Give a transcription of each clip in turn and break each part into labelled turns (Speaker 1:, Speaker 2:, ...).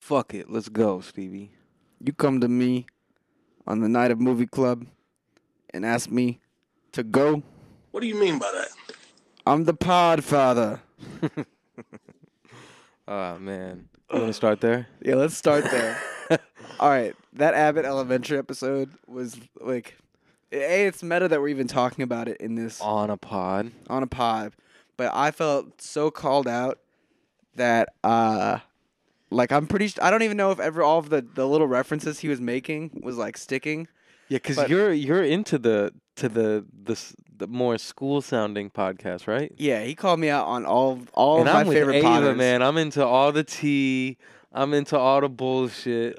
Speaker 1: fuck it, let's go, Stevie.
Speaker 2: You come to me on the night of movie club and ask me to go.
Speaker 3: What do you mean by that?
Speaker 2: I'm the podfather.
Speaker 1: Oh man, you want to start there?
Speaker 2: Yeah, let's start there. All right, that Abbott Elementary episode was like, a it's meta that we're even talking about it in this
Speaker 1: On a pod.
Speaker 2: on a pod, but I felt so called out that uh, like I'm pretty. I don't even know if ever all of the the little references he was making was like sticking.
Speaker 1: Yeah, because
Speaker 2: But-
Speaker 1: you're you're into the to the the s- the more school sounding podcast, right?
Speaker 2: Yeah, he called me out on all all
Speaker 1: and
Speaker 2: of my
Speaker 1: I'm
Speaker 2: favorite
Speaker 1: with Ava,
Speaker 2: Potters.
Speaker 1: man. I'm into all the tea. I'm into all the bullshit.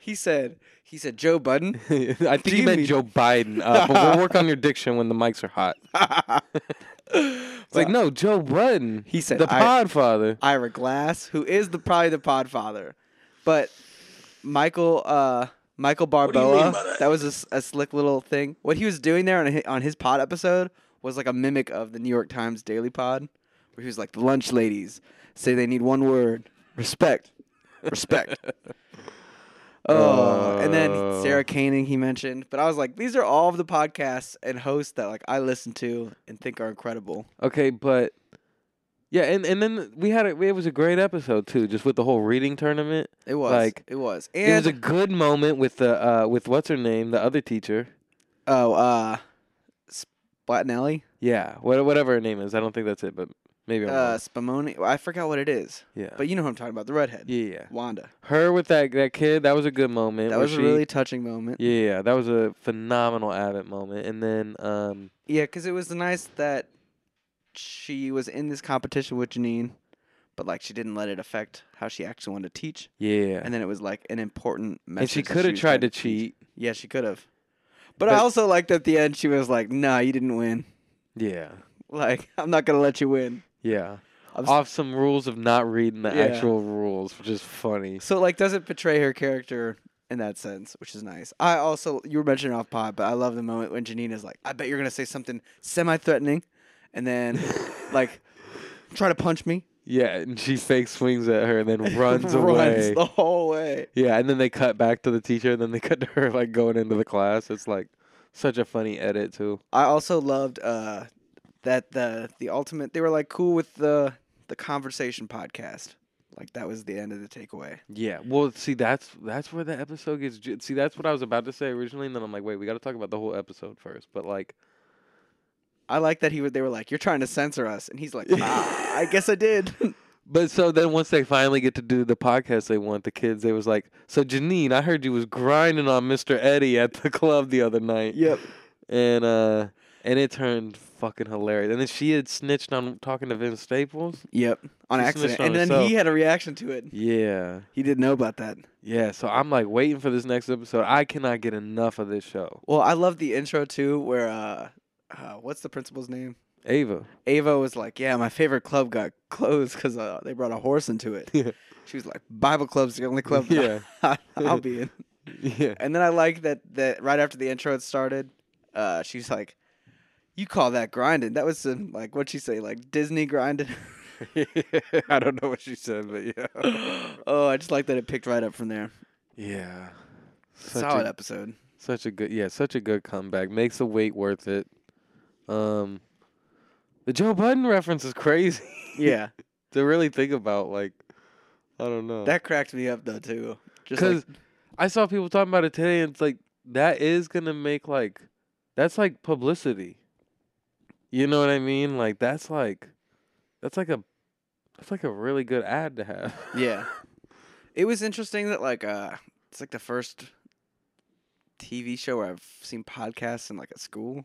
Speaker 2: He said he said Joe Budden.
Speaker 1: I think you meant
Speaker 2: Jimmy.
Speaker 1: Joe Biden, uh, but we'll work on your diction when the mics are hot. It's like no, Joe Budden.
Speaker 2: He said
Speaker 1: the
Speaker 2: I-
Speaker 1: Podfather.
Speaker 2: Ira Glass, who is the probably the Podfather, but Michael uh, Michael
Speaker 3: do you mean
Speaker 2: Barboa.
Speaker 3: by that?
Speaker 2: was a s- a, slick little thing. What he was doing there on his, on his pod episode was like a mimic of the New York Times Daily Pod, where he was like, "The lunch ladies say they need one word: respect, respect." Oh, and then
Speaker 1: Oh.
Speaker 2: Sarah Koenig he mentioned, but I was like, these are all of the podcasts and hosts that like I listen to and think are incredible.
Speaker 1: Okay, but yeah, and, and then we had a, it was a great episode too, just with the whole reading tournament.
Speaker 2: It was,
Speaker 1: Like,
Speaker 2: it was,
Speaker 1: It was
Speaker 2: and
Speaker 1: a good moment with the uh, with what's her name, the other teacher.
Speaker 2: Oh, uh, Spatinelli?
Speaker 1: Yeah, wha- whatever her name is. I don't think that's it, but maybe I'm
Speaker 2: Uh,
Speaker 1: wrong.
Speaker 2: Spumoni? I forgot what it is.
Speaker 1: Yeah,
Speaker 2: But you know who I'm talking about, the redhead.
Speaker 1: yeah, yeah.
Speaker 2: Wanda.
Speaker 1: Her with that that kid, that was a good moment.
Speaker 2: That
Speaker 1: where
Speaker 2: was a
Speaker 1: she-
Speaker 2: really touching moment.
Speaker 1: Yeah, yeah, that was a phenomenal Abbott moment. And then um
Speaker 2: Yeah, because it was nice that she was in this competition with Janine, but, like, she didn't let it affect how she actually wanted to teach.
Speaker 1: yeah.
Speaker 2: And then it was, like, an important message.
Speaker 1: and she
Speaker 2: that
Speaker 1: could have
Speaker 2: was
Speaker 1: tried to
Speaker 2: trying
Speaker 1: cheat.
Speaker 2: Yeah, she could have. But, I
Speaker 1: But-
Speaker 2: also liked at the end, she was like, nah, you didn't win.
Speaker 1: Yeah.
Speaker 2: Like, I'm not going to let you win.
Speaker 1: Yeah.
Speaker 2: I'm s-
Speaker 1: Off some rules of not reading the
Speaker 2: Yeah.
Speaker 1: actual rules, which is funny.
Speaker 2: So like doesn't portray her character in that sense, which is nice. I also you were mentioning off pod, but I love the moment when Janina's like, I bet you're gonna say something semi threatening and then like try to punch me.
Speaker 1: Yeah, and she fake swings at her and then runs
Speaker 2: Runs
Speaker 1: away.
Speaker 2: the whole way.
Speaker 1: Yeah, and then they cut back to the teacher and then they cut to her like going into the class. It's like such a funny edit too.
Speaker 2: I also loved uh that the the ultimate they were like cool with the the conversation podcast. Like that was the end of the takeaway.
Speaker 1: Yeah. Well, see, that's that's where the episode gets. ju- See, that's what I was about to say originally, and then I'm like, wait, we got to talk about the whole episode first. But like,
Speaker 2: I like that he would they were like, You're trying to censor us and he's like, ah, I guess I did.
Speaker 1: but so then once they finally get to do the podcast they want, the kids, they was like, so Janine, I heard you was grinding on Mr. Eddie at the club the other night.
Speaker 2: yep.
Speaker 1: And uh, and it turned fucking hilarious. And then she had snitched on talking to Vince Staples.
Speaker 2: Yep. On
Speaker 1: She snitched
Speaker 2: accident.
Speaker 1: on
Speaker 2: And then
Speaker 1: herself.
Speaker 2: he had a reaction to it.
Speaker 1: Yeah.
Speaker 2: He didn't know about that.
Speaker 1: Yeah, so I'm like waiting for this next episode. I cannot get enough of this show.
Speaker 2: Well, I love the intro too, where uh, uh what's the principal's name?
Speaker 1: Ava.
Speaker 2: Ava was like, "Yeah, my favorite club got closed because uh, they brought a horse into it."
Speaker 1: Yeah.
Speaker 2: She was like, "Bible club's the only club that I'll be in."
Speaker 1: Yeah.
Speaker 2: And then I like that that right after the intro had started, uh, she's like, "You call that grinding? That was some, like what she say, like Disney grinding."
Speaker 1: I don't know what she said, but yeah.
Speaker 2: oh, I just like that it picked right up from there.
Speaker 1: Yeah. Such
Speaker 2: Solid
Speaker 1: a,
Speaker 2: episode.
Speaker 1: Such a good yeah, such a good comeback. Makes the wait worth it. Um the Joe Budden reference is crazy
Speaker 2: Yeah,
Speaker 1: to really think about. Like I don't know.
Speaker 2: that cracked me up though too. Just like,
Speaker 1: Because I saw people talking about it today, and it's like that is gonna make like that's like publicity. You know what I mean? Like that's like that's like a that's like a really good ad to have.
Speaker 2: Yeah. It was interesting that like uh it's like the first TV show where I've seen podcasts in like a school.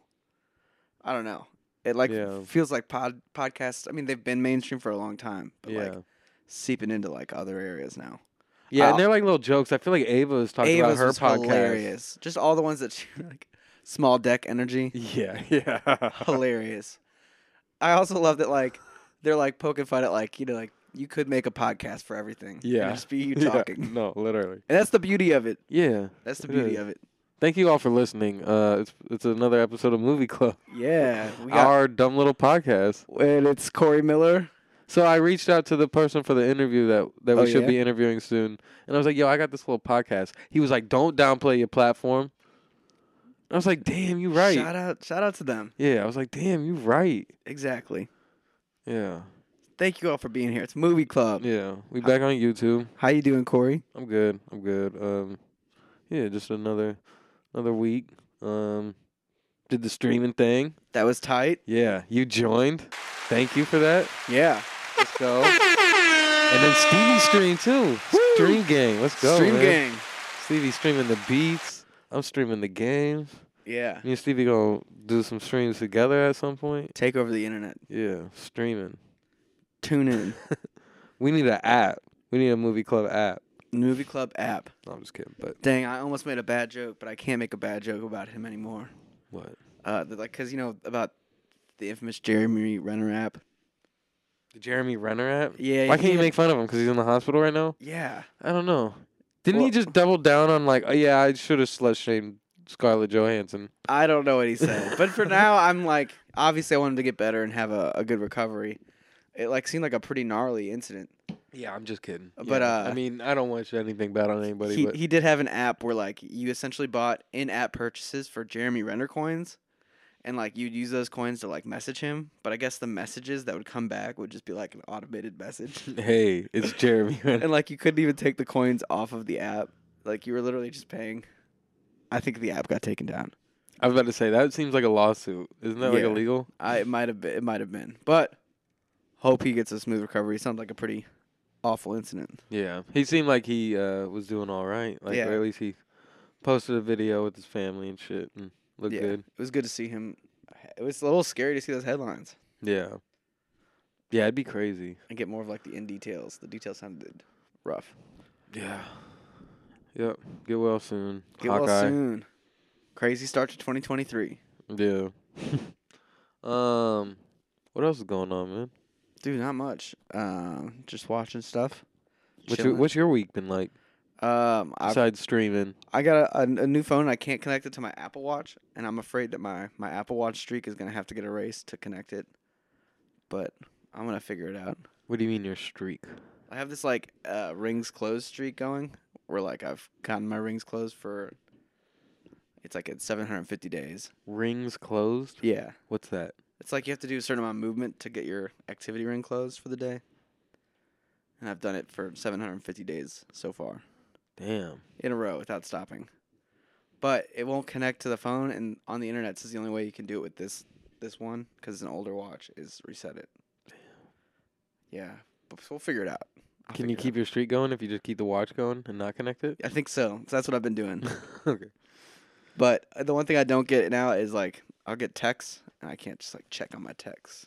Speaker 2: I don't know. It like
Speaker 1: Yeah.
Speaker 2: feels like pod podcasts. I mean, they've been mainstream for a long time, but
Speaker 1: yeah,
Speaker 2: like seeping into like other areas now.
Speaker 1: yeah,
Speaker 2: I'll-
Speaker 1: and they're like little jokes. I feel like Ava was talking
Speaker 2: Ava's
Speaker 1: about her
Speaker 2: was
Speaker 1: podcast.
Speaker 2: hilarious. Just all the ones that she like small deck energy.
Speaker 1: Yeah, yeah,
Speaker 2: hilarious. I also love that like they're like poking fun at like you know like you could make a podcast for everything. It'd
Speaker 1: Yeah.
Speaker 2: just be you
Speaker 1: Yeah,
Speaker 2: talking,
Speaker 1: No, literally.
Speaker 2: and that's the beauty of it.
Speaker 1: Yeah.
Speaker 2: That's the
Speaker 1: It
Speaker 2: beauty
Speaker 1: is.
Speaker 2: of it.
Speaker 1: Thank you all for listening. Uh, it's it's another episode of Movie Club,
Speaker 2: Yeah, we got,
Speaker 1: our dumb little podcast.
Speaker 2: and it's Corey Miller.
Speaker 1: So I reached out to the person for the interview that that we
Speaker 2: Oh,
Speaker 1: should
Speaker 2: yeah?
Speaker 1: be interviewing soon, and I was like, "Yo, I got this little podcast." He was like, "Don't downplay your platform." I was like, "Damn, you right."
Speaker 2: Shout out, shout out to them.
Speaker 1: yeah, I was like, "Damn, you right."
Speaker 2: Exactly.
Speaker 1: Yeah,
Speaker 2: Thank you all for being here. It's Movie Club.
Speaker 1: yeah. We back on YouTube.
Speaker 2: How you doing, Corey?
Speaker 1: I'm good. I'm good. Um, yeah, just another another week. Um, did the streaming thing.
Speaker 2: That was tight.
Speaker 1: Yeah, you joined. Thank you for that.
Speaker 2: Yeah.
Speaker 1: Let's go. And then Stevie stream too. Stream game. Let's go.
Speaker 2: Stream
Speaker 1: man.
Speaker 2: gang.
Speaker 1: Stevie streaming the beats. I'm streaming the games.
Speaker 2: Yeah.
Speaker 1: Me and Stevie gonna do some streams together at some point.
Speaker 2: Take over the internet.
Speaker 1: Yeah, streaming.
Speaker 2: Tune in.
Speaker 1: We need an app. We need a movie club app.
Speaker 2: Movie Club app.
Speaker 1: No, I'm just kidding. But
Speaker 2: Dang, I almost made a bad joke, but I can't make a bad joke about him anymore.
Speaker 1: what?
Speaker 2: Uh, th- like, cause you know about the infamous Jeremy Renner app.
Speaker 1: The Jeremy Renner app.
Speaker 2: Yeah.
Speaker 1: Why can't you make fun of him? Because he's in the hospital right now.
Speaker 2: Yeah.
Speaker 1: I don't know. Didn't he
Speaker 2: Well-
Speaker 1: just double down on like, oh yeah, I should have slut shamed Scarlett Johansson?
Speaker 2: I don't know what he said, but for now, I'm like, obviously, I want him to get better and have a, a good recovery. It like seemed like a pretty gnarly incident.
Speaker 1: Yeah, I'm just kidding.
Speaker 2: But,
Speaker 1: Yeah,
Speaker 2: uh,
Speaker 1: I mean, I don't wish anything bad on anybody.
Speaker 2: he,
Speaker 1: but
Speaker 2: he did have an app where like you essentially bought in-app purchases for Jeremy Renner coins, and like you'd use those coins to like message him. But I guess the messages that would come back would just be like an automated message,
Speaker 1: hey, it's Jeremy Renner.
Speaker 2: and like you couldn't even take the coins off of the app. Like you were literally just paying. I think the app got taken down.
Speaker 1: I was about to say that seems like a lawsuit. Isn't that like
Speaker 2: Yeah.
Speaker 1: illegal?
Speaker 2: I it might have been, it might have been, but hope he gets a smooth recovery. Sounds like a pretty awful incident.
Speaker 1: Yeah, he seemed like he uh, was doing all right. Like,
Speaker 2: Yeah.
Speaker 1: or at least he posted a video with his family and shit, and looked
Speaker 2: yeah,
Speaker 1: good.
Speaker 2: it was good to see him. It was a little scary to see those headlines
Speaker 1: Yeah, yeah, it'd be crazy.
Speaker 2: and get more of like the in details. The details sounded rough.
Speaker 1: Yeah, yep. Get well soon,
Speaker 2: Get
Speaker 1: Hawkeye.
Speaker 2: well soon. Crazy start to 2023,
Speaker 1: Yeah. um, what else is going on, man?
Speaker 2: dude. Not much. Um, just watching stuff.
Speaker 1: What's your
Speaker 2: chilling.
Speaker 1: What's your week been like
Speaker 2: um, I,
Speaker 1: besides streaming?
Speaker 2: I got a, a, a new phone. I can't connect it to my Apple Watch, and I'm afraid that my my Apple Watch streak is gonna have to get erased to connect it. But I'm gonna figure it out.
Speaker 1: What do you mean your streak?
Speaker 2: I have this like uh, rings closed streak going, where like I've gotten my rings closed for. It's like at 750 days.
Speaker 1: Rings closed.
Speaker 2: Yeah,
Speaker 1: What's that?
Speaker 2: it's like you have to do a certain amount of movement to get your activity ring closed for the day. And I've done it for 750 days so far
Speaker 1: Damn.
Speaker 2: in a row without stopping. But it won't connect to the phone, and on the internet, says the only way you can do it with this this one because it's an older watch is reset it. Yeah, but we'll figure it out. I'll
Speaker 1: Can you
Speaker 2: figure it
Speaker 1: keep your streak going if you just keep the watch going and not connect it?
Speaker 2: out. I think so. So that's what I've been doing.
Speaker 1: okay.
Speaker 2: But uh, the one thing I don't get now is like I'll get texts and I can't just like check on my texts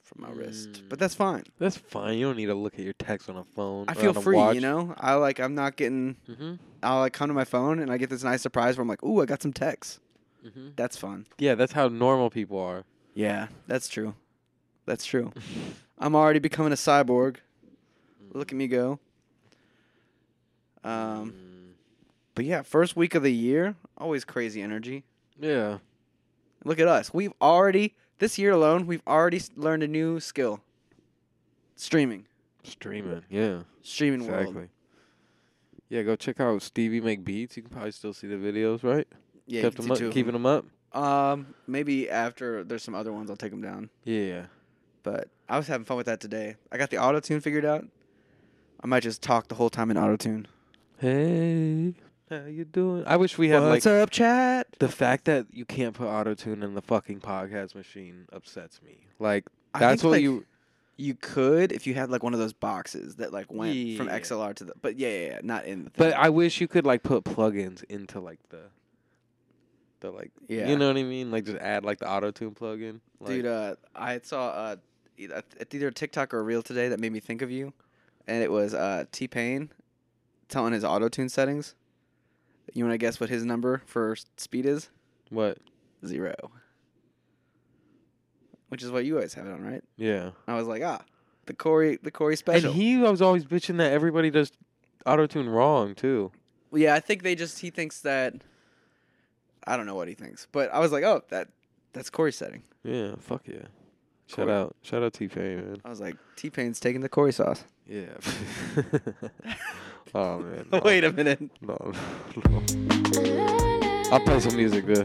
Speaker 2: from my wrist. But that's fine.
Speaker 1: That's fine. You don't need to look at your text on a phone.
Speaker 2: I
Speaker 1: Mm. or
Speaker 2: feel
Speaker 1: on a
Speaker 2: free,
Speaker 1: watch.
Speaker 2: you know. I like I'm not getting.
Speaker 1: Mhm.
Speaker 2: I'll like come to my phone and I get this nice surprise where I'm like, "Ooh, I got some texts."
Speaker 1: Mhm.
Speaker 2: That's fun.
Speaker 1: Yeah, that's how normal people are.
Speaker 2: Yeah, that's true. That's true. I'm already becoming a cyborg.
Speaker 1: Mm.
Speaker 2: Look at me go. Um,
Speaker 1: Mm.
Speaker 2: but yeah, first week of the year, always crazy energy.
Speaker 1: Yeah.
Speaker 2: Look at us. We've already this year alone, we've already s- learned a new skill. Streaming,
Speaker 1: Streaming. Yeah.
Speaker 2: streaming
Speaker 1: Exactly.
Speaker 2: world.
Speaker 1: Yeah, go check out Stevie Make Beats. You can probably still see the videos, right?
Speaker 2: Yeah,
Speaker 1: Kept
Speaker 2: you
Speaker 1: 'em
Speaker 2: can see two
Speaker 1: up,
Speaker 2: of
Speaker 1: keeping them up.
Speaker 2: them. Um, maybe after there's some other ones, I'll take them down.
Speaker 1: Yeah.
Speaker 2: But I was having fun with that today. I got the auto tune figured out. I might just talk the whole time in auto tune.
Speaker 1: Hey, how you doing? I wish we had like
Speaker 2: What's up, chat?
Speaker 1: the fact that you can't put auto tune in the fucking podcast machine upsets me. Like
Speaker 2: I
Speaker 1: that's
Speaker 2: think,
Speaker 1: what
Speaker 2: like,
Speaker 1: you.
Speaker 2: You could if you had like one of those boxes that like went from
Speaker 1: Yeah.
Speaker 2: XLR to the. But yeah, yeah, yeah not in. The thing.
Speaker 1: But I wish you could like put plugins into like the. The like
Speaker 2: yeah,
Speaker 1: You know what I mean? Like just add like the auto tune plug in. Like,
Speaker 2: Dude, uh, I saw uh, e- uh, it's either a TikTok or a reel today that made me think of you, and it was uh, T Pain telling his auto tune settings. You want to guess what his number for s- speed is?
Speaker 1: what?
Speaker 2: Zero. Which is what you guys have it on, right?
Speaker 1: Yeah.
Speaker 2: I was like, ah, the Corey, the Corey
Speaker 1: And
Speaker 2: special.
Speaker 1: he was always bitching that everybody does auto tune wrong too.
Speaker 2: Well, yeah, I think they just he thinks that. I don't know what he thinks, but I was like, oh, that that's Corey's setting.
Speaker 1: Yeah, fuck yeah. Shout
Speaker 2: Corey.
Speaker 1: out, shout out T Pain, man.
Speaker 2: I was like, T Pain's taking the Corey sauce.
Speaker 1: Yeah. oh man. no.
Speaker 2: Wait a minute.
Speaker 1: No, no, no. I'll play some music there.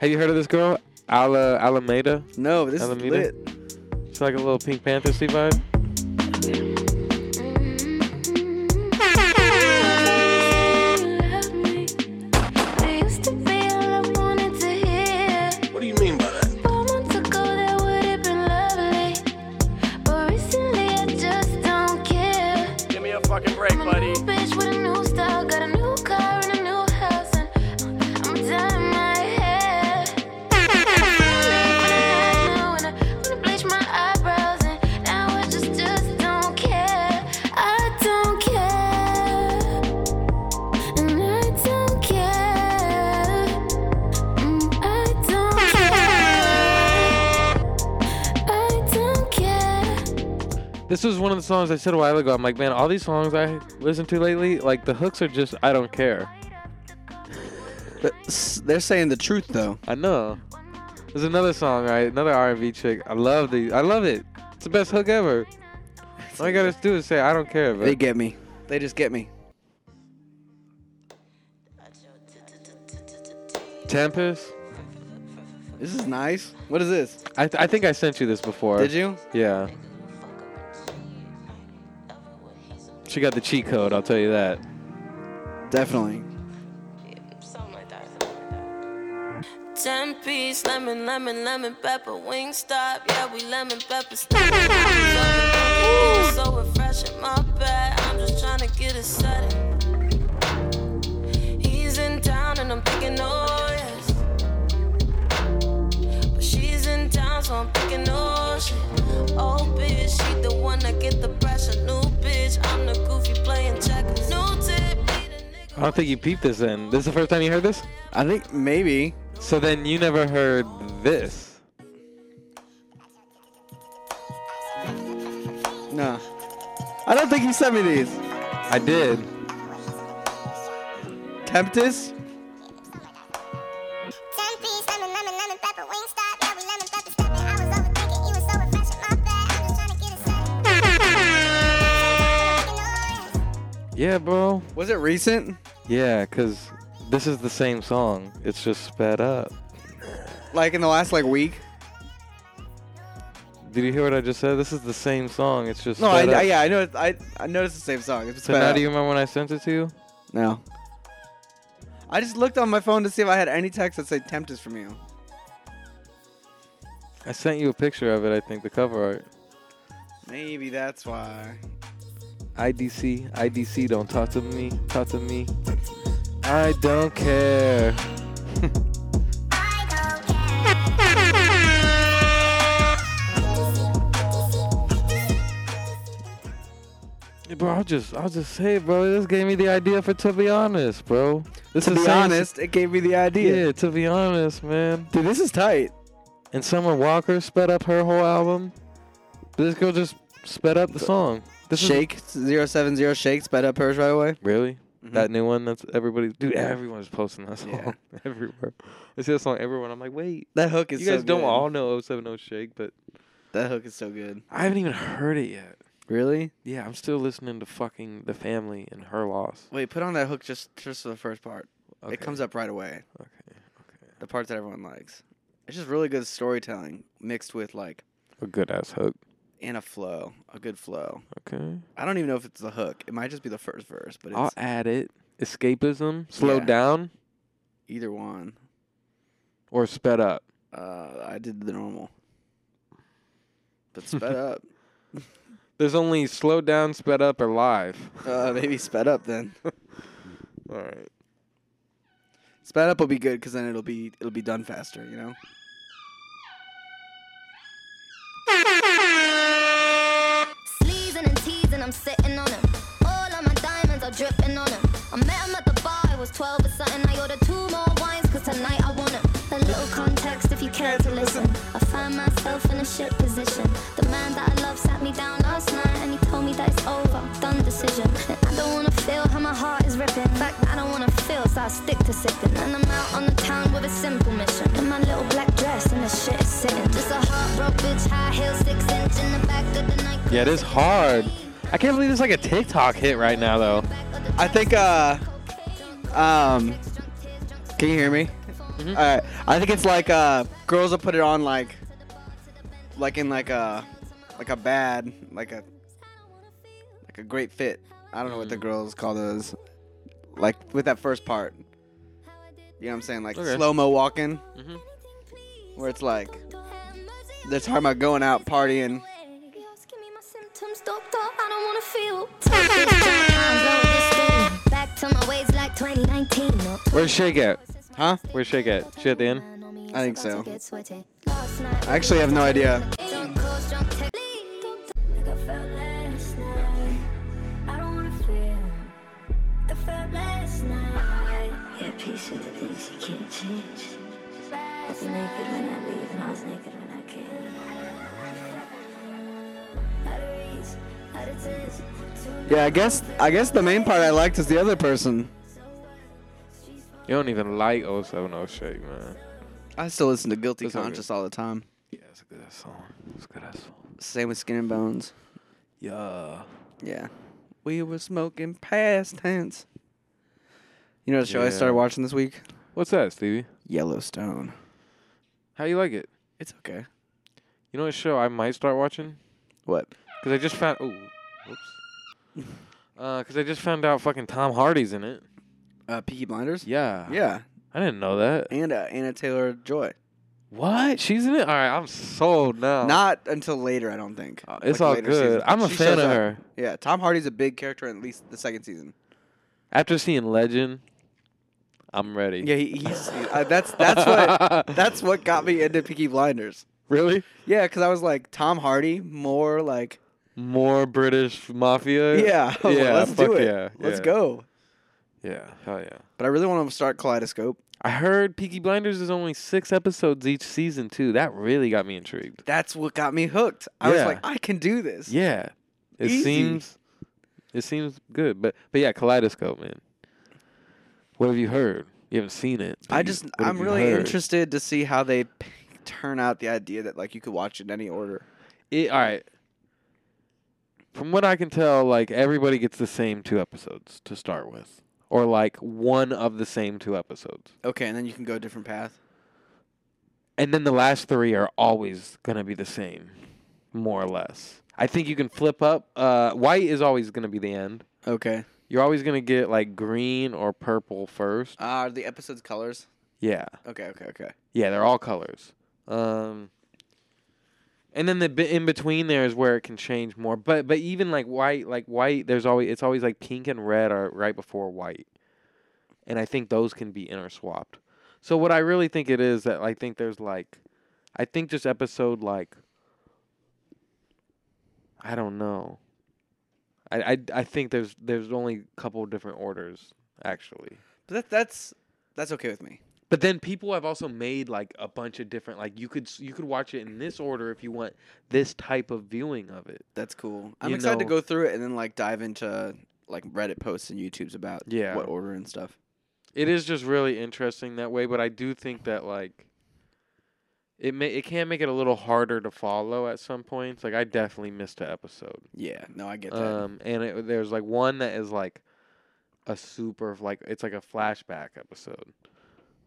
Speaker 1: Have you heard of this girl, Ala Alameda?
Speaker 2: No, this
Speaker 1: Alameda?
Speaker 2: is lit.
Speaker 1: She's like a little Pink Panther vibe.
Speaker 3: What do you mean by that?
Speaker 4: Give me a fucking break, buddy.
Speaker 5: Bitch with a new style, got a new car and a new house, and I'm dyeing my hair. When I wanna bleach my eyebrows, and now I just just don't care. I don't care, and I don't care. Mm, I don't care. I don't care.
Speaker 1: This was one of the songs I said a while ago. I'm like, man, all these songs I listen to lately, like the hooks are just I don't care.
Speaker 2: But s- they're saying the truth though.
Speaker 1: I know. There's another song, right? Another R&B chick. I love the, I love it. It's the best hook ever. All you gotta do is say I don't care,
Speaker 2: They
Speaker 1: but
Speaker 2: get me. They just get me.
Speaker 1: Tempest.
Speaker 2: This is nice. What is this?
Speaker 1: I, th- I think I sent you this before.
Speaker 2: Did you?
Speaker 1: Yeah. She got the cheat code, I'll tell you that.
Speaker 2: Definitely.
Speaker 5: something like that. Ten piece lemon, lemon, lemon pepper, wing stop. Yeah, we lemon pepper stop. So refreshing, my bad. I'm just trying to get a setting. He's in town and I'm thinking, oh yes. But she's in town, so I'm thinking, oh shit. Oh bitch, she the one that get the pressure. New bitch, I'm the goofy playing checkers. New tip, be the nigga.
Speaker 1: I don't think you peeped this in. This is the first time you heard this?
Speaker 2: I think maybe.
Speaker 1: So then you never heard this.
Speaker 2: No. I don't think you sent me these.
Speaker 1: I did.
Speaker 2: Temptus?
Speaker 6: Ten piece lemon, lemon, lemon pepper, wing stop. Yeah, we lemon pepper stepping. I was overthinking, you was so refreshing. My bad, I'm just trying to get a set.
Speaker 1: Yeah, bro.
Speaker 2: Was it recent?
Speaker 1: Yeah, because this is the same song. It's just sped up.
Speaker 2: Like in the last like week?
Speaker 1: Did you hear what I just said? This is the same song. It's just
Speaker 2: No, I,
Speaker 1: sped up.
Speaker 2: I yeah, I know it, I I noticed the same song. It's
Speaker 1: So
Speaker 2: bad.
Speaker 1: now do you remember when I sent it to you?
Speaker 2: No. I just looked on my phone to see if I had any text that said Temptus from you.
Speaker 1: I sent you a picture of it, I think, the cover art.
Speaker 2: Maybe that's why.
Speaker 1: IDC, IDC, don't talk to me, talk to me. I don't care. Hey, Bro, I'll just, I'll just say, it, bro, this gave me the idea for to be honest, bro. This
Speaker 2: To
Speaker 1: is
Speaker 2: be
Speaker 1: same-
Speaker 2: honest, it gave me the idea.
Speaker 1: yeah, to be honest, man.
Speaker 2: Dude, this is tight.
Speaker 1: And Summer Walker sped up her whole album. This girl just sped up the song. This is-
Speaker 2: Shake zero seven zero shake sped up hers right away.
Speaker 1: really?
Speaker 2: Mhm.
Speaker 1: That new one that's everybody, dude, everyone's posting that song
Speaker 2: Yeah.
Speaker 1: everywhere. I see that song everywhere. and I'm like, wait,
Speaker 2: That hook is
Speaker 1: you
Speaker 2: so
Speaker 1: guys don't
Speaker 2: good.
Speaker 1: all know 070 Shake, but
Speaker 2: That hook is so good.
Speaker 1: I haven't even heard it yet.
Speaker 2: Really?
Speaker 1: Yeah, I'm still listening to fucking The Family and Her Loss.
Speaker 2: Wait, put on that hook just just for the first part.
Speaker 1: Okay.
Speaker 2: It comes up right away.
Speaker 1: Okay, okay.
Speaker 2: The parts that everyone likes. It's just really good storytelling mixed with like
Speaker 1: A good ass hook.
Speaker 2: in a flow, a good flow.
Speaker 1: Okay.
Speaker 2: I don't even know if it's the hook. It might just be the first verse, but it's
Speaker 1: I'll add it. Escapism, slowed
Speaker 2: Yeah.
Speaker 1: down,
Speaker 2: either one.
Speaker 1: or sped up.
Speaker 2: Uh, I did the normal, but sped up.
Speaker 1: There's only slowed down, sped up, or live.
Speaker 2: Uh, maybe sped up then.
Speaker 1: All right.
Speaker 2: Sped up will be good because then it'll be it'll be done faster. You know.
Speaker 6: Sleazing and teasing, I'm sitting on him. All of my diamonds are dripping on him. I met him at the bar, it was 12 or something. I ordered two more wines, cause tonight I want him. A little context if you care to listen. I find myself in a shit position. The man that I love sat me down last night and he told me that it's over. Done decision. And I don't wanna feel how my heart is ripping. In fact, I don't wanna feel, so I stick to sipping. And I'm out on the town with a simple mission. In my little black dress, and the shit is sitting. Just a heartbroken bitch, high heel, six inch in the back of the night.
Speaker 1: Yeah, it is hard. I can't believe it's like a TikTok hit right now, though.
Speaker 2: I think uh um can you hear me?
Speaker 1: Mm-hmm.
Speaker 2: All right. I think it's like uh girls will put it on like like in like a like a bad like a like a great fit. I don't know what
Speaker 1: Mm-hmm.
Speaker 2: the girls call those. Like with that first part. You know what I'm saying? Like
Speaker 1: Okay.
Speaker 2: slow-mo walking.
Speaker 1: Mhm.
Speaker 2: Where it's like they're talking about going out partying.
Speaker 6: Back to my ways like 2019.
Speaker 1: Where's Shake at?
Speaker 2: Huh?
Speaker 1: Where's Shake at? She at the end?
Speaker 2: I think so. I actually have no idea.
Speaker 7: Yeah, peace with the things you can't change. I'll be naked when I leave, and I was naked when I came. Out of reach, out of touch, too
Speaker 2: Yeah, I guess I guess the main part I liked is the other person.
Speaker 1: You don't even like 070 Shake, man.
Speaker 2: I still listen to Guilty
Speaker 1: That's all good.
Speaker 2: Conscious all the time.
Speaker 1: Yeah, it's a good ass song. It's a good ass song.
Speaker 2: Same with Skin and Bones.
Speaker 1: Yeah.
Speaker 2: Yeah. We were smoking past tense. You know what show I
Speaker 1: Yeah.
Speaker 2: started watching this week?
Speaker 1: What's that, Stevie?
Speaker 2: Yellowstone.
Speaker 1: How you like it?
Speaker 2: It's okay.
Speaker 1: You know what show I might start watching?
Speaker 2: What?
Speaker 1: Cause I just found. Oh, whoops. Uh, cause I just found out fucking Tom Hardy's in it.
Speaker 2: Uh, Peaky Blinders?
Speaker 1: Yeah.
Speaker 2: Yeah.
Speaker 1: I didn't know that.
Speaker 2: And uh, Anna Taylor Joy.
Speaker 1: What? She's in it. All right, I'm sold now.
Speaker 2: Not until later, I don't think.
Speaker 1: Uh, Oh. it's
Speaker 2: Like
Speaker 1: all
Speaker 2: later
Speaker 1: good.
Speaker 2: seasons.
Speaker 1: I'm a
Speaker 2: She
Speaker 1: fan
Speaker 2: shows
Speaker 1: of
Speaker 2: up.
Speaker 1: her.
Speaker 2: Yeah, Tom Hardy's a big character in at least the second season.
Speaker 1: After seeing Legend, I'm ready.
Speaker 2: Yeah, he, he's he- uh, that's that's what that's what got me into Peaky Blinders.
Speaker 1: really
Speaker 2: Yeah, because I was like Tom Hardy, more like
Speaker 1: more British mafia.
Speaker 2: yeah, I was like,
Speaker 1: Uh, yeah,
Speaker 2: let's do
Speaker 1: fuck
Speaker 2: it,
Speaker 1: Yeah,
Speaker 2: let's
Speaker 1: yeah.
Speaker 2: go.
Speaker 1: Yeah, hell yeah.
Speaker 2: But I really want to start Kaleidoscope.
Speaker 1: I heard Peaky Blinders is only six episodes each season too. That really got me intrigued.
Speaker 2: That's what got me hooked. I was
Speaker 1: Yeah.
Speaker 2: like, I can do this.
Speaker 1: Yeah, it
Speaker 2: Easy.
Speaker 1: seems it seems good, but but yeah, Kaleidoscope, man. What have you heard? You haven't seen it. but
Speaker 2: I
Speaker 1: you-
Speaker 2: just
Speaker 1: what have
Speaker 2: I'm
Speaker 1: you
Speaker 2: really
Speaker 1: heard?
Speaker 2: interested to see how they p- turn out the idea that like you could watch it in any order.
Speaker 1: It, all right. From what I can tell, like everybody gets the same two episodes to start with, or like one of the same two episodes,
Speaker 2: Okay, and then you can go a different path.
Speaker 1: and then the last three are always gonna be the same, more or less. I think you can flip up. Uh, white is always gonna be the end.
Speaker 2: Okay.
Speaker 1: You're always gonna get like green or purple first.
Speaker 2: Ah, the episode's colors.
Speaker 1: Yeah,
Speaker 2: Okay, okay, okay.
Speaker 1: yeah, they're all colors. Um, and then the bi- in between there is where it can change more. But but even like white, like white, there's always it's always like pink and red are right before white, and I think those can be interswapped. So what I really think it is that I think there's like, I think just episode like, I don't know. I I, I think there's there's only a couple different orders actually.
Speaker 2: But that that's that's okay with me.
Speaker 1: But then people have also made like a bunch of different like you could s- you could watch it in this order if you want this type of viewing of it.
Speaker 2: That's cool. I'm
Speaker 1: You
Speaker 2: excited to
Speaker 1: know-
Speaker 2: go through it and then like dive into like Reddit posts and YouTube's about
Speaker 1: Yeah.
Speaker 2: what order and stuff.
Speaker 1: It is just really interesting that way, but I do think that like it may it can make it a little harder to follow at some points. Like I definitely missed an episode.
Speaker 2: Yeah, no, I get that.
Speaker 1: Um and it, there's like one that is like a super like it's like a flashback episode.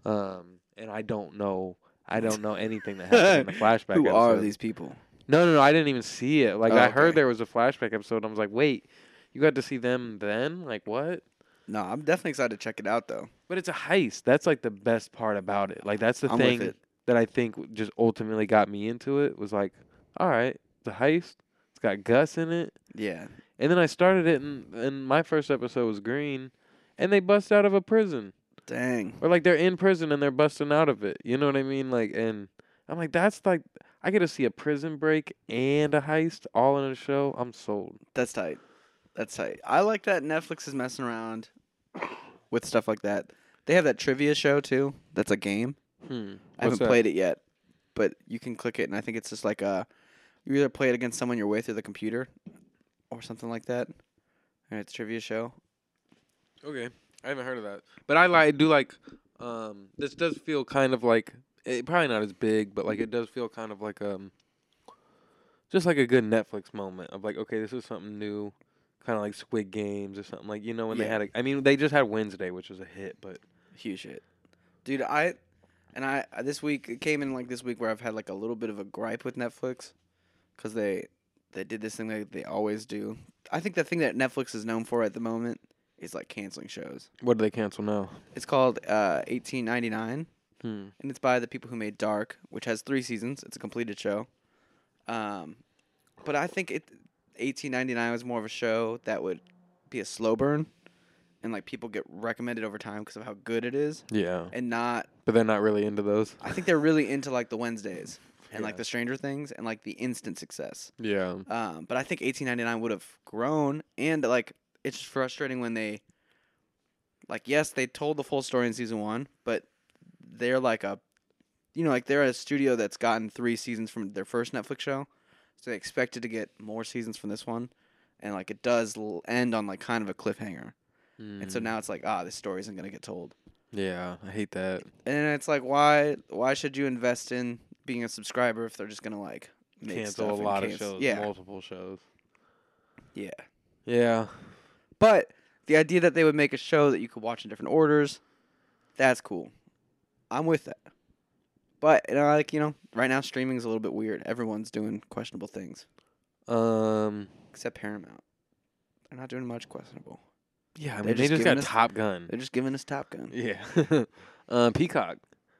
Speaker 1: Um and I don't know I don't know anything that happened in the flashback
Speaker 2: Who are
Speaker 1: episode.
Speaker 2: these people?
Speaker 1: No, no, no. I didn't even see it. Like
Speaker 2: Oh,
Speaker 1: I
Speaker 2: okay.
Speaker 1: heard there was a flashback episode. And I was like, wait, you got to see them then? Like what?
Speaker 2: No, I'm definitely excited to check it out though.
Speaker 1: But it's a heist. That's like the best part about it. Like that's the
Speaker 2: I'm with
Speaker 1: thing
Speaker 2: it.
Speaker 1: that I think w- just ultimately got me into it. Was like, all right, it's a heist. It's got Gus in it.
Speaker 2: Yeah.
Speaker 1: And then I started it, and and my first episode was Green, and they bust out of a prison.
Speaker 2: Dang.
Speaker 1: or like they're in prison and they're busting out of it. You know what I mean? Like, and I'm like, that's like, I get to see a prison break and a heist all in a show. I'm sold.
Speaker 2: That's tight. That's tight. I like that Netflix is messing around with stuff like that. They have that trivia show too. That's a game.
Speaker 1: Hmm.
Speaker 2: I haven't played it yet, but you can click it, and I think it's just like a you either play it against someone you're with through the computer or something like that. And it's a trivia show.
Speaker 1: Okay. I haven't heard of that, but I like do like. Um, this does feel kind of like it, probably not as big, but like it does feel kind of like um, just like a good Netflix moment of like, okay, this is something new, kind of like Squid Games or something like you know when they
Speaker 2: Yeah.
Speaker 1: had. A, I mean, they just had Wednesday, which was a hit, but
Speaker 2: Huge hit. Dude, I and I I- this week it came in like this week where I've had like a little bit of a gripe with Netflix cuz they they did this thing that they always do. I think the thing that Netflix is known for at the moment is like canceling shows.
Speaker 1: what do they cancel now?
Speaker 2: It's called uh 1899
Speaker 1: Hmm.
Speaker 2: and it's by the people who made Dark, which has 3 seasons. It's a completed show. Um but I think it 1899 was more of a show that would be a slow burn and like people get recommended over time because of how good it is
Speaker 1: Yeah,
Speaker 2: and not
Speaker 1: but they're not really into those.
Speaker 2: I think they're really into like the Wednesdays and like
Speaker 1: Yeah.
Speaker 2: the Stranger Things and like the instant success.
Speaker 1: Yeah,
Speaker 2: Um, but I think 1899 would have grown, and like it's just frustrating when they, like, yes, they told the full story in season one, but they're like a, you know, like they're a studio that's gotten three seasons from their first Netflix show, so they expected to get more seasons from this one, and like it does l- end on like kind of a cliffhanger, and so
Speaker 1: Mm.
Speaker 2: now it's like ah, this story isn't gonna get told.
Speaker 1: yeah, I hate that.
Speaker 2: And it's like, why? Why should you invest in being a subscriber if they're just gonna like make
Speaker 1: Cancel a
Speaker 2: stuff and
Speaker 1: lot of
Speaker 2: cancel-
Speaker 1: shows,
Speaker 2: Yeah,
Speaker 1: multiple shows.
Speaker 2: yeah.
Speaker 1: Yeah,
Speaker 2: But the idea that they would make a show that you could watch in different orders, that's cool. I'm with that. But you know, like you know, right now streaming's a little bit weird. Everyone's doing questionable things,
Speaker 1: um.
Speaker 2: except Paramount. They're not doing much questionable.
Speaker 1: Yeah, I
Speaker 2: They're
Speaker 1: mean,
Speaker 2: just
Speaker 1: they just
Speaker 2: giving
Speaker 1: got
Speaker 2: us-
Speaker 1: Top Gun.
Speaker 2: They're just giving us Top Gun.
Speaker 1: Yeah. uh, Peacock.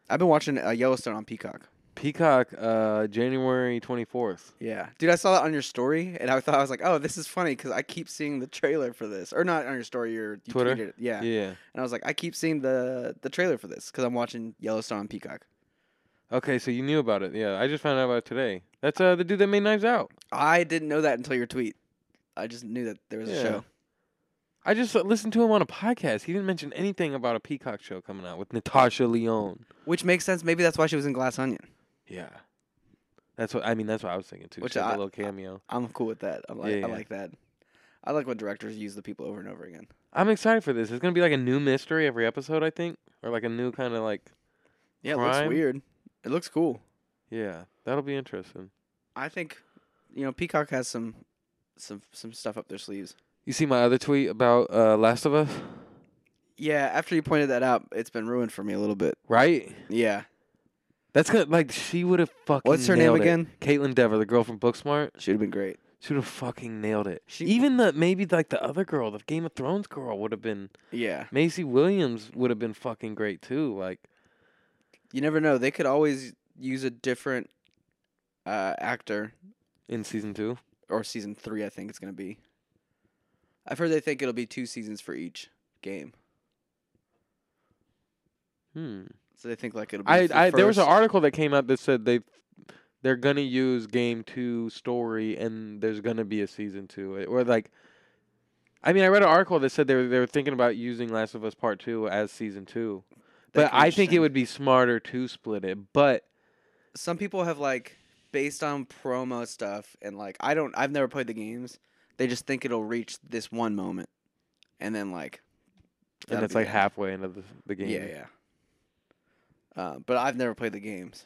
Speaker 2: I've been watching uh, Yellowstone on Peacock.
Speaker 1: Peacock, uh, January 24th.
Speaker 2: Yeah, dude, I saw that on your story, and I thought I was like, "Oh, this is funny," because I keep seeing the trailer for this, or not on your story, your you
Speaker 1: Twitter?
Speaker 2: tweeted it. Yeah. and I was like, I keep seeing the the trailer for this because I'm watching Yellowstone on Peacock.
Speaker 1: Okay, so you knew about it. Yeah, I just found out about it today. That's uh, the dude that made Knives Out.
Speaker 2: I didn't know that until your tweet. I just knew that there was
Speaker 1: Yeah.
Speaker 2: a show.
Speaker 1: I just uh, listened to him on a podcast. He didn't mention anything about a Peacock show coming out with Natasha Leone.
Speaker 2: Which makes sense. Maybe that's why she was in Glass Onion.
Speaker 1: Yeah. That's what I mean. That's what I was thinking too.
Speaker 2: Which
Speaker 1: Which I,
Speaker 2: I-
Speaker 1: a little cameo.
Speaker 2: I'm cool with that. I like
Speaker 1: Yeah, yeah.
Speaker 2: I like that. I like when directors use the people over and over again.
Speaker 1: I'm excited for this. It's gonna be like a new mystery every episode, I think, or like a new kind of like.
Speaker 2: Yeah, it
Speaker 1: Crime?
Speaker 2: looks weird. It looks cool.
Speaker 1: Yeah, that'll be interesting.
Speaker 2: I think, you know, Peacock has some some some stuff up their sleeves.
Speaker 1: You see my other tweet about uh, Last of Us,
Speaker 2: Yeah, after you pointed that out, it's been ruined for me a little bit.
Speaker 1: right?
Speaker 2: Yeah.
Speaker 1: That's gonna like she would have fucking.
Speaker 2: What's her name
Speaker 1: nailed it.
Speaker 2: again?
Speaker 1: Caitlin Dever, the girl from Booksmart.
Speaker 2: She would have been great.
Speaker 1: She would have fucking nailed it.
Speaker 2: She-
Speaker 1: Even the maybe like the other girl, the Game of Thrones girl, would have been
Speaker 2: Yeah.
Speaker 1: Macy Williams would have been fucking great too. Like
Speaker 2: You never know. They could always use a different uh, actor
Speaker 1: in season two.
Speaker 2: or season three. I think it's gonna be. I've heard they think it'll be two seasons for each game,
Speaker 1: Hmm.
Speaker 2: so they think like it'll. be
Speaker 1: I,
Speaker 2: the
Speaker 1: I there was an
Speaker 2: first-
Speaker 1: article that came out that said they they're gonna use game two story and there's gonna be a season two It- or like. I mean, I read an article that said they were, they were thinking about using Last of Us Part Two as season two,
Speaker 2: That
Speaker 1: but
Speaker 2: could be
Speaker 1: I think it
Speaker 2: interesting.
Speaker 1: would be smarter to split it. But
Speaker 2: Some people have like based on promo stuff and like I don't. I've never played the games. They just think it'll reach this one moment, and then like.
Speaker 1: and
Speaker 2: that'll
Speaker 1: that's
Speaker 2: be
Speaker 1: like
Speaker 2: it.
Speaker 1: halfway into the, the game.
Speaker 2: Yeah, yeah. Uh, but I've never played the games.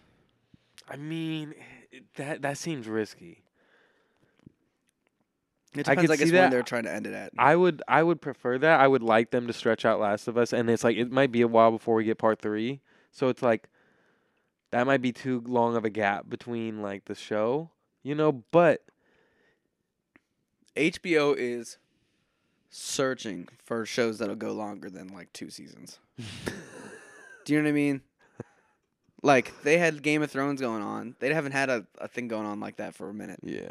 Speaker 1: I mean, it- that that seems risky.
Speaker 2: It
Speaker 1: I
Speaker 2: depends,
Speaker 1: could
Speaker 2: I, guess,
Speaker 1: see
Speaker 2: when
Speaker 1: that.
Speaker 2: they're trying to end it at.
Speaker 1: I would I would prefer that. I would like them to stretch out Last of Us, and it's like it might be a while before we get part three. So it's like that might be too long of a gap between like the show, you know. But
Speaker 2: HBO is searching for shows that'll go longer than like two seasons. Do you know what I mean? Like they had Game of Thrones going on. They haven't had a, a thing going on like that for a minute.
Speaker 1: yeah,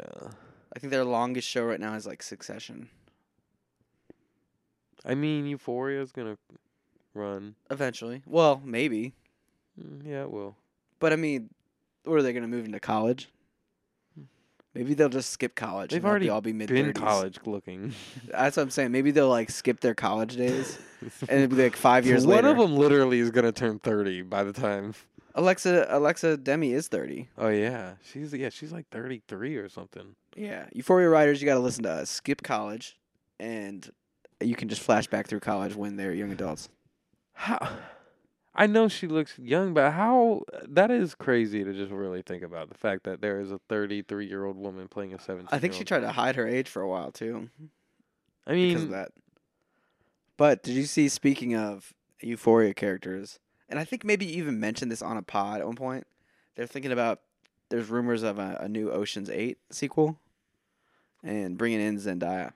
Speaker 2: I think their longest show right now is like Succession.
Speaker 1: I mean, Euphoria is gonna run.
Speaker 2: Eventually. Well, maybe.
Speaker 1: Mm, Yeah, it will.
Speaker 2: But I mean, what are they gonna move into college? Maybe they'll just skip college.
Speaker 1: They've
Speaker 2: and they'll
Speaker 1: already
Speaker 2: be, all be mid
Speaker 1: Been college looking.
Speaker 2: That's what I'm saying. Maybe they'll like skip their college days and it'll be like five years
Speaker 1: One
Speaker 2: later.
Speaker 1: of them literally is gonna turn thirty by the time.
Speaker 2: Alexa Alexa Demi is thirty.
Speaker 1: Oh yeah, she's yeah she's like thirty three or something.
Speaker 2: Yeah, Euphoria Riders, you got to listen to us. Skip college and you can just flash back through college when they're young adults.
Speaker 1: How? I know she looks young, but how? That is crazy to just really think about the fact that there is a 33 year old woman playing a 17.
Speaker 2: I think she tried to hide her age for a while too
Speaker 1: I
Speaker 2: because of
Speaker 1: mean,
Speaker 2: that. But did you see? Speaking of Euphoria characters, and I think maybe you even mentioned this on a pod at one point. They're thinking about there's rumors of a, a new Ocean's Eight sequel, and bringing in Zendaya.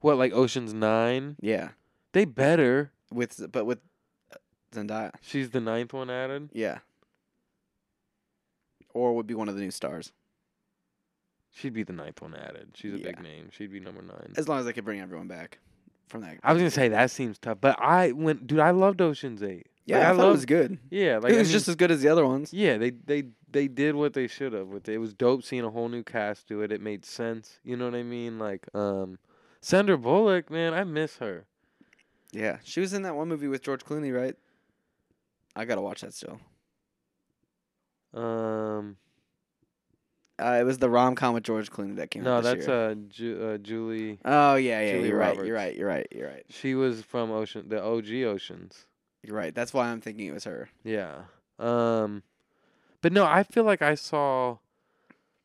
Speaker 1: what like Ocean's Nine?
Speaker 2: Yeah,
Speaker 1: They better.
Speaker 2: with Z- but with uh, Zendaya.
Speaker 1: She's the ninth one added.
Speaker 2: Yeah. Or would be one of the new stars,
Speaker 1: She'd be the ninth one added. She's a
Speaker 2: Yeah.
Speaker 1: big name. She'd be number nine.
Speaker 2: as long as they could bring everyone back from that.
Speaker 1: I was gonna say that seems tough, but I went, dude. I loved Ocean's Eight.
Speaker 2: yeah,
Speaker 1: like,
Speaker 2: I,
Speaker 1: I
Speaker 2: thought it was
Speaker 1: loved-
Speaker 2: good.
Speaker 1: Yeah, like
Speaker 2: it
Speaker 1: I
Speaker 2: was
Speaker 1: mean-
Speaker 2: just as good as the other ones.
Speaker 1: Yeah, they they they did what they should have with it. It was dope seeing a whole new cast do it. It made sense. You know what I mean? Like um Sandra Bullock, man, I miss her.
Speaker 2: Yeah, she was in that one movie with George Clooney, right? I gotta watch that still.
Speaker 1: Um
Speaker 2: Uh, it was the rom com with George Clooney that came
Speaker 1: no,
Speaker 2: out. this
Speaker 1: that's
Speaker 2: year.
Speaker 1: uh, Ju- uh Julie.
Speaker 2: Oh yeah, yeah,
Speaker 1: Julia
Speaker 2: you're right,
Speaker 1: Roberts.
Speaker 2: you're right, you're right, you're right,
Speaker 1: She was from Ocean the OG Oceans.
Speaker 2: you're right. That's why I'm thinking it was her.
Speaker 1: Yeah. Um but no, I feel like I saw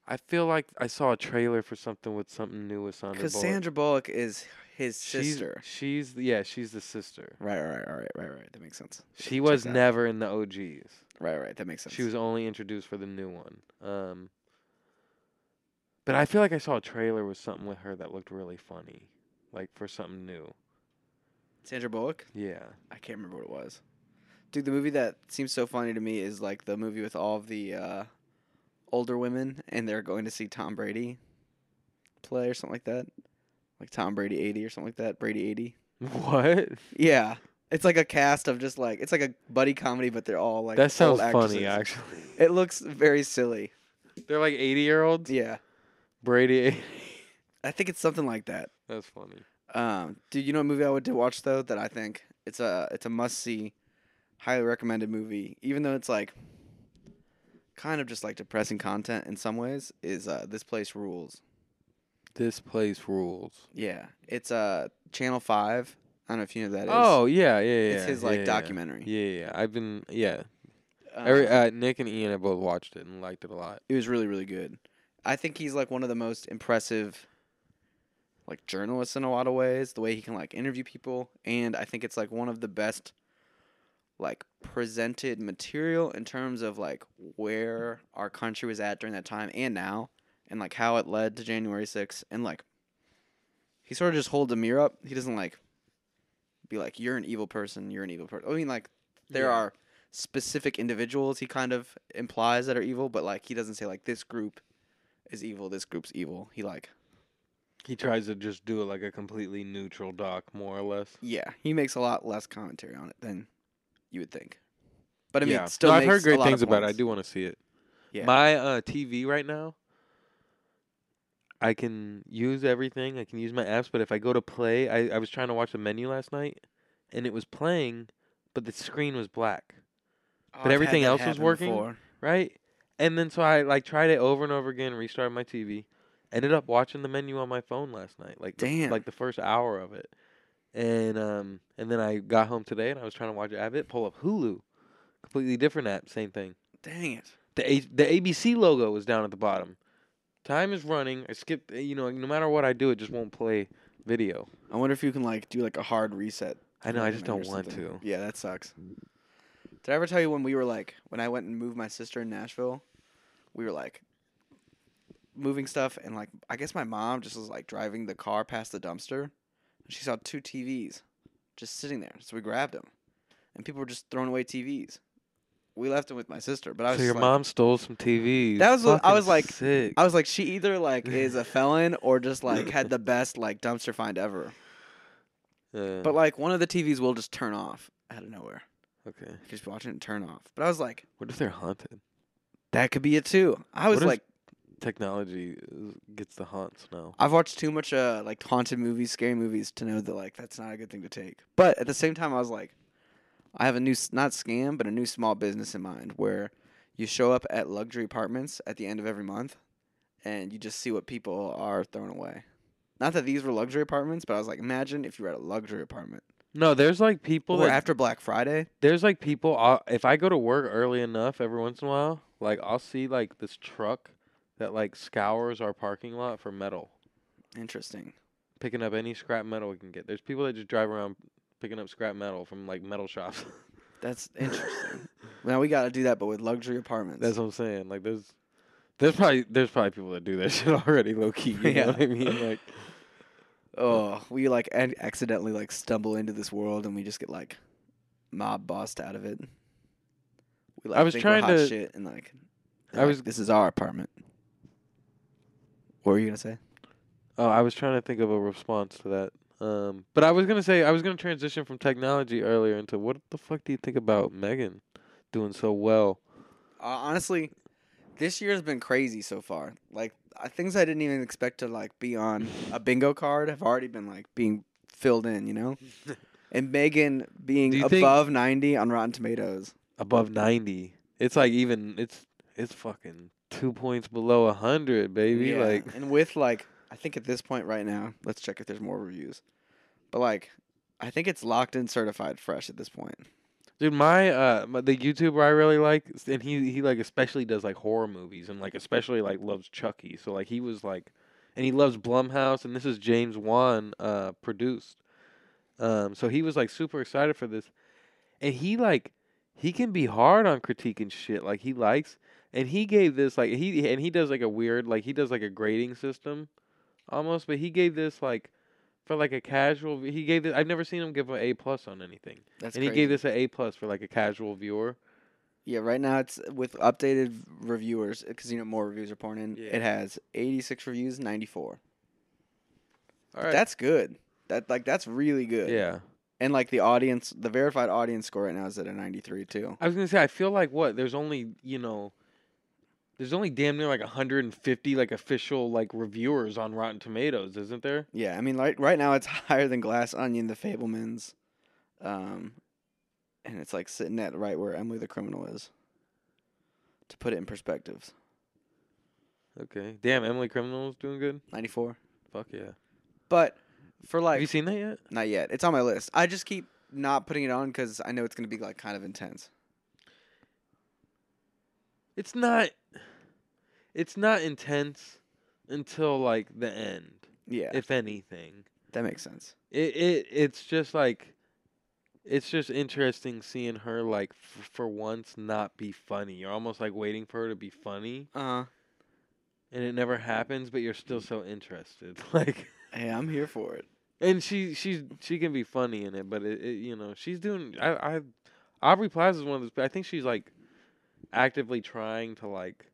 Speaker 1: I feel like I saw a trailer for something with something new with Sandra Bullock.
Speaker 2: Because Sandra Bullock is his
Speaker 1: She's-
Speaker 2: sister.
Speaker 1: She's yeah, she's the sister.
Speaker 2: Right, right, right, right, right, right. That makes sense.
Speaker 1: She
Speaker 2: Check
Speaker 1: was
Speaker 2: that.
Speaker 1: never in the OGs.
Speaker 2: Right, right. That makes sense.
Speaker 1: She was only introduced for the new one. Um, but I feel like I saw a trailer with something with her that looked really funny, like for something new.
Speaker 2: Sandra Bullock.
Speaker 1: Yeah,
Speaker 2: I can't remember what it was. Dude, the movie that seems so funny to me is like the movie with all of the uh, older women and they're going to see Tom Brady play or something like that. Like Tom Brady 80 or something like that. Brady 80.
Speaker 1: what?
Speaker 2: Yeah. It's like a cast of just like, it's like a buddy comedy, but they're all like.
Speaker 1: that sounds
Speaker 2: old
Speaker 1: funny.
Speaker 2: actresses.
Speaker 1: Actually,
Speaker 2: It looks very silly.
Speaker 1: they're like eighty-year-olds.
Speaker 2: Yeah.
Speaker 1: Brady, 80.
Speaker 2: I think it's something like that.
Speaker 1: that's funny.
Speaker 2: Um, dude, you know what movie I would to watch though that I think it's a it's a must see, highly recommended movie. Even though it's like kind of just like depressing content in some ways, is uh, this place rules.
Speaker 1: This place rules.
Speaker 2: Yeah, it's uh Channel Five. I don't know if you know who that is.
Speaker 1: Oh yeah, yeah, yeah.
Speaker 2: It's his, like,
Speaker 1: yeah, yeah.
Speaker 2: documentary.
Speaker 1: Yeah, yeah, yeah. I've been yeah.
Speaker 2: Um,
Speaker 1: Every uh, Nick and Ian have both watched it and liked it a lot.
Speaker 2: it was really really good. I think he's like one of the most impressive like journalists in a lot of ways, the way he can like interview people and I think it's like one of the best like presented material in terms of like where our country was at during that time and now and like how it led to January 6th and like he sort of just holds a mirror up. He doesn't like be like you're an evil person, you're an evil person. I mean like there
Speaker 1: Yeah.
Speaker 2: are specific individuals he kind of implies that are evil, but like he doesn't say like this group is evil, this group's evil. He like
Speaker 1: He tries to just do it like a completely neutral doc, more or less.
Speaker 2: yeah, he makes a lot less commentary on it than you would think. But I mean,
Speaker 1: yeah.
Speaker 2: it still
Speaker 1: no, I've
Speaker 2: makes
Speaker 1: heard
Speaker 2: a
Speaker 1: great
Speaker 2: lot of
Speaker 1: things about it. I
Speaker 2: points.
Speaker 1: do want to see it.
Speaker 2: Yeah.
Speaker 1: My uh, TV right now, I can use everything. I can use my apps, but if I go to play, I, I was trying to watch the menu last night, and it was playing, but the screen was black,
Speaker 2: Oh,
Speaker 1: but
Speaker 2: I've had
Speaker 1: everything
Speaker 2: that
Speaker 1: else was
Speaker 2: happen
Speaker 1: working.
Speaker 2: before.
Speaker 1: right? And then so I like tried it over and over again, restarted my TV, ended up watching the menu on my phone last night, like the-
Speaker 2: Damn.
Speaker 1: like the first hour of it, and um and then I got home today and I was trying to watch Abbott pull up Hulu, completely different app, same thing.
Speaker 2: Dang it.
Speaker 1: The A- the ABC logo was down at the bottom. Time is running. I skip. You know, no matter what I do, it just won't play video.
Speaker 2: I wonder if you can like do like a hard reset.
Speaker 1: I know. I just
Speaker 2: Recommend
Speaker 1: don't
Speaker 2: or
Speaker 1: want to.
Speaker 2: something. Yeah, that sucks. Did I ever tell you when we were like when I went and moved my sister in Nashville? We were like moving stuff and like I guess my mom just was like driving the car past the dumpster. And she saw two TVs just sitting there. So we grabbed them. And people were just throwing away TVs. We left them with my sister, but I was
Speaker 1: So
Speaker 2: just
Speaker 1: your
Speaker 2: like-
Speaker 1: mom stole some TVs.
Speaker 2: That was what- I
Speaker 1: Fucking
Speaker 2: was like-
Speaker 1: sick.
Speaker 2: I was like she either like is a felon or just like had the best like dumpster find ever.
Speaker 1: Yeah,
Speaker 2: But like one of the TVs will just turn off out of nowhere.
Speaker 1: okay.
Speaker 2: You could just be watching it and turn off. But I was like,
Speaker 1: What if they're haunted?
Speaker 2: that could be it too. I was
Speaker 1: What if-
Speaker 2: like,
Speaker 1: Technology is- gets the haunts now.
Speaker 2: I've watched too much uh like haunted movies, scary movies to know that like that's not a good thing to take. But at the same time, I was like, I have a new s- not scam but a new small business in mind where you show up at luxury apartments at the end of every month, and you just see what people are throwing away. Not that these were luxury apartments, but I was like, imagine if you were at a luxury apartment.
Speaker 1: No, there's like people
Speaker 2: or
Speaker 1: that
Speaker 2: after Black Friday.
Speaker 1: there's like people. i if I go to work early enough, every once in a while, like I'll see like this truck that like scours our parking lot for metal,
Speaker 2: Interesting.
Speaker 1: picking up any scrap metal we can get. There's people that just drive around picking up scrap metal from like metal shops.
Speaker 2: That's interesting. now we got to do that, but with luxury apartments.
Speaker 1: That's what I'm saying. Like there's there's probably there's probably people that do that shit already, low key. You
Speaker 2: Yeah.
Speaker 1: know what I mean? Like
Speaker 2: oh, we like ac- accidentally like stumble into this world and we just get like mob bossed out of it. We like
Speaker 1: I was
Speaker 2: think we're
Speaker 1: trying
Speaker 2: hot
Speaker 1: to-
Speaker 2: shit and like
Speaker 1: I
Speaker 2: I was
Speaker 1: was-
Speaker 2: this is our apartment. What were you gonna say?
Speaker 1: oh, I was trying to think of a response to that. Um, but I was gonna say I was gonna transition from technology earlier into what the fuck do you think about Megan doing so well?
Speaker 2: Uh, honestly, this year has been crazy so far. Like I, things I didn't even expect to like be on a bingo card have already been like being filled in, you know. and Megan
Speaker 1: Do
Speaker 2: being
Speaker 1: you think-
Speaker 2: above ninety on Rotten Tomatoes.
Speaker 1: Above ninety, it's like even it's it's fucking two points below a hundred, baby.
Speaker 2: Yeah,
Speaker 1: Like
Speaker 2: and with like I think at this point right now, let's check if there's more reviews. But like I think it's locked in certified fresh at this point.
Speaker 1: Dude, my uh, my, the YouTuber I really like, s- and he he like especially does like horror movies, and like especially like loves Chucky. So like he was like, and he loves Blumhouse, and this is James Wan uh produced. Um, so he was like super excited for this, and he like he can be hard on critiquing shit. Like he likes, and he gave this like he and he does like a weird like he does like a grading system, almost. But he gave this like for like a casual. He gave it. I've never seen him give an A plus on anything
Speaker 2: That's
Speaker 1: and he gave this an A plus for like a casual viewer.
Speaker 2: Yeah, right now it's with updated reviewers because you know more reviews are pouring in.
Speaker 1: Yeah.
Speaker 2: It has 86 reviews, 94.
Speaker 1: All right.
Speaker 2: That's good. That like that's really good.
Speaker 1: yeah.
Speaker 2: And like the audience, the verified audience score right now is at a 93 too.
Speaker 1: I was gonna say I feel like what there's only you know, there's only damn near like 150 like official like reviewers on Rotten Tomatoes, isn't there?
Speaker 2: Yeah, I mean like right now it's higher than Glass Onion, The Fablemans, um, and it's like sitting at right where Emily the Criminal is. To put it in perspective,
Speaker 1: Okay. Damn, Emily Criminal's doing good.
Speaker 2: 94.
Speaker 1: Fuck yeah.
Speaker 2: But for
Speaker 1: Have you
Speaker 2: like
Speaker 1: seen that yet?
Speaker 2: not yet, it's on my list. I just keep not putting it on because I know it's gonna be like kind of intense.
Speaker 1: It's not. It's not intense until like the end,
Speaker 2: Yeah,
Speaker 1: if anything.
Speaker 2: that makes sense.
Speaker 1: it it it's just like it's just interesting seeing her like f- for once not be funny. You're almost like waiting for her to be funny,
Speaker 2: Uh,
Speaker 1: and it never happens, but you're still so interested. Like,
Speaker 2: hey, I'm here for it.
Speaker 1: and she she's she can be funny in it, but it, it you know she's doing. I I Aubrey Plaza is one of those. I think she's like actively trying to like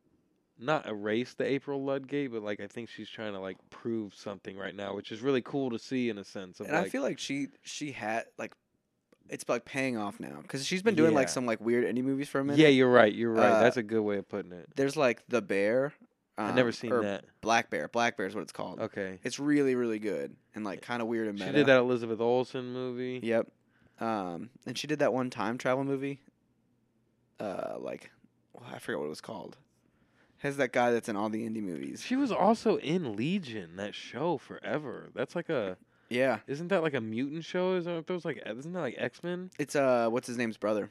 Speaker 1: not erase the April Ludgate, but like I think she's trying to like prove something right now, which is really cool to see in a sense. Of
Speaker 2: and
Speaker 1: like,
Speaker 2: I feel like she she had like it's like paying off now because she's been doing like
Speaker 1: Yeah.
Speaker 2: some like weird indie movies for a minute.
Speaker 1: Yeah, you're right. You're right.
Speaker 2: Uh,
Speaker 1: That's a good way of putting it.
Speaker 2: there's like the bear.
Speaker 1: I've
Speaker 2: um,
Speaker 1: never seen
Speaker 2: or
Speaker 1: that.
Speaker 2: Black bear. Black bear is what it's called.
Speaker 1: Okay.
Speaker 2: It's really really good and like kind of weird and
Speaker 1: She
Speaker 2: meta.
Speaker 1: did that Elizabeth Olsen movie.
Speaker 2: Yep. Um, and she did that one time travel movie. Uh, like well, I forget what it was called. Has that guy that's in all the indie movies?
Speaker 1: She was also in Legion, that show forever. That's like a
Speaker 2: Yeah,
Speaker 1: isn't that like a mutant show? Isn't it those like e, isn't that like X Men?
Speaker 2: it's uh, what's his name's brother,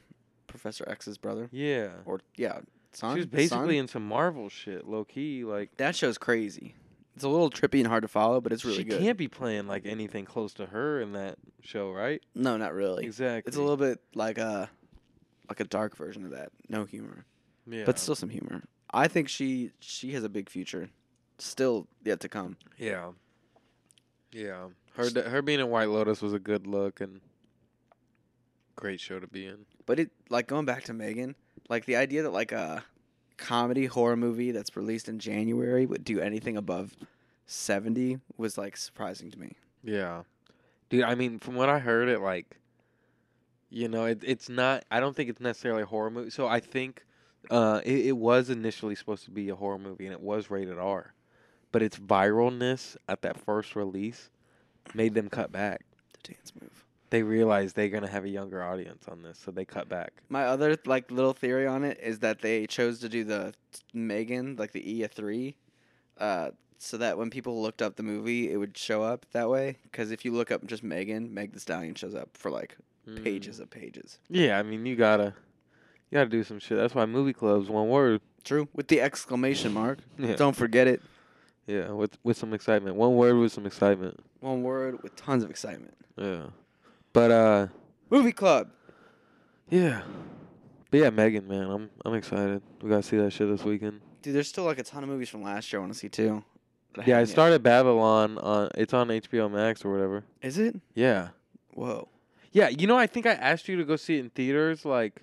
Speaker 2: Professor X's brother,
Speaker 1: Yeah.
Speaker 2: or yeah, son.
Speaker 1: She was
Speaker 2: Son?
Speaker 1: basically in some Marvel shit, low key. Like
Speaker 2: That show's crazy. It's a little trippy and hard to follow, but it's really
Speaker 1: she
Speaker 2: good.
Speaker 1: can't be playing like anything close to her in that show, right?
Speaker 2: No, not really.
Speaker 1: exactly.
Speaker 2: It's a little bit like a like a dark version of that. No humor,
Speaker 1: yeah.
Speaker 2: but still some humor. I think she she has a big future, still yet to come.
Speaker 1: Yeah. Yeah. Her d- her being in White Lotus was a good look and great show to be in.
Speaker 2: But it like going back to Megan, like the idea that like a comedy horror movie that's released in January would do anything above seventy was like surprising to me.
Speaker 1: Yeah. Dude, I mean, from what I heard, it like, you know, it, it's not, I don't think it's necessarily a horror movie. So I think uh, it, it was initially supposed to be a horror movie and it was rated R. But its viralness at that first release made them cut back.
Speaker 2: The dance move.
Speaker 1: They realized they're going to have a younger audience on this, so they cut back.
Speaker 2: My other like little theory on it is that they chose to do the Megan like the E a three, uh, so that when people looked up the movie, it would show up that way. Because if you look up just Megan, Meg the Stallion shows up for like pages of pages.
Speaker 1: Yeah, I mean you gotta you gotta do some shit. That's why movie clubs one word.
Speaker 2: True, with the exclamation mark.
Speaker 1: Yeah.
Speaker 2: Don't forget it.
Speaker 1: Yeah, with with some excitement. One word with some excitement.
Speaker 2: One word with tons of excitement.
Speaker 1: Yeah. But uh
Speaker 2: Movie club.
Speaker 1: yeah. But yeah, Megan, man, I'm I'm excited. We gotta see that shit this weekend.
Speaker 2: Dude, there's still like a ton of movies from last year I want to see too. that
Speaker 1: Yeah, I
Speaker 2: haven't yet.
Speaker 1: started Babylon on it's on HBO Max or whatever.
Speaker 2: Is it?
Speaker 1: Yeah.
Speaker 2: Whoa.
Speaker 1: Yeah, you know I think I asked you to go see it in theaters like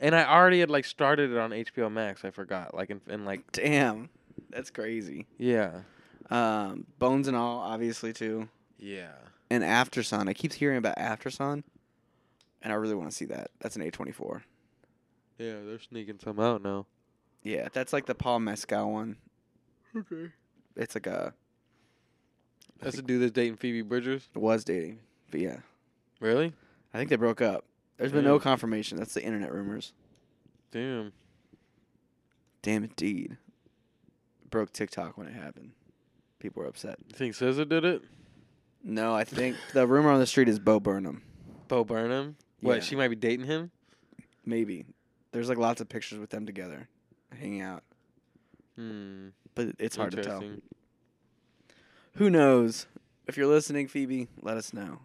Speaker 1: and I already had like started it on HBO Max. I forgot. Like in, in like
Speaker 2: Damn. That's crazy.
Speaker 1: yeah.
Speaker 2: Um, Bones and all, obviously too.
Speaker 1: Yeah.
Speaker 2: And Aftersun. I keep hearing about Aftersun, and I really want to see that. That's an A24.
Speaker 1: Yeah, they're sneaking some out now.
Speaker 2: Yeah, that's like the Paul Mescal one. Okay. It's like a
Speaker 1: That's a dude that's dating Phoebe Bridgers.
Speaker 2: was dating, but yeah,
Speaker 1: Really?
Speaker 2: I think they broke up. There's been no
Speaker 1: Damn.
Speaker 2: confirmation. That's the internet rumors.
Speaker 1: Damn.
Speaker 2: Damn indeed. Broke TikTok when it happened. People were upset.
Speaker 1: You think Scissor did it?
Speaker 2: No, I think the rumor on the street is Bo Burnham.
Speaker 1: Bo Burnham? What,
Speaker 2: Yeah.
Speaker 1: she might be dating him?
Speaker 2: Maybe. There's like lots of pictures with them together, hanging out.
Speaker 1: Hmm.
Speaker 2: But it's hard to tell.
Speaker 1: interesting.
Speaker 2: Who knows? If you're listening, Phoebe, let us know.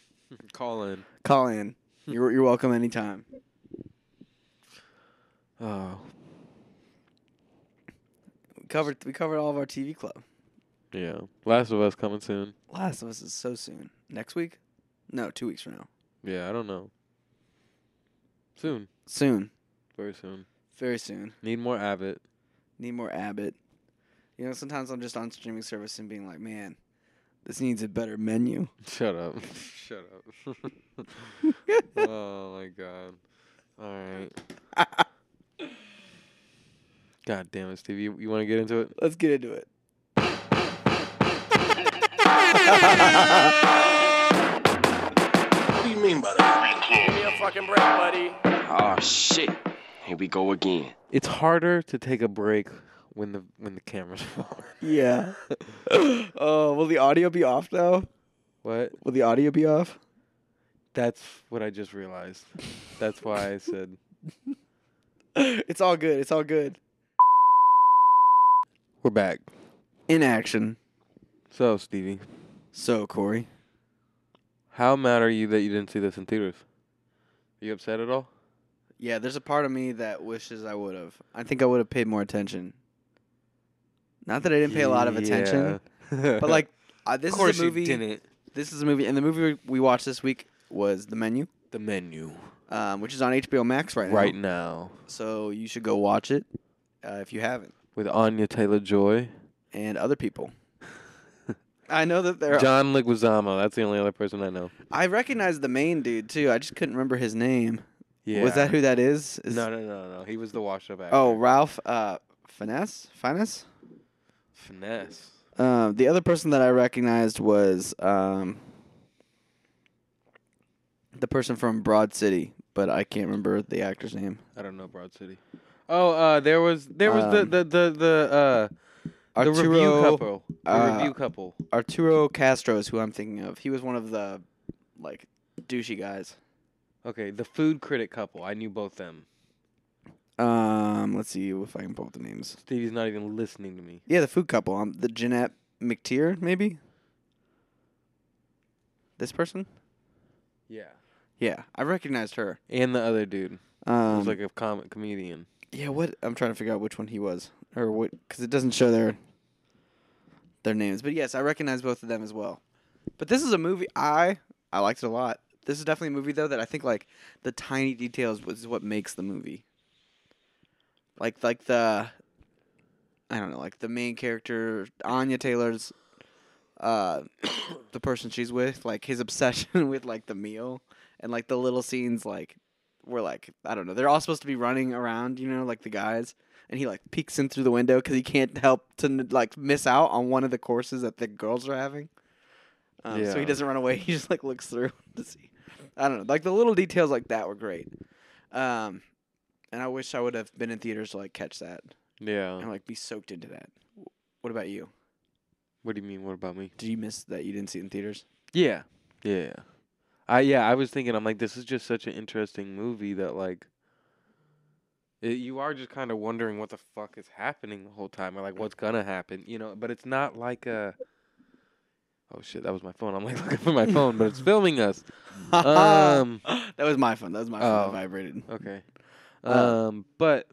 Speaker 1: Call in.
Speaker 2: Call in.
Speaker 1: Hmm.
Speaker 2: You're you're welcome anytime.
Speaker 1: Oh.
Speaker 2: We covered we covered all of our TV club.
Speaker 1: Yeah. Last of Us coming soon.
Speaker 2: Last of Us is so soon. Next week? No, two weeks from now.
Speaker 1: Yeah, I don't know. Soon.
Speaker 2: Soon.
Speaker 1: Very soon.
Speaker 2: Very soon.
Speaker 1: Need more Abbott.
Speaker 2: Need more Abbott. You know, sometimes I'm just on streaming service and being like, man, this needs a better menu.
Speaker 1: Shut up. Shut up. oh my god. All right. God damn it, Steve. You, you want to get into it?
Speaker 2: Let's get into it.
Speaker 3: What do you mean by that?
Speaker 4: Give me a fucking break, buddy.
Speaker 8: Oh shit. Here we go again.
Speaker 1: It's harder to take a break when the when the camera's falling.
Speaker 2: Yeah. Oh, will the audio be off though?
Speaker 1: What?
Speaker 2: Will the audio be off?
Speaker 1: That's what I just realized. That's why I said
Speaker 2: it's all good. It's all good.
Speaker 1: we're back.
Speaker 2: In action.
Speaker 1: So, Stevie,
Speaker 2: So, Corey.
Speaker 1: how mad are you that you didn't see this in theaters? Are you upset at all?
Speaker 2: Yeah, there's a part of me that wishes I would have. I think I would have paid more attention. Not that I didn't pay a lot of attention, but like uh, this
Speaker 1: of course
Speaker 2: is a movie.
Speaker 1: you didn't.
Speaker 2: This is a movie, and the movie we watched this week was The Menu,
Speaker 1: The menu
Speaker 2: um, which is on HBO Max right now.
Speaker 1: right now
Speaker 2: So you should go watch it uh, if you haven't,
Speaker 1: with Anya Taylor Joy,
Speaker 2: and other people. I know that there. Are,
Speaker 1: John Leguizamo. That's the only other person I know.
Speaker 2: I recognize the main dude too. I just couldn't remember his name.
Speaker 1: Yeah.
Speaker 2: Was that who that is? Is-
Speaker 1: No, no, no, no. He was the wash-up actor.
Speaker 2: Oh, Ralph uh, Finesse? Finesse?
Speaker 1: finesse.
Speaker 2: Um, the other person that I recognized was um, the person from Broad City, but I can't remember the actor's name.
Speaker 1: I don't know Broad City. Oh, uh, there was there was
Speaker 2: Um,
Speaker 1: the the the the, uh, the review couple. The
Speaker 2: uh,
Speaker 1: review couple.
Speaker 2: Arturo Castro is who I'm thinking of. He was one of the like douchey guys.
Speaker 1: Okay, the food critic couple. I knew both them.
Speaker 2: Um, let's see if I can pull up the names.
Speaker 1: Stevie's not even listening to me.
Speaker 2: Yeah, the food couple. Um, the Jeanette McTeer, maybe. This person?
Speaker 1: Yeah.
Speaker 2: Yeah, I recognized her.
Speaker 1: And the other dude
Speaker 2: Um,
Speaker 1: who's like a com- comedian.
Speaker 2: Yeah, what I'm trying to figure out which one he was or what because it doesn't show their their names. But yes, I recognize both of them as well. But this is a movie I I liked it a lot. This is definitely a movie though that I think like the tiny details was what makes the movie. Like like the I don't know like the main character Anya Taylor's uh the person she's with like his obsession with like the meal and like the little scenes like we're like I don't know. They're all supposed to be running around, you know, like the guys, and he like peeks in through the window because he can't help to n- like miss out on one of the courses that the girls are having. Um, So
Speaker 1: Yeah.
Speaker 2: he doesn't run away. He just like looks through to see. I don't know. Like the little details like that were great. Um, and I wish I would have been in theaters to like catch that
Speaker 1: Yeah.
Speaker 2: and like be soaked into that. What about you?
Speaker 1: What do you mean? What about me?
Speaker 2: Did you miss that you didn't see it in theaters?
Speaker 1: Yeah. Yeah. I yeah, I was thinking I'm like this is just such an interesting movie that like it, you are just kind of wondering what the fuck is happening the whole time or like what's going to happen, you know, but it's not like a Oh shit, that was my phone. I'm like looking for my phone, but it's filming us.
Speaker 2: Uh-huh.
Speaker 1: Um
Speaker 2: that was my phone. That was my phone
Speaker 1: Oh.
Speaker 2: that vibrated.
Speaker 1: okay.
Speaker 2: Uh,
Speaker 1: Um but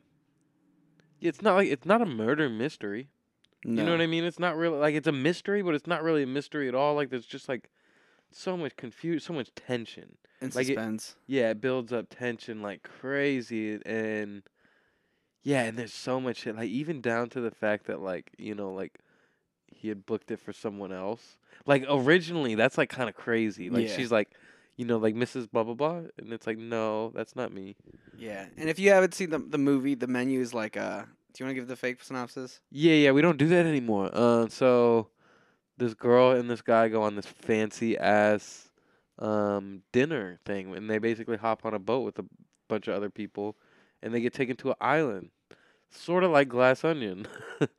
Speaker 1: it's not like it's not a murder mystery. You know what I mean? It's not really like it's a mystery, but it's not really a mystery at all. Like there's just like so much confusion, so much tension.
Speaker 2: In
Speaker 1: Like it-
Speaker 2: suspense.
Speaker 1: Yeah, it builds up tension like crazy, and yeah, and there's so much shit. Like even down to the fact that like you know like he had booked it for someone else. Like originally, that's like kind of crazy. Like
Speaker 2: Yeah.
Speaker 1: she's like, you know, like Mrs. Blah blah blah, and it's like no, that's not me.
Speaker 2: yeah. And if you haven't seen the the movie, the menu is like uh do you want to give the fake synopsis?
Speaker 1: Yeah, yeah, we don't do that anymore. Uh, so this girl and this guy go on this fancy ass um, dinner thing, and they basically hop on a boat with a bunch of other people, and they get taken to an island, sort of like Glass Onion,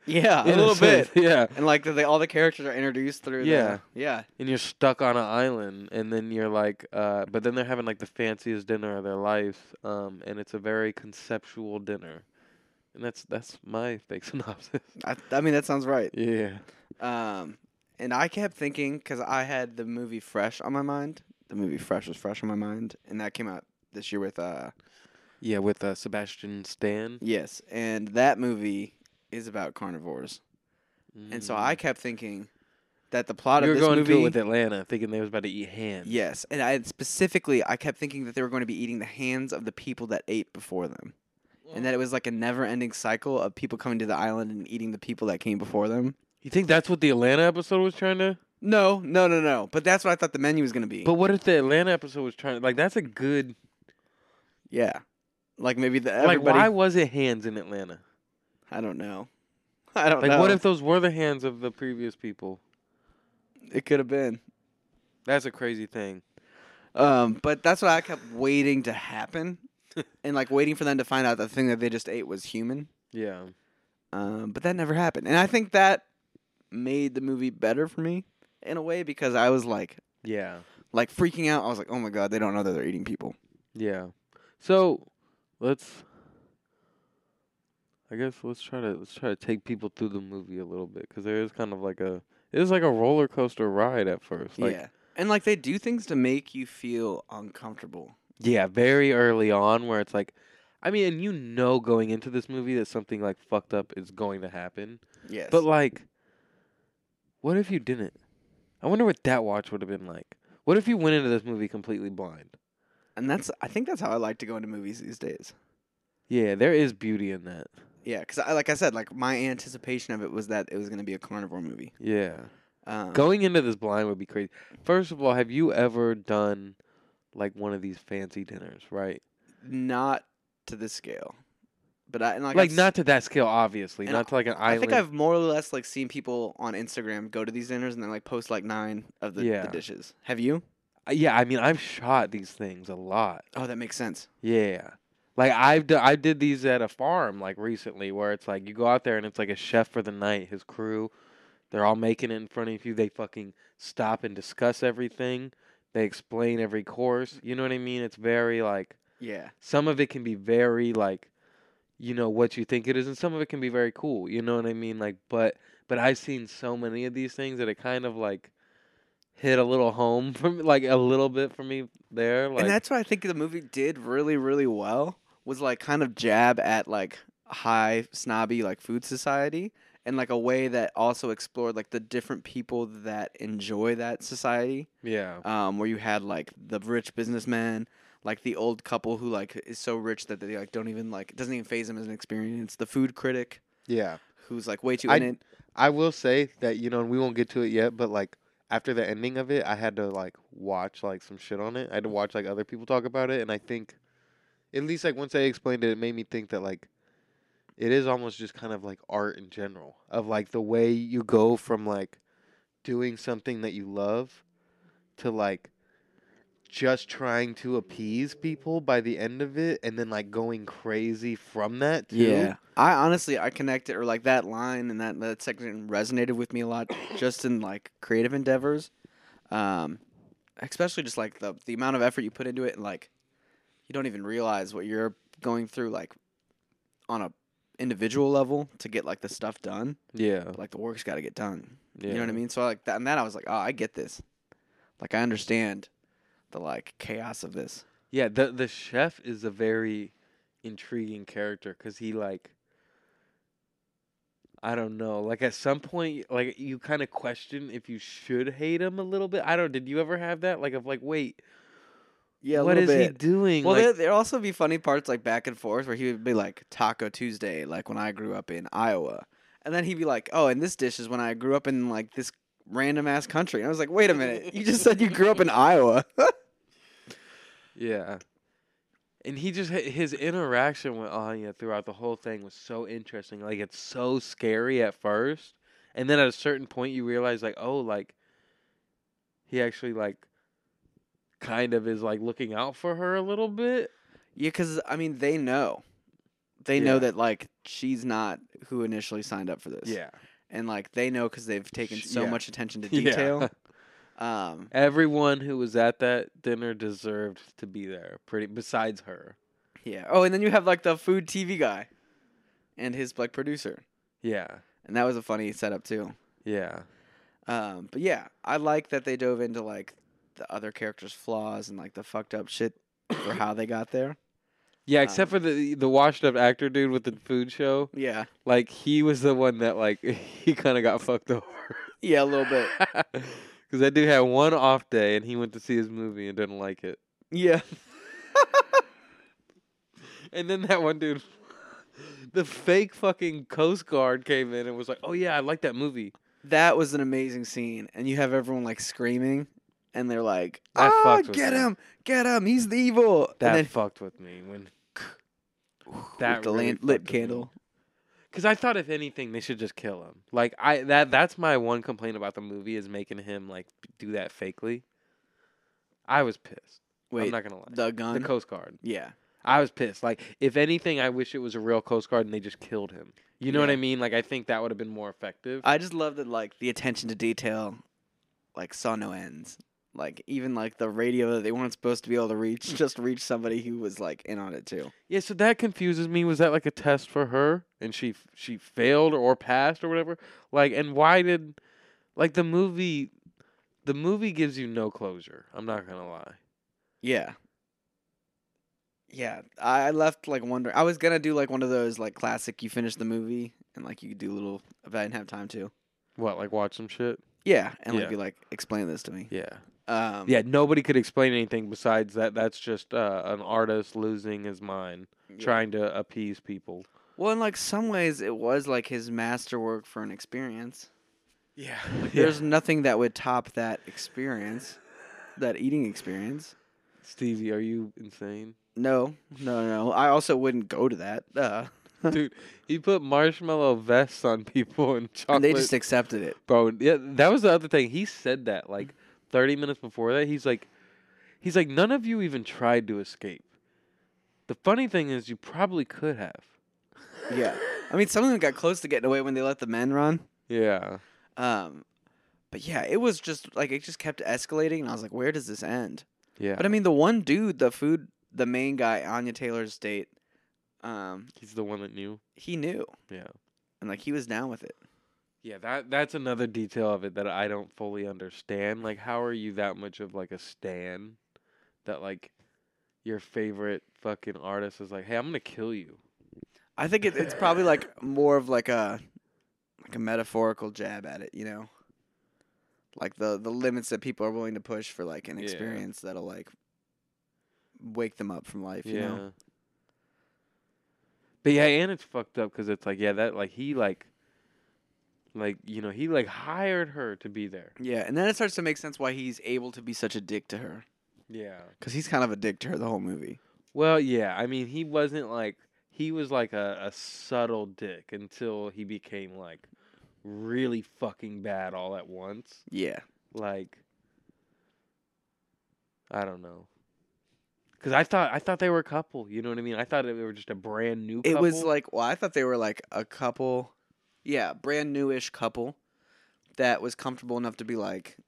Speaker 2: Yeah,
Speaker 1: in sense, Yeah,
Speaker 2: And like the, they, all the characters are introduced through.
Speaker 1: Yeah.
Speaker 2: The, yeah.
Speaker 1: and you're stuck on an island, and then you're like, uh, but then they're having like the fanciest dinner of their lives, um, and it's a very conceptual dinner, and that's that's my fake synopsis.
Speaker 2: I, I mean that sounds right.
Speaker 1: Yeah.
Speaker 2: Um, and I kept thinking because I had the movie Fresh on my mind. The movie Fresh was fresh on my mind, and that came out this year with uh
Speaker 1: Yeah, with uh, Sebastian Stan.
Speaker 2: yes, and that movie is about carnivores, and so I kept thinking that the plot
Speaker 1: you
Speaker 2: of
Speaker 1: were
Speaker 2: this
Speaker 1: Mm. going
Speaker 2: movie
Speaker 1: to it with Atlanta, thinking they was about to eat ham.
Speaker 2: Yes, and I specifically I kept thinking that they were going to be eating the hands of the people that ate before them, and that it was like a never-ending cycle of people coming to the island and eating the people that came before them.
Speaker 1: You think that's what the Atlanta episode was trying to?
Speaker 2: No, no, no, no. But that's what I thought the menu was going to be.
Speaker 1: But what if the Atlanta episode was trying? Like that's a good.
Speaker 2: yeah, like maybe the everybody.
Speaker 1: Like why was it hands in Atlanta?
Speaker 2: I don't know. I don't
Speaker 1: Like
Speaker 2: know.
Speaker 1: what if those were the hands of the previous people?
Speaker 2: it could have been?
Speaker 1: That's a crazy thing.
Speaker 2: Um, but that's what I kept waiting to happen, and like waiting for them to find out the thing that they just ate was human.
Speaker 1: Yeah.
Speaker 2: Um, but that never happened, and I think that made the movie better for me in a way because I was like,
Speaker 1: Yeah.
Speaker 2: like freaking out. I was like, oh my god, they don't know that they're eating people.
Speaker 1: Yeah. So let's. I guess let's try to let's try to take people through the movie a little bit because there is kind of like a it is like a roller coaster ride at first. Like,
Speaker 2: yeah, and like they do things to make you feel uncomfortable.
Speaker 1: Yeah, very early on, where it's like, I mean, and you know going into this movie that something like fucked up is going to happen.
Speaker 2: Yes,
Speaker 1: But like, what if you didn't? I wonder what that watch would have been like. What if you went into this movie completely blind?
Speaker 2: and that's I think that's how I like to go into movies these days.
Speaker 1: Yeah, there is beauty in that.
Speaker 2: Yeah, because I, like I said, like my anticipation of it was that it was going to be a carnivore movie.
Speaker 1: Yeah.
Speaker 2: Um,
Speaker 1: Going into this blind would be crazy. First of all, have you ever done like one of these fancy dinners, right?
Speaker 2: not to this scale, but I and like,
Speaker 1: Like,
Speaker 2: I've s-
Speaker 1: not to that scale, obviously.
Speaker 2: and
Speaker 1: Not to like an
Speaker 2: I
Speaker 1: island.
Speaker 2: think I've more or less like seen people on Instagram go to these dinners and then like post like nine of the,
Speaker 1: Yeah.
Speaker 2: the dishes. Have you?
Speaker 1: Uh, yeah, I mean, I've shot these things a lot.
Speaker 2: Oh, that makes sense.
Speaker 1: Yeah. Like I've d- I did these at a farm like recently where it's like you go out there and it's like a chef for the night, his crew, they're all making it in front of you. They fucking stop and discuss everything. They explain every course. You know what I mean? It's very like
Speaker 2: Yeah,
Speaker 1: some of it can be very like you know what you think it is and some of it can be very cool. You know what I mean? Like but but I've seen so many of these things that it kind of like hit a little home for me, like a little bit for me there like
Speaker 2: and that's what I think the movie did really, really well was like kind of jab at like high snobby like food society in like a way that also explored like the different people that enjoy that society.
Speaker 1: yeah.
Speaker 2: um, where you had like the rich businessman, like the old couple who like is so rich that they like don't even like it doesn't even phase them as an experience. The food critic
Speaker 1: Yeah.
Speaker 2: who's like way too
Speaker 1: I-
Speaker 2: in it.
Speaker 1: I will say that you know, and we won't get to it yet, but like after the ending of it, I had to like watch like some shit on it. I had to watch like other people talk about it, and I think, at least like once they explained it, it made me think that like it is almost just kind of like art in general of like the way you go from like doing something that you love to like
Speaker 9: just trying to appease people by the end of it, and then like going crazy from that. Too.
Speaker 2: Yeah. I honestly I connected or like that line and that that section resonated with me a lot just in like creative endeavors. Um especially just like the the amount of effort you put into it and like you don't even realize what you're going through like on a individual level to get like the stuff done.
Speaker 1: Yeah.
Speaker 2: But, like the work's got to get done.
Speaker 1: Yeah.
Speaker 2: You know what I mean? So like that and that I was like, "Oh, I get this." Like I understand the like chaos of this.
Speaker 1: Yeah, the the chef is a very intriguing character because he like I don't know, like at some point, like you kind of question if you should hate him a little bit. I don't. Did you ever have that? Like of like, wait,
Speaker 2: Yeah,
Speaker 1: what is he doing?
Speaker 2: Well,
Speaker 1: Like,
Speaker 2: there there also be funny parts like back and forth where he would be like Taco Tuesday, like when I grew up in Iowa, and then he'd be like, "Oh, and this dish is when I grew up in like this random ass country." And I was like, "Wait a minute, you just said you grew up in Iowa."
Speaker 1: Yeah. And he just hi- his interaction with Anya throughout the whole thing was so interesting. Like it's so scary at first, and then at a certain point you realize like, oh, like he actually like kind of is like looking out for her a little bit.
Speaker 2: yeah, because I mean, they know, they know
Speaker 1: Yeah.
Speaker 2: that like she's not who initially signed up for this. and like they know because they've taken
Speaker 1: Sh-
Speaker 2: so
Speaker 1: yeah.
Speaker 2: much attention to
Speaker 1: Yeah.
Speaker 2: detail. Um,
Speaker 1: Everyone who was at that dinner deserved to be there, pretty besides her.
Speaker 2: yeah. Oh, and then you have like the food TV guy, and his like producer,
Speaker 1: Yeah.
Speaker 2: and that was a funny setup too.
Speaker 1: Yeah.
Speaker 2: Um, but yeah, I like that they dove into like the other characters' flaws and like the fucked up shit for how they got there.
Speaker 1: Yeah, except
Speaker 2: Um,
Speaker 1: for the the washed up actor dude with the food show.
Speaker 2: Yeah,
Speaker 1: Like he was the one that like he kind of got fucked over.
Speaker 2: yeah, a little bit.
Speaker 1: Because that dude had one off day and he went to see his movie and didn't like it.
Speaker 2: Yeah,
Speaker 1: And then that one dude, the fake fucking Coast Guard came in and was like, oh yeah, I like that movie.
Speaker 2: that was an amazing scene, and you have everyone like screaming, and they're like,
Speaker 1: That
Speaker 2: "Ah,
Speaker 1: fucked with
Speaker 2: get
Speaker 1: me.
Speaker 2: him, get him! He's the evil!"
Speaker 1: That
Speaker 2: and then
Speaker 1: fucked with me when.
Speaker 2: with
Speaker 1: that
Speaker 2: the
Speaker 1: really
Speaker 2: lan- lit
Speaker 1: fucked with me.
Speaker 2: candle.
Speaker 1: Because I thought if anything they should just kill him. Like I that that's my one complaint about the movie is making him like do that fakely. I was pissed. I'm
Speaker 2: Wait,
Speaker 1: not gonna lie.
Speaker 2: the gun.
Speaker 1: the Coast Guard.
Speaker 2: yeah,
Speaker 1: I was pissed. Like, if anything, I wish it was a real Coast Guard and they just killed him. You know what
Speaker 2: Yeah.
Speaker 1: I mean? Like, I think that would have been more effective.
Speaker 2: I just love that like the attention to detail, like saw no ends. Like even like the radio that they weren't supposed to be able to reach just reached somebody who was like in on it too.
Speaker 1: yeah, so that confuses me. Was that like a test for her and she f- she failed or passed or whatever? Like, and why did like the movie the movie gives you no closure. I'm not gonna lie.
Speaker 2: Yeah. Yeah, I I left like wondering. I was gonna do like one of those like classic. You finish the movie and like you do a little. If I didn't have time to,
Speaker 1: What like watch some shit?
Speaker 2: yeah, and like
Speaker 1: Yeah.
Speaker 2: be like, explain this to me.
Speaker 1: Yeah,
Speaker 2: Um,
Speaker 1: yeah. Nobody could explain anything besides that. That's just uh, an artist losing his mind,
Speaker 2: yeah.
Speaker 1: trying to appease people.
Speaker 2: Well, in like some ways, it was like his masterwork for an experience.
Speaker 1: Yeah,
Speaker 2: There's nothing that would top that experience, that eating experience.
Speaker 1: Stevie, are you insane?
Speaker 2: No, no, no. I also wouldn't go to that. Uh,
Speaker 1: Dude, he put marshmallow vests on people and chocolate.
Speaker 2: and they just accepted it.
Speaker 1: bro. Yeah, that was the other thing. He said that like 30 minutes before that. He's like, he's like, none of you even tried to escape. The funny thing is, you probably could have.
Speaker 2: Yeah. I mean, some of them got close to getting away when they let the men run.
Speaker 1: Yeah,
Speaker 2: Um, but yeah, it was just like it just kept escalating, and I was like, where does this end?
Speaker 1: yeah.
Speaker 2: But I mean, the one dude, the food, the main guy, Anya Taylor's date, um,
Speaker 1: he's the one that knew.
Speaker 2: he knew,
Speaker 1: Yeah,
Speaker 2: and like he was down with it.
Speaker 1: yeah. That that's another detail of it that I don't fully understand. Like, how are you that much of like a stan that like your favorite fucking artist is like, hey, I'm gonna kill you.
Speaker 2: I think it, it's probably like more of like a like a metaphorical jab at it, you know, like the the limits that people are willing to push for like an
Speaker 1: Yeah.
Speaker 2: experience that'll like wake them up from life, you know.
Speaker 1: But yeah, and it's fucked up because it's like, yeah, that like he like, like you know, he like hired her to be there.
Speaker 2: Yeah, and then it starts to make sense why he's able to be such a dick to her
Speaker 1: Yeah.
Speaker 2: because he's kind of a dick to her the whole movie.
Speaker 1: Well, yeah. I mean, he wasn't like he was like a, a subtle dick until he became like really fucking bad all at once.
Speaker 2: Yeah,
Speaker 1: Like, I don't know. Cause I thought I thought they were a couple. You know what I mean? I thought they were just a brand new.
Speaker 2: It
Speaker 1: Couple.
Speaker 2: was like, well, I thought they were like a couple, yeah, brand newish couple that was comfortable enough to be like,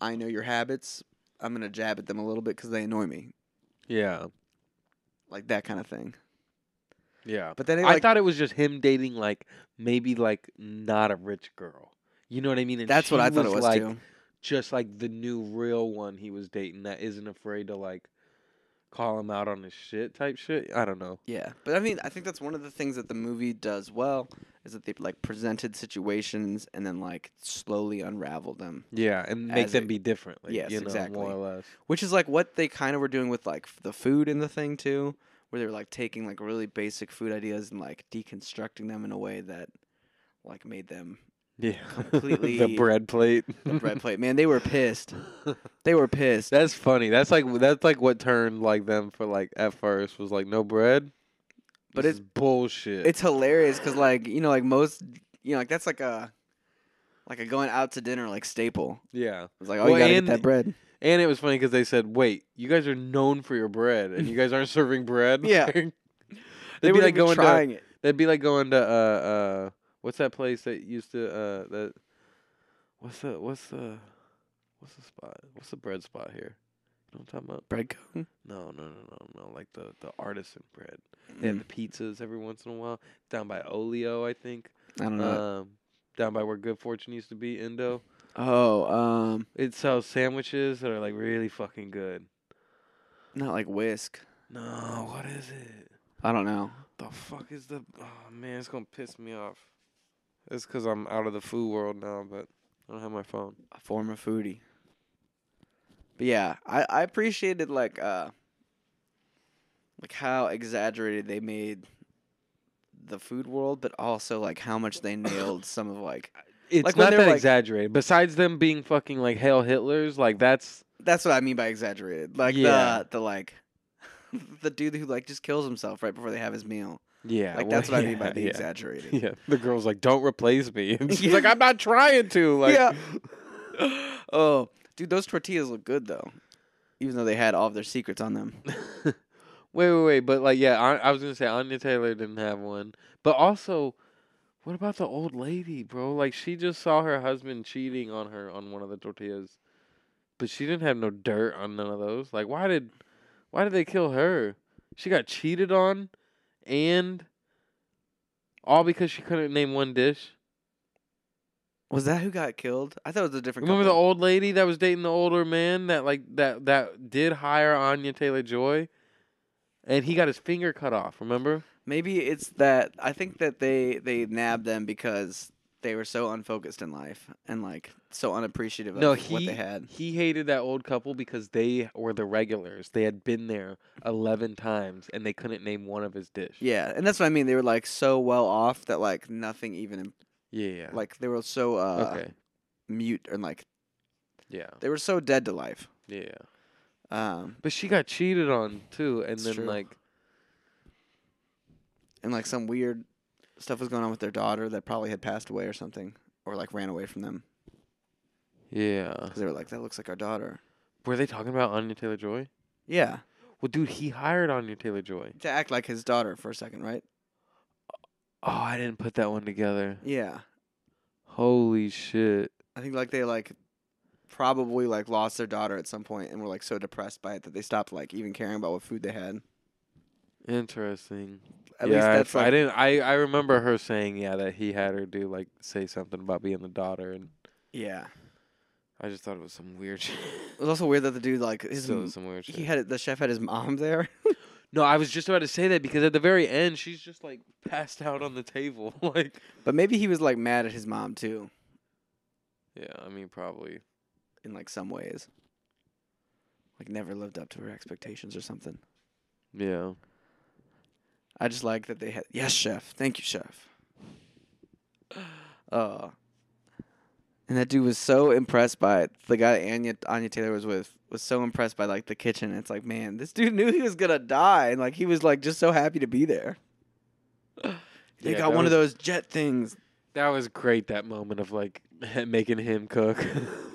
Speaker 2: I know your habits. I'm gonna jab at them a little bit because they annoy me,
Speaker 1: yeah,
Speaker 2: like that kind of thing.
Speaker 1: yeah.
Speaker 2: But then it,
Speaker 1: I
Speaker 2: like,
Speaker 1: thought it was just him dating like maybe like not a rich girl. You know what I mean? And
Speaker 2: that's what
Speaker 1: she
Speaker 2: I thought it was
Speaker 1: like,
Speaker 2: too.
Speaker 1: Just like the new real one he was dating that isn't afraid to like call him out on his shit type shit. I don't know.
Speaker 2: Yeah, but I mean, I think that's one of the things that the movie does well is that they like presented situations and then like slowly unravel them,
Speaker 1: Yeah, and make
Speaker 2: As
Speaker 1: them
Speaker 2: it-
Speaker 1: be different. Like,
Speaker 2: Yes,
Speaker 1: you know,
Speaker 2: exactly.
Speaker 1: More or less.
Speaker 2: which is like what they kind of were doing with like f- the food in the thing too, where they were like taking like really basic food ideas and like deconstructing them in a way that like made them
Speaker 1: Yeah, the
Speaker 2: Completely-
Speaker 1: bread plate.
Speaker 2: the bread plate. Man, they were pissed. They were pissed.
Speaker 1: That's funny. That's like that's like what turned like them for like at first was like no bread.
Speaker 2: But
Speaker 1: This
Speaker 2: it-
Speaker 1: is bullshit.
Speaker 2: it's hilarious because like you know like most you know like that's like a like a going out to dinner like staple.
Speaker 1: yeah,
Speaker 2: It's like oh
Speaker 1: Well,
Speaker 2: you gotta get
Speaker 1: and-
Speaker 2: that bread.
Speaker 1: and it was funny because they said, "Wait, you guys are known for your bread, and you guys aren't serving bread."
Speaker 2: Yeah.
Speaker 1: Like, they'd
Speaker 2: They
Speaker 1: be
Speaker 2: were
Speaker 1: like going to.
Speaker 2: trying it.
Speaker 1: That'd be like going to uh uh what's that place that used to uh that what's the what's the what's the spot what's the bread spot here? You know what I'm talking about?
Speaker 2: Bread cone.
Speaker 1: No, no, no, no, no. Like the the artisan bread.
Speaker 2: Hmm,
Speaker 1: They have the pizzas every once in a while down by Olio, I think.
Speaker 2: I don't know.
Speaker 1: Um, down by where Good Fortune used to be, Indo.
Speaker 2: oh, um,
Speaker 1: It sells sandwiches that are like really fucking good.
Speaker 2: not like whisk.
Speaker 1: No, what is it?
Speaker 2: I don't know.
Speaker 1: The fuck is the? Oh man, it's gonna piss me off. It's because I'm out of the food world now, but I don't have my phone.
Speaker 2: A former foodie. But yeah, I I appreciated like uh like how exaggerated they made the food world, but also like how much they nailed some of like
Speaker 1: It's
Speaker 2: Like when
Speaker 1: not
Speaker 2: they're,
Speaker 1: that
Speaker 2: like-
Speaker 1: exaggerated. Besides them being fucking like hail Hitlers, like that's
Speaker 2: That's what I mean by exaggerated. Like
Speaker 1: Yeah.
Speaker 2: the the like the dude who like just kills himself right before they have his meal.
Speaker 1: yeah.
Speaker 2: Like
Speaker 1: well,
Speaker 2: that's what I mean by
Speaker 1: yeah,
Speaker 2: the
Speaker 1: yeah.
Speaker 2: exaggerated.
Speaker 1: Yeah, the girl's like, "Don't replace me," and she's like, "I'm not trying to." Like,
Speaker 2: yeah. oh, dude, those tortillas look good though. Even though they had all of their secrets on them.
Speaker 1: Wait, wait, wait. But like, yeah, I, I was gonna say Anya Taylor didn't have one. But also, what about the old lady, bro? Like, she just saw her husband cheating on her on one of the tortillas, but she didn't have no dirt on none of those. Like, why did, why did they kill her? She got cheated on, and all because she couldn't name one dish.
Speaker 2: Was that who got killed? I thought it was a different
Speaker 1: Remember the
Speaker 2: couple.
Speaker 1: old lady that was dating the older man that like that that did hire Anya Taylor Joy, and he got his finger cut off. Remember?
Speaker 2: Maybe it's that I think that they they nabbed them because they were so unfocused in life and like so unappreciative of
Speaker 1: No,
Speaker 2: what
Speaker 1: he-
Speaker 2: they had.
Speaker 1: He hated that old couple because they were the regulars. They had been there 11 times and they couldn't name one of his dish.
Speaker 2: Yeah, and that's what I mean. They were like so well off that like nothing even
Speaker 1: Yeah. yeah.
Speaker 2: like they were so uh
Speaker 1: okay.
Speaker 2: mute and like
Speaker 1: Yeah.
Speaker 2: they were so dead to life.
Speaker 1: Yeah.
Speaker 2: Um,
Speaker 1: But she got cheated on too and
Speaker 2: It's
Speaker 1: then
Speaker 2: true.
Speaker 1: like
Speaker 2: and like some weird stuff was going on with their daughter that probably had passed away or something, or like ran away from them
Speaker 1: yeah.
Speaker 2: because they were like, "That looks like our daughter."
Speaker 1: Were they talking about Anya Taylor-Joy?
Speaker 2: Yeah,
Speaker 1: Well, dude, he hired Anya Taylor-Joy.
Speaker 2: to act like his daughter for a second, right?
Speaker 1: Oh, I didn't put that one together.
Speaker 2: Yeah,
Speaker 1: Holy shit.
Speaker 2: I think like they like probably like lost their daughter at some point and were like so depressed by it that they stopped like even caring about what food they had.
Speaker 1: Interesting.
Speaker 2: At
Speaker 1: yeah,
Speaker 2: least
Speaker 1: I-
Speaker 2: that's
Speaker 1: I
Speaker 2: like
Speaker 1: didn't I I remember her saying yeah that he had her do like say something about being the daughter and
Speaker 2: yeah.
Speaker 1: I just thought it was some weird shit.
Speaker 2: It was also weird that the dude like his
Speaker 1: Still
Speaker 2: m-
Speaker 1: some weird shit.
Speaker 2: he had the chef had his mom there.
Speaker 1: No, I was just about to say that because at the very end, she's just like passed out on the table. like,
Speaker 2: But maybe he was like mad at his mom too,
Speaker 1: yeah, I mean, probably.
Speaker 2: in like some ways. Like never lived up to her expectations or something.
Speaker 1: Yeah.
Speaker 2: I just like that they had yes, chef. Thank you, chef. Uh and that dude was so impressed by it. The guy Anya Anya Taylor was with was so impressed by like the kitchen. It's like, man, this dude knew he was gonna die, and like he was like just so happy to be there. They
Speaker 1: Yeah,
Speaker 2: got
Speaker 1: that
Speaker 2: one of
Speaker 1: was-
Speaker 2: those jet things.
Speaker 1: That was great, that moment of like making him cook.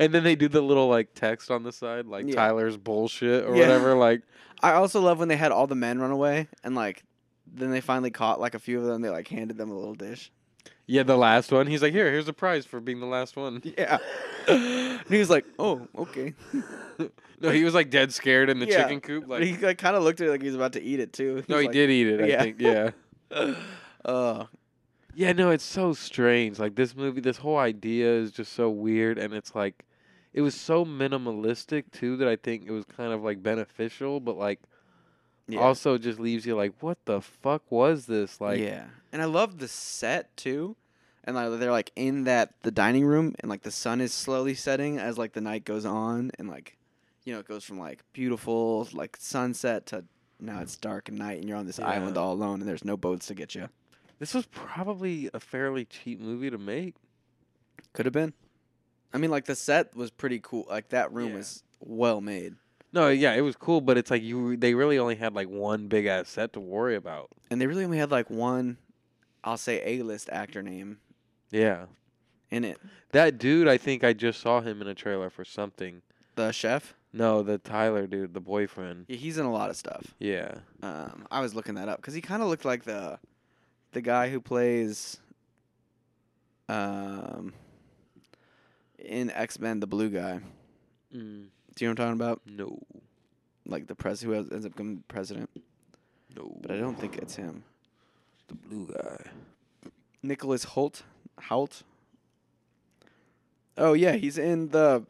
Speaker 1: And then they do the little like text on the side, like
Speaker 2: Yeah.
Speaker 1: Tyler's bullshit or
Speaker 2: Yeah.
Speaker 1: whatever. Like,
Speaker 2: I also love when they had all the men run away and like then they finally caught like a few of them. They like handed them a little dish.
Speaker 1: yeah, the last one. He's like, here, here's a prize for being the last one.
Speaker 2: Yeah. and he was like, "Oh, okay."
Speaker 1: No, he was like dead scared in the
Speaker 2: Yeah.
Speaker 1: chicken coop.
Speaker 2: But he
Speaker 1: Like,
Speaker 2: like, kind of looked at it like he was about to eat it too.
Speaker 1: no,
Speaker 2: was
Speaker 1: he
Speaker 2: like,
Speaker 1: did eat it.
Speaker 2: Yeah.
Speaker 1: I think. Yeah.
Speaker 2: Uh,
Speaker 1: Yeah, no, it's so strange. Like this movie, this whole idea is just so weird, and it's like, it was so minimalistic too that I think it was kind of like beneficial, but like
Speaker 2: yeah.
Speaker 1: also just leaves you like, what the fuck was this? Like,
Speaker 2: yeah. And I love the set too. And like they're like in that the dining room and like the sun is slowly setting as like the night goes on and like you know it goes from like beautiful like sunset to now it's dark and night and you're on this
Speaker 1: Yeah.
Speaker 2: island all alone and there's no boats to get you.
Speaker 1: this was probably a fairly cheap movie to make.
Speaker 2: Could have been. I mean like the set was pretty cool. Like that room
Speaker 1: Yeah.
Speaker 2: was well made.
Speaker 1: No, yeah, it was cool, but it's like you they really only had like one big ass set to worry about.
Speaker 2: And they really only had like one I'll say A-list actor name
Speaker 1: Yeah.
Speaker 2: in it.
Speaker 1: That dude, I think I just saw him in a trailer for something.
Speaker 2: The chef.
Speaker 1: No, the Tyler dude, the boyfriend.
Speaker 2: Yeah, he's in a lot of stuff.
Speaker 1: Yeah.
Speaker 2: Um, I was looking that up because he kind of looked like the the guy who plays um in X Men the blue guy.
Speaker 1: Mm,
Speaker 2: Do you know what I'm talking about?
Speaker 1: no.
Speaker 2: Like the pres who ends up becoming president,
Speaker 1: No.
Speaker 2: but I don't think it's him.
Speaker 1: the blue guy.
Speaker 2: Nicholas Holt, Holt. Oh yeah, he's in the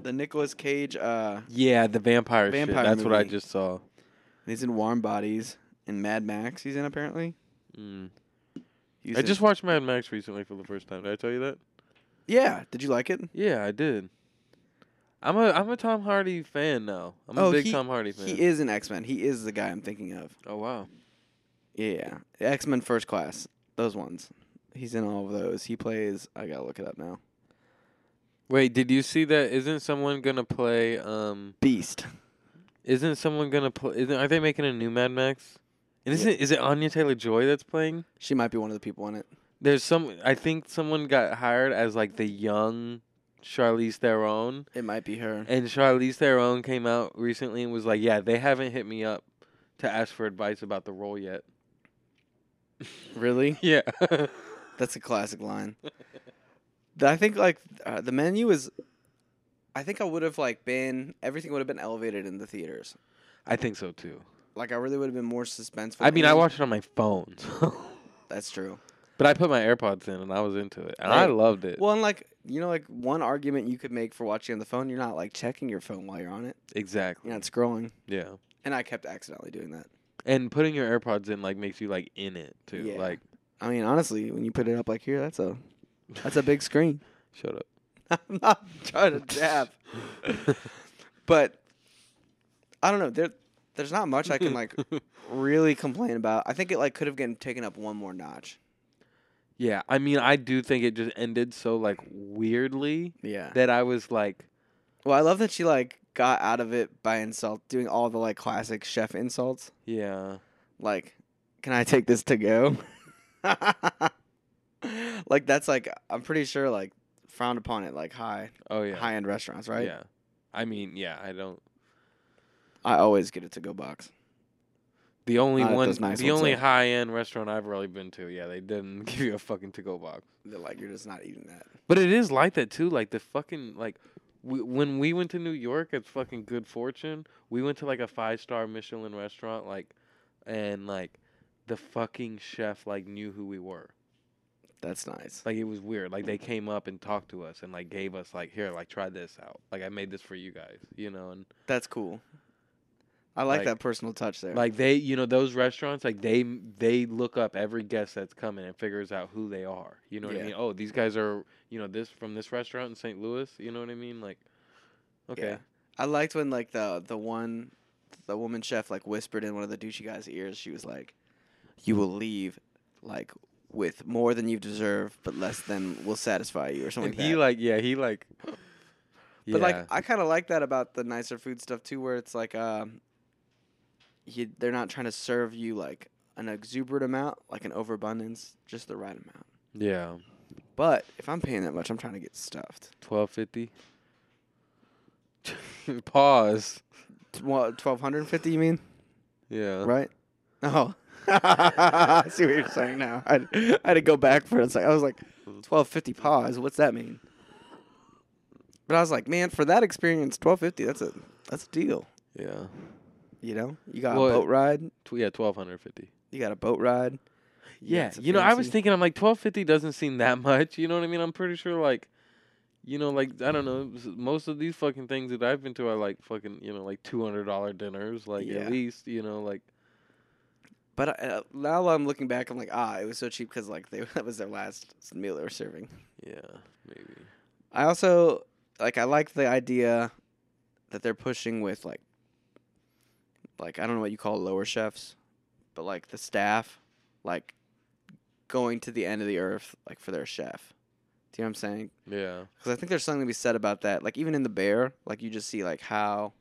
Speaker 2: the Nicolas Cage. Uh,
Speaker 1: Yeah, the vampire,
Speaker 2: Vampire
Speaker 1: shit. That's what I
Speaker 2: movie.
Speaker 1: just saw.
Speaker 2: he's in Warm Bodies and Mad Max. He's in apparently.
Speaker 1: Mm.
Speaker 2: He's
Speaker 1: I
Speaker 2: in-
Speaker 1: just watched Mad Max recently for the first time. Did I tell you that?
Speaker 2: yeah. Did you like it?
Speaker 1: Yeah, I did. I'm a I'm a Tom Hardy fan now. I'm a big Tom Hardy fan.
Speaker 2: Oh, He is an X Men. He is the guy I'm thinking of.
Speaker 1: oh wow.
Speaker 2: Yeah, X Men First Class, those ones. He's in all of those. He plays. I gotta look it up now.
Speaker 1: Wait, did you see that? Isn't someone gonna play? Um,
Speaker 2: Beast.
Speaker 1: isn't someone gonna play? Isn't are they making a new Mad Max? And isn't is it Anya Taylor Joy that's playing?
Speaker 2: She might be one of the people in it.
Speaker 1: There's some. I think someone got hired as like the young Charlize Theron,
Speaker 2: It might be her.
Speaker 1: and Charlize Theron came out recently and was like, "Yeah, they haven't hit me up to ask for advice about the role yet."
Speaker 2: Really?
Speaker 1: Yeah.
Speaker 2: That's a classic line. Th- I think like uh, the menu is. I think I would have like been everything would have been elevated in the theaters.
Speaker 1: I think so too.
Speaker 2: Like I really would have been more suspenseful.
Speaker 1: I mean, I
Speaker 2: And-
Speaker 1: watched it on my phone, so-
Speaker 2: That's true.
Speaker 1: but I put my AirPods in and I was into it, and I
Speaker 2: Right.
Speaker 1: loved it.
Speaker 2: Well, and like you know, like one argument you could make for watching on the phone, you're not like checking your phone while you're on it.
Speaker 1: exactly.
Speaker 2: You're not scrolling.
Speaker 1: yeah.
Speaker 2: And I kept accidentally doing that.
Speaker 1: And putting your AirPods in like makes you like in it too.
Speaker 2: Yeah.
Speaker 1: Like
Speaker 2: I mean, honestly, when you put it up like here, that's a that's a big screen.
Speaker 1: shut up.
Speaker 2: I'm not trying to dab, but I don't know. There, there's not much I can like really complain about. I think it like could have gotten taken up one more notch.
Speaker 1: Yeah, I mean I do think it just ended so like weirdly
Speaker 2: Yeah.
Speaker 1: that I was like
Speaker 2: Well, I love that she like got out of it by insult, doing all the like classic chef insults,
Speaker 1: Yeah.
Speaker 2: like, "Can I take this to go?" like that's like I'm pretty sure like frowned upon it like high
Speaker 1: Oh yeah.
Speaker 2: high end restaurants, right?
Speaker 1: Yeah. I mean, yeah, I don't
Speaker 2: I always get a to go box.
Speaker 1: the only
Speaker 2: Not at
Speaker 1: one
Speaker 2: Ah, those nice
Speaker 1: the
Speaker 2: ones,
Speaker 1: only
Speaker 2: though.
Speaker 1: high end restaurant I've really been to, yeah, they didn't give you a fucking to go box.
Speaker 2: They're like, you're just not eating that.
Speaker 1: But it is like that too, like the fucking like we, when we went to New York at fucking Good Fortune, we went to like a five star Michelin restaurant, like, and like, the fucking chef like knew who we were.
Speaker 2: That's nice.
Speaker 1: like it was weird. Like they came up and talked to us and like gave us like here, like try this out. Like I made this for you guys, you know, and
Speaker 2: That's cool. I like,
Speaker 1: Like-
Speaker 2: that personal touch there.
Speaker 1: like they, you know, those restaurants like they they look up every guest that's coming and figures out who they are. You know what
Speaker 2: Yeah.
Speaker 1: I mean? Oh, these guys are, you know, this from this restaurant in St. Louis. You know what I mean? Like, okay,
Speaker 2: Yeah. I liked when like the the one the woman chef like whispered in one of the douchey guys' ears. She was like, "You will leave like with more than you deserve, but less than will satisfy you," or something.
Speaker 1: and
Speaker 2: like
Speaker 1: he
Speaker 2: that.
Speaker 1: like yeah he like,
Speaker 2: but
Speaker 1: Yeah.
Speaker 2: like I kind of like that about the nicer food stuff too, where it's like um, you, they're not trying to serve you like an exuberant amount, like an overabundance, just the right amount.
Speaker 1: yeah
Speaker 2: But if I'm paying that much, I'm trying to get stuffed.
Speaker 1: Twelve fifty. Pause.
Speaker 2: Twelve hundred and fifty, you mean?
Speaker 1: Yeah.
Speaker 2: Right? Oh. I see what you're saying now. I, I had to go back for a second. I was like, 1250 pause. What's that mean? But I was like, man, for that experience, 1250, that's a that's a deal.
Speaker 1: Yeah.
Speaker 2: You know, you got
Speaker 1: Well,
Speaker 2: a boat ride.
Speaker 1: Tw- yeah, twelve hundred fifty.
Speaker 2: You got a boat ride. you
Speaker 1: Yeah,
Speaker 2: got some
Speaker 1: you know, I was
Speaker 2: fancy-
Speaker 1: thinking, I'm like, twelve fifty doesn't seem that much. You know what I mean? I'm pretty sure, like, you know, like I don't know, s- most of these fucking things that I've been to are like fucking, you know, like two hundred dollar dinners, like
Speaker 2: Yeah.
Speaker 1: at least, you know, like
Speaker 2: But I, uh, now I'm looking back, I'm like, ah, it was so cheap because like they, that was their last meal they were serving.
Speaker 1: yeah, maybe.
Speaker 2: I also like I like the idea that they're pushing with like like I don't know what you call lower chefs, but like the staff like going to the end of the earth like for their chef. Do you know what I'm saying?
Speaker 1: Yeah,
Speaker 2: Cuz I think there's something to be said about that. Like even in the bear, like you just see like how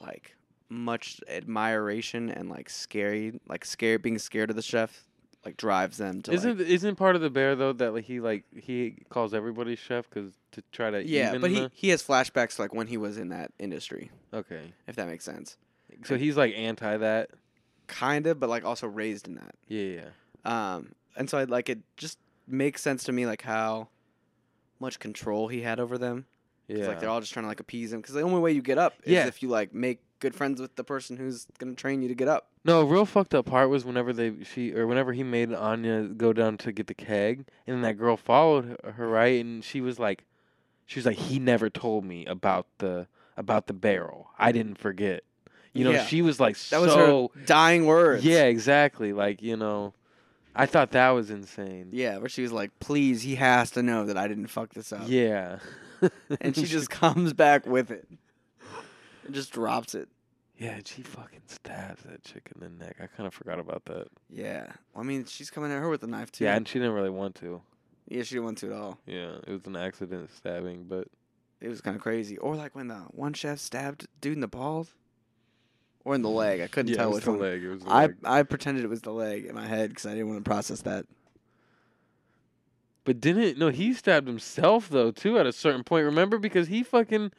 Speaker 2: like much admiration and like scary like scared being scared of the chef like drives them to like,
Speaker 1: isn't isn't part of the bear though that like, he like he calls everybody chef because to try to
Speaker 2: yeah,
Speaker 1: even uh,
Speaker 2: but he,
Speaker 1: the-
Speaker 2: he has flashbacks to, like when he was in that industry,
Speaker 1: okay,
Speaker 2: if that makes sense.
Speaker 1: so he's like anti that.
Speaker 2: Kind of, but like also raised in that.
Speaker 1: Yeah, yeah,
Speaker 2: Um, and so I like it just makes sense to me like how much control he had over them. 'Cause,
Speaker 1: yeah.
Speaker 2: Like they're all just trying to like appease him because the only way you get up is
Speaker 1: Yeah.
Speaker 2: if you like make good friends with the person who's gonna train you to get up.
Speaker 1: No, a real fucked up part was whenever they she or whenever he made Anya go down to get the keg, and then that girl followed her, her right, and she was like, she was like, he never told me about the about the barrel. I didn't forget. You know,
Speaker 2: Yeah.
Speaker 1: she was like
Speaker 2: That
Speaker 1: so.
Speaker 2: was her dying words.
Speaker 1: Yeah, exactly. Like you know, I thought that was insane.
Speaker 2: Yeah, where she was like, "Please, he has to know that I didn't fuck this up."
Speaker 1: Yeah.
Speaker 2: and she just comes back with it, and just drops it.
Speaker 1: yeah, she fucking stabs that chick in the neck. I kind of forgot about that.
Speaker 2: Yeah, well, I mean, she's coming at her with a knife too.
Speaker 1: Yeah, and she didn't really want to.
Speaker 2: Yeah, she didn't want to at all.
Speaker 1: Yeah, it was an accident stabbing, but
Speaker 2: It was kind of crazy. Or like when the one chef stabbed dude in the balls, or in the leg. I couldn't
Speaker 1: yeah, it
Speaker 2: tell
Speaker 1: was
Speaker 2: which
Speaker 1: the
Speaker 2: one.
Speaker 1: leg. It was the
Speaker 2: I
Speaker 1: leg.
Speaker 2: I pretended it was the leg in my head because I didn't want to process that.
Speaker 1: But didn't no? He stabbed himself though too at a certain point. Remember because he fucking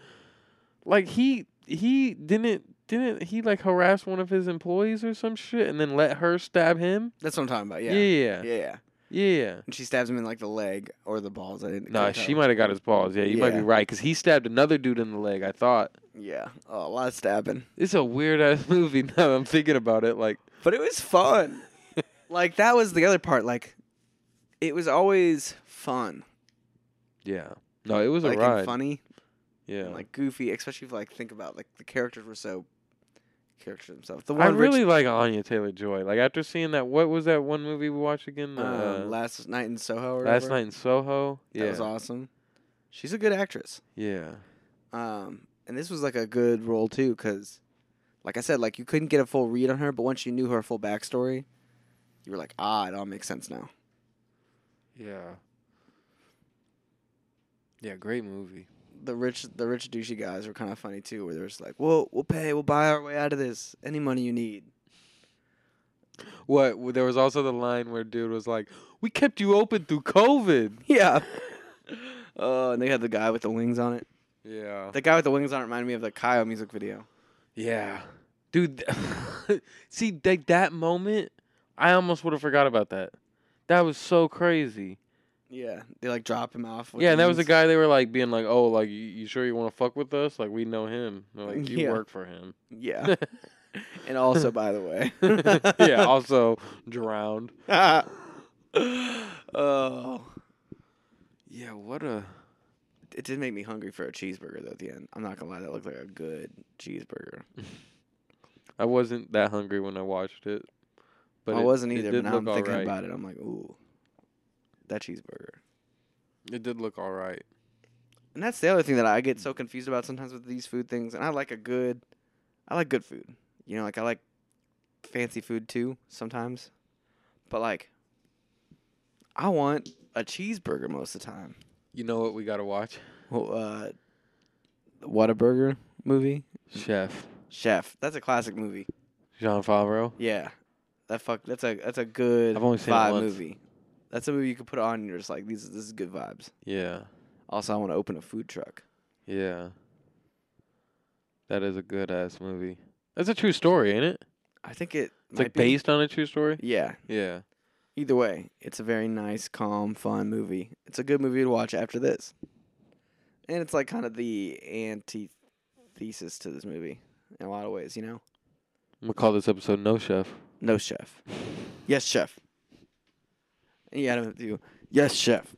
Speaker 1: like he he didn't didn't he like harass one of his employees or some shit and then let her stab him?
Speaker 2: That's what I'm talking about.
Speaker 1: Yeah,
Speaker 2: Yeah,
Speaker 1: yeah, yeah.
Speaker 2: yeah. yeah. And she stabs him in like the leg or the balls. I didn't.
Speaker 1: Nah,
Speaker 2: couldn't
Speaker 1: she
Speaker 2: tell.
Speaker 1: might have got his balls. Yeah, you might be
Speaker 2: Yeah.
Speaker 1: right because he stabbed another dude in the leg. I thought
Speaker 2: Yeah, oh, a lot of stabbing,
Speaker 1: it's a weird ass movie. Now that I'm thinking about it, like
Speaker 2: but it was fun. like that was the other part. Like it was always fun,
Speaker 1: yeah, no, it was
Speaker 2: like
Speaker 1: a
Speaker 2: and
Speaker 1: ride.
Speaker 2: funny,
Speaker 1: Yeah,
Speaker 2: and like goofy. Especially if like think about like the characters were so characters themselves. The
Speaker 1: I
Speaker 2: one rich
Speaker 1: really like Anya Taylor Joy. Like after seeing that, what was that one movie we watched again?
Speaker 2: um,
Speaker 1: Uh,
Speaker 2: last night in Soho. Or
Speaker 1: last
Speaker 2: whatever.
Speaker 1: night in Soho.
Speaker 2: that
Speaker 1: Yeah,
Speaker 2: was awesome. She's a good actress.
Speaker 1: yeah.
Speaker 2: Um, and this was like a good role too, because, like I said, like you couldn't get a full read on her, but once you knew her full backstory, you were like, ah, it all makes sense now.
Speaker 1: Yeah. Yeah, great movie.
Speaker 2: The rich, the rich douchey guys were kind of funny too, where they're just like, well, we'll pay, we'll buy our way out of this. Any money you need.
Speaker 1: What? w- There was also the line where dude was like, "We kept you open through COVID."
Speaker 2: Yeah. Oh, and they had the guy with the wings on it.
Speaker 1: Yeah.
Speaker 2: The guy with the wings on it reminded me of the Kyo music video.
Speaker 1: Yeah. Dude, th- see, like that moment, I almost would have forgot about that. That was so crazy.
Speaker 2: Yeah, they like drop him off. with
Speaker 1: yeah, and that was the
Speaker 2: wings.
Speaker 1: guy they were like being like, "Oh, like you, you sure you want to fuck with us? Like we know him. They're like you
Speaker 2: Yeah.
Speaker 1: work for him."
Speaker 2: Yeah. and also, by the way.
Speaker 1: yeah. Also drowned.
Speaker 2: oh,
Speaker 1: Yeah. What a.
Speaker 2: it did make me hungry for a cheeseburger though. At the end, I'm not gonna lie, that looked like a good cheeseburger.
Speaker 1: I wasn't that hungry when I watched it.
Speaker 2: I
Speaker 1: it-
Speaker 2: wasn't
Speaker 1: it
Speaker 2: either,
Speaker 1: did
Speaker 2: but now I'm
Speaker 1: look
Speaker 2: thinking
Speaker 1: alright.
Speaker 2: about it. I'm like, ooh, that cheeseburger.
Speaker 1: It did look all right.
Speaker 2: And that's the other thing that I get so confused about sometimes with these food things. And I like a good, I like good food. You know, like I like fancy food too sometimes, but like, I want a cheeseburger most of the time.
Speaker 1: You know what we gotta watch?
Speaker 2: Well, uh, Whataburger movie.
Speaker 1: Chef
Speaker 2: Chef. That's a classic movie.
Speaker 1: Jean Favreau.
Speaker 2: Yeah, that fuck. That's a that's a good
Speaker 1: I've only seen it
Speaker 2: vibe
Speaker 1: once.
Speaker 2: movie. That's a movie you could put on and you're just like, these this is good vibes.
Speaker 1: Yeah.
Speaker 2: Also, I want to open a food truck.
Speaker 1: Yeah. That is a good ass movie. That's a true story, ain't it?
Speaker 2: I think it
Speaker 1: It's
Speaker 2: might
Speaker 1: like
Speaker 2: be-
Speaker 1: based on a true story.
Speaker 2: Yeah.
Speaker 1: Yeah.
Speaker 2: Either way, it's a very nice, calm, fun movie. It's a good movie to watch after this. And it's like kind of the antithesis to this movie in a lot of ways, you know?
Speaker 1: I'm gonna call this episode No Chef.
Speaker 2: No chef. Yes, chef. And you gotta do yes, chef.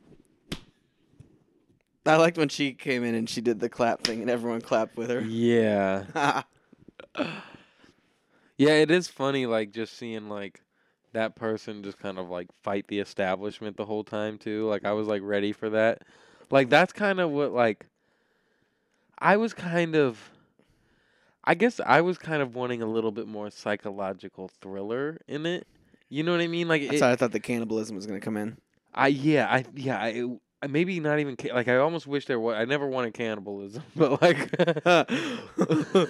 Speaker 2: I liked when she came in and she did the clap thing and everyone clapped with her.
Speaker 1: Yeah. Yeah, it is funny, like just seeing like that person just kind of like fight the establishment the whole time too. Like I was like ready for that. Like that's kind of what like I was kind of I guess I was kind of wanting a little bit more psychological thriller in it. You know what I mean? Like
Speaker 2: That's
Speaker 1: it,
Speaker 2: how I thought the cannibalism was gonna come in.
Speaker 1: I yeah, I yeah, I, it- I- maybe not even ca- like I almost wish there was. I never wanted cannibalism, but like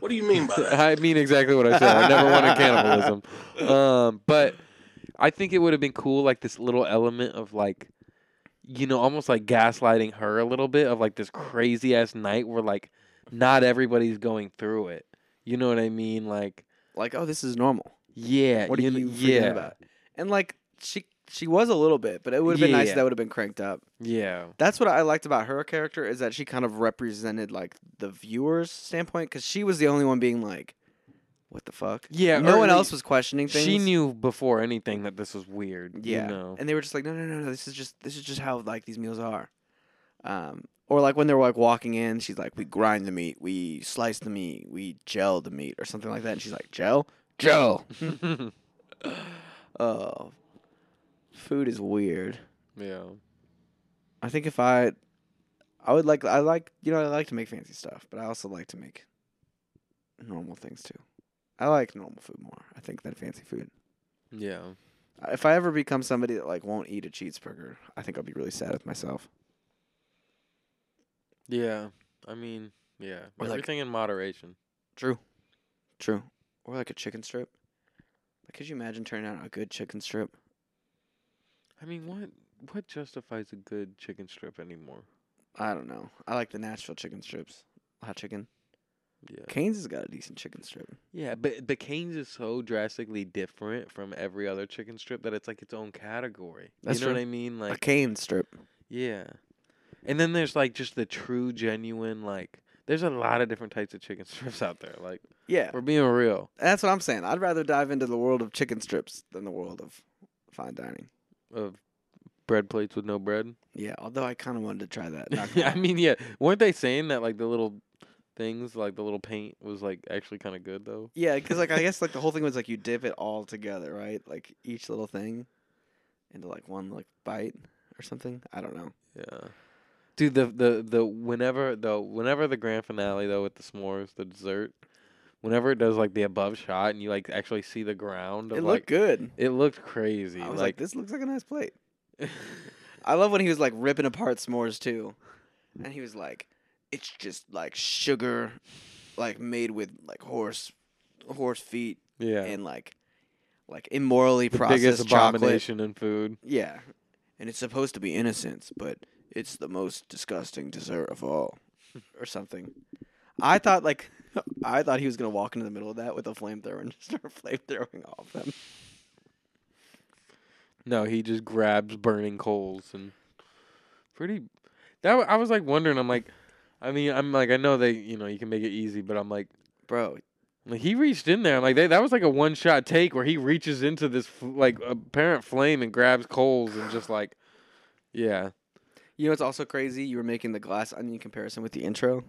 Speaker 3: What do you mean by that?
Speaker 1: I mean exactly what I said. I never wanted cannibalism. Um, but I think it would have been cool, like this little element of like, you know, almost like gaslighting her a little bit of like this crazy ass night where like not everybody's going through it. You know what I mean? Like,
Speaker 2: Like, oh, this is normal.
Speaker 1: yeah,
Speaker 2: What are you,
Speaker 1: kn-
Speaker 2: freaking
Speaker 1: yeah,
Speaker 2: about? And like she she was a little bit, but it would have been nice if
Speaker 1: Yeah.
Speaker 2: that would have been cranked up.
Speaker 1: yeah,
Speaker 2: That's what I liked about her character is that she kind of represented like the viewer's standpoint because she was the only one being like, "What the fuck?"
Speaker 1: Yeah,
Speaker 2: no
Speaker 1: or
Speaker 2: one
Speaker 1: like,
Speaker 2: else was questioning things.
Speaker 1: She knew before anything that this was weird.
Speaker 2: yeah,
Speaker 1: you know?
Speaker 2: and they were just like, "No, no, no, no. This is just this is just how like these meals are." Um, or like when they were like walking in, she's like, "We grind the meat, we slice the meat, we gel the meat, or something like that," and she's like, "Gel, gel." oh, food is weird.
Speaker 1: yeah.
Speaker 2: I think if I, I would like I like you know I like to make fancy stuff, but I also like to make normal things too. I like normal food more, I think, than fancy food.
Speaker 1: Yeah.
Speaker 2: If I ever become somebody that like won't eat a cheeseburger, I think I'll be really sad with myself.
Speaker 1: Yeah. I mean, yeah.
Speaker 2: Or, like-
Speaker 1: Everything in moderation.
Speaker 2: True, true. Or like a chicken strip. Like, could you imagine turning out a good chicken strip?
Speaker 1: I mean, what what justifies a good chicken strip anymore?
Speaker 2: I don't know. I like the Nashville chicken strips, hot chicken.
Speaker 1: Yeah.
Speaker 2: Canes has got a decent chicken strip.
Speaker 1: Yeah, but the Canes is so drastically different from every other chicken strip that it's like its own category.
Speaker 2: That's
Speaker 1: you know
Speaker 2: true.
Speaker 1: what I mean?
Speaker 2: A
Speaker 1: Like
Speaker 2: cane strip.
Speaker 1: yeah. And then there's like just the true genuine like there's a lot of different types of chicken strips out there. Like
Speaker 2: Yeah,
Speaker 1: we're being real.
Speaker 2: That's what I'm saying. I'd rather dive into the world of chicken strips than the world of fine dining.
Speaker 1: Of bread plates with no bread.
Speaker 2: Yeah, although I kind of wanted to try that. not gonna
Speaker 1: I
Speaker 2: lie.
Speaker 1: mean, yeah. Weren't they saying that like the little things, like the little paint was like actually kind of good though?
Speaker 2: yeah, because like I guess like the whole thing was like you dip it all together, right? Like each little thing into like one like bite or something. I don't know.
Speaker 1: Yeah. Dude, the the the whenever the whenever the grand finale though with the s'mores, the dessert, whenever it does like the above shot and you like actually see the ground, of,
Speaker 2: It
Speaker 1: like,
Speaker 2: looked good.
Speaker 1: It looked crazy.
Speaker 2: I was like,
Speaker 1: like,
Speaker 2: this looks like a nice plate. I love when he was like ripping apart s'mores too, and he was like, "It's just like sugar, like made with like horse, horse feet
Speaker 1: yeah,
Speaker 2: and like like immorally
Speaker 1: biggest
Speaker 2: processed chocolate.
Speaker 1: abomination in food.
Speaker 2: Yeah. And it's supposed to be innocence, but it's the most disgusting dessert of all or something. I thought like I thought he was going to walk into the middle of that with a flamethrower and just start flamethrowing all of them.
Speaker 1: No, he just grabs burning coals and pretty. That wa- I was like wondering. I'm like, I mean, I'm like, I know they, you know, you can make it easy, but I'm like,
Speaker 2: Bro,
Speaker 1: like he reached in there. I'm like, they, that was like a one shot take where he reaches into this f- like apparent flame and grabs coals and just like, yeah,
Speaker 2: you know what's also crazy? You were making the glass onion comparison with the intro.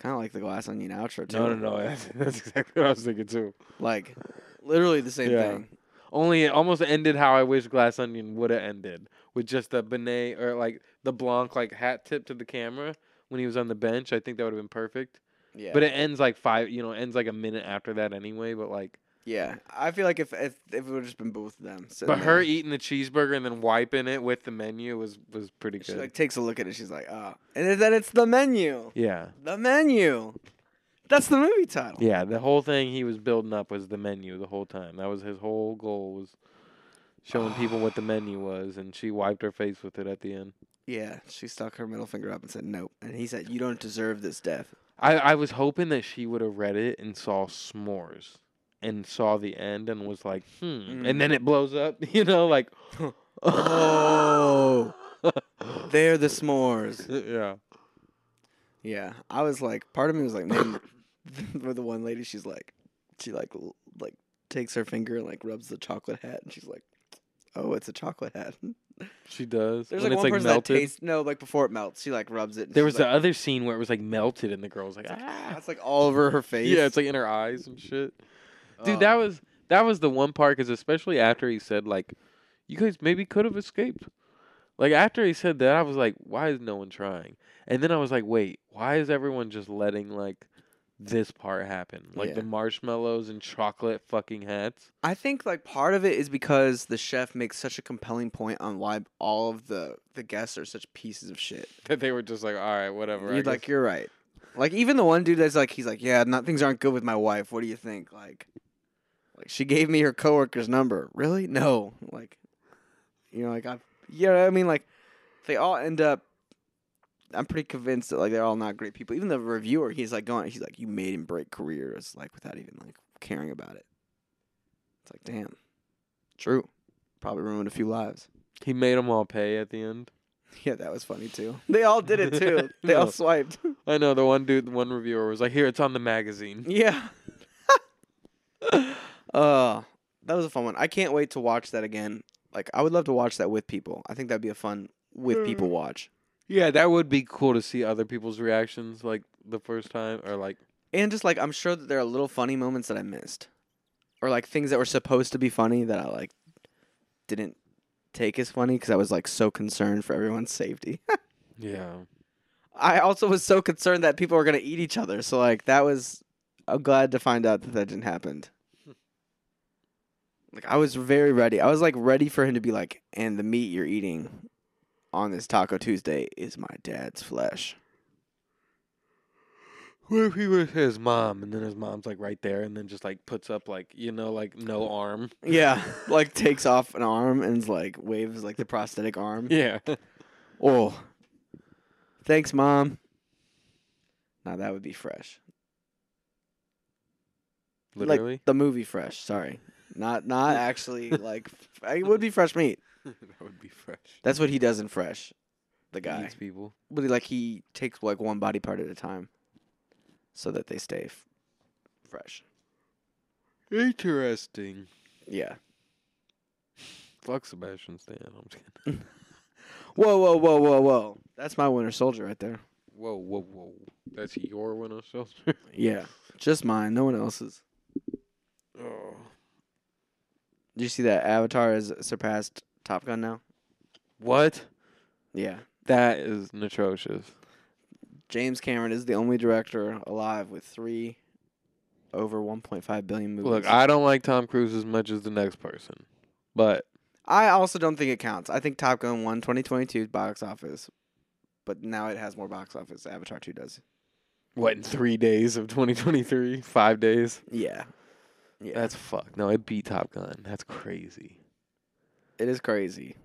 Speaker 2: Kind of like the glass onion outro too.
Speaker 1: no, no, no, that's, that's exactly what I was thinking too.
Speaker 2: Like literally the same
Speaker 1: Yeah.
Speaker 2: thing.
Speaker 1: Only it almost ended how I wish Glass Onion would have ended with just the benet or like the Blanc like hat tip to the camera when he was on the bench. I think that would have been perfect.
Speaker 2: Yeah.
Speaker 1: But it ends like five, you know, ends like a minute after that anyway. But like,
Speaker 2: yeah, I feel like if if, if it would have just been both of them. sitting
Speaker 1: but her
Speaker 2: there.
Speaker 1: eating the cheeseburger and then wiping it with the menu was was pretty
Speaker 2: She
Speaker 1: good.
Speaker 2: like takes a look at it. She's like, oh, and then it's the menu.
Speaker 1: yeah,
Speaker 2: The menu. That's the movie title.
Speaker 1: yeah. The whole thing he was building up was the menu the whole time. That was his whole goal was showing people what the menu was, and she wiped her face with it at the end.
Speaker 2: Yeah, she stuck her middle finger up and said nope. And he said, "You don't deserve this death."
Speaker 1: I, I was hoping that she would have read it and saw s'mores and saw the end and was like, hmm. And then it blows up, you know, like,
Speaker 2: Oh, they're the s'mores.
Speaker 1: yeah.
Speaker 2: Yeah, I was like, part of me was like, man, for the one lady, she's like, she like l- like takes her finger and like rubs the chocolate hat, and she's like, oh, it's a chocolate hat.
Speaker 1: She does.
Speaker 2: There's
Speaker 1: when
Speaker 2: like
Speaker 1: it's
Speaker 2: one
Speaker 1: like
Speaker 2: person
Speaker 1: melted.
Speaker 2: that tastes no, like before it melts, she like rubs it. and
Speaker 1: there
Speaker 2: she's
Speaker 1: was the
Speaker 2: like,
Speaker 1: other scene where it was like melted, and the girl's like, ah.
Speaker 2: that's like all over her face. Um,
Speaker 1: Yeah, it's like in her eyes and shit. Dude, that was that was the one part because especially after he said like, you guys maybe could have escaped. Like after he said that, I was like, why is no one trying? And then I was like, wait, why is everyone just letting like this part happen? Like the
Speaker 2: Yeah.
Speaker 1: marshmallows and chocolate fucking hats.
Speaker 2: I think like part of it is because the chef makes such a compelling point on why all of the the guests are such pieces of shit.
Speaker 1: That they were just like, all right, whatever. I
Speaker 2: You're like,
Speaker 1: guess."
Speaker 2: you're right. Like even the one dude that's like, he's like, yeah, not, things aren't good with my wife. What do you think? Like, like she gave me her coworker's number. Really? No. Like, you know, like I, you know what I mean? Like, they all end up. I'm pretty convinced that like they're all not great people. Even the reviewer, he's like going, he's like, you made him break careers, like without even like caring about it. It's like, damn, true. Probably ruined a few lives.
Speaker 1: he made them all pay at the end.
Speaker 2: Yeah, that was funny too. They all did it too. They all
Speaker 1: No.
Speaker 2: swiped.
Speaker 1: I know the one dude, the one reviewer was like, here, it's on the magazine.
Speaker 2: Yeah. uh, that was a fun one. I can't wait to watch that again. Like, I would love to watch that with people. I think that'd be a fun with people watch.
Speaker 1: Yeah, that would be cool to see other people's reactions like the first time or like
Speaker 2: And just like, I'm sure that there are little funny moments that I missed, or like things that were supposed to be funny that I like didn't take as funny because I was like so concerned for everyone's safety.
Speaker 1: yeah.
Speaker 2: I also was so concerned that people were gonna eat each other. So like, that was. I'm glad to find out that that didn't happen. Like I was very ready. I was like ready for him to be like, and the meat you're eating on this Taco Tuesday is my dad's flesh.
Speaker 1: What if he was his mom and then his mom's like right there and then just like puts up like you know like no arm.
Speaker 2: Yeah, like takes off an arm and is like waves like the prosthetic arm.
Speaker 1: Yeah.
Speaker 2: Oh, thanks, mom. Now that would be fresh.
Speaker 1: Literally.
Speaker 2: like the movie Fresh. Sorry, not not actually like f- it would be fresh meat.
Speaker 1: that would be fresh.
Speaker 2: That's what he does in Fresh. The guy,
Speaker 1: Eats people.
Speaker 2: but he, like he takes like one body part at a time, so that they stay f- fresh.
Speaker 1: Interesting.
Speaker 2: Yeah.
Speaker 1: Fuck Sebastian Stan. I'm just kidding.
Speaker 2: Whoa, whoa, whoa, whoa, whoa. That's my Winter Soldier right there.
Speaker 1: Whoa, whoa, whoa. That's your window shelter.
Speaker 2: Yeah, just mine. No one else's.
Speaker 1: oh.
Speaker 2: Did you see that Avatar has surpassed Top Gun now?
Speaker 1: What?
Speaker 2: Yeah.
Speaker 1: That is atrocious.
Speaker 2: James Cameron is the only director alive with three over 1.5 billion movies.
Speaker 1: Look, I don't like Tom Cruise as much as the next person. But
Speaker 2: I also don't think it counts. I think Top Gun won 2022's box office, but now it has more box office. Avatar 2 does.
Speaker 1: what in three days of 2023? Five days?
Speaker 2: Yeah. Yeah.
Speaker 1: That's fucked. No, it beat Top Gun. That's crazy.
Speaker 2: it is crazy.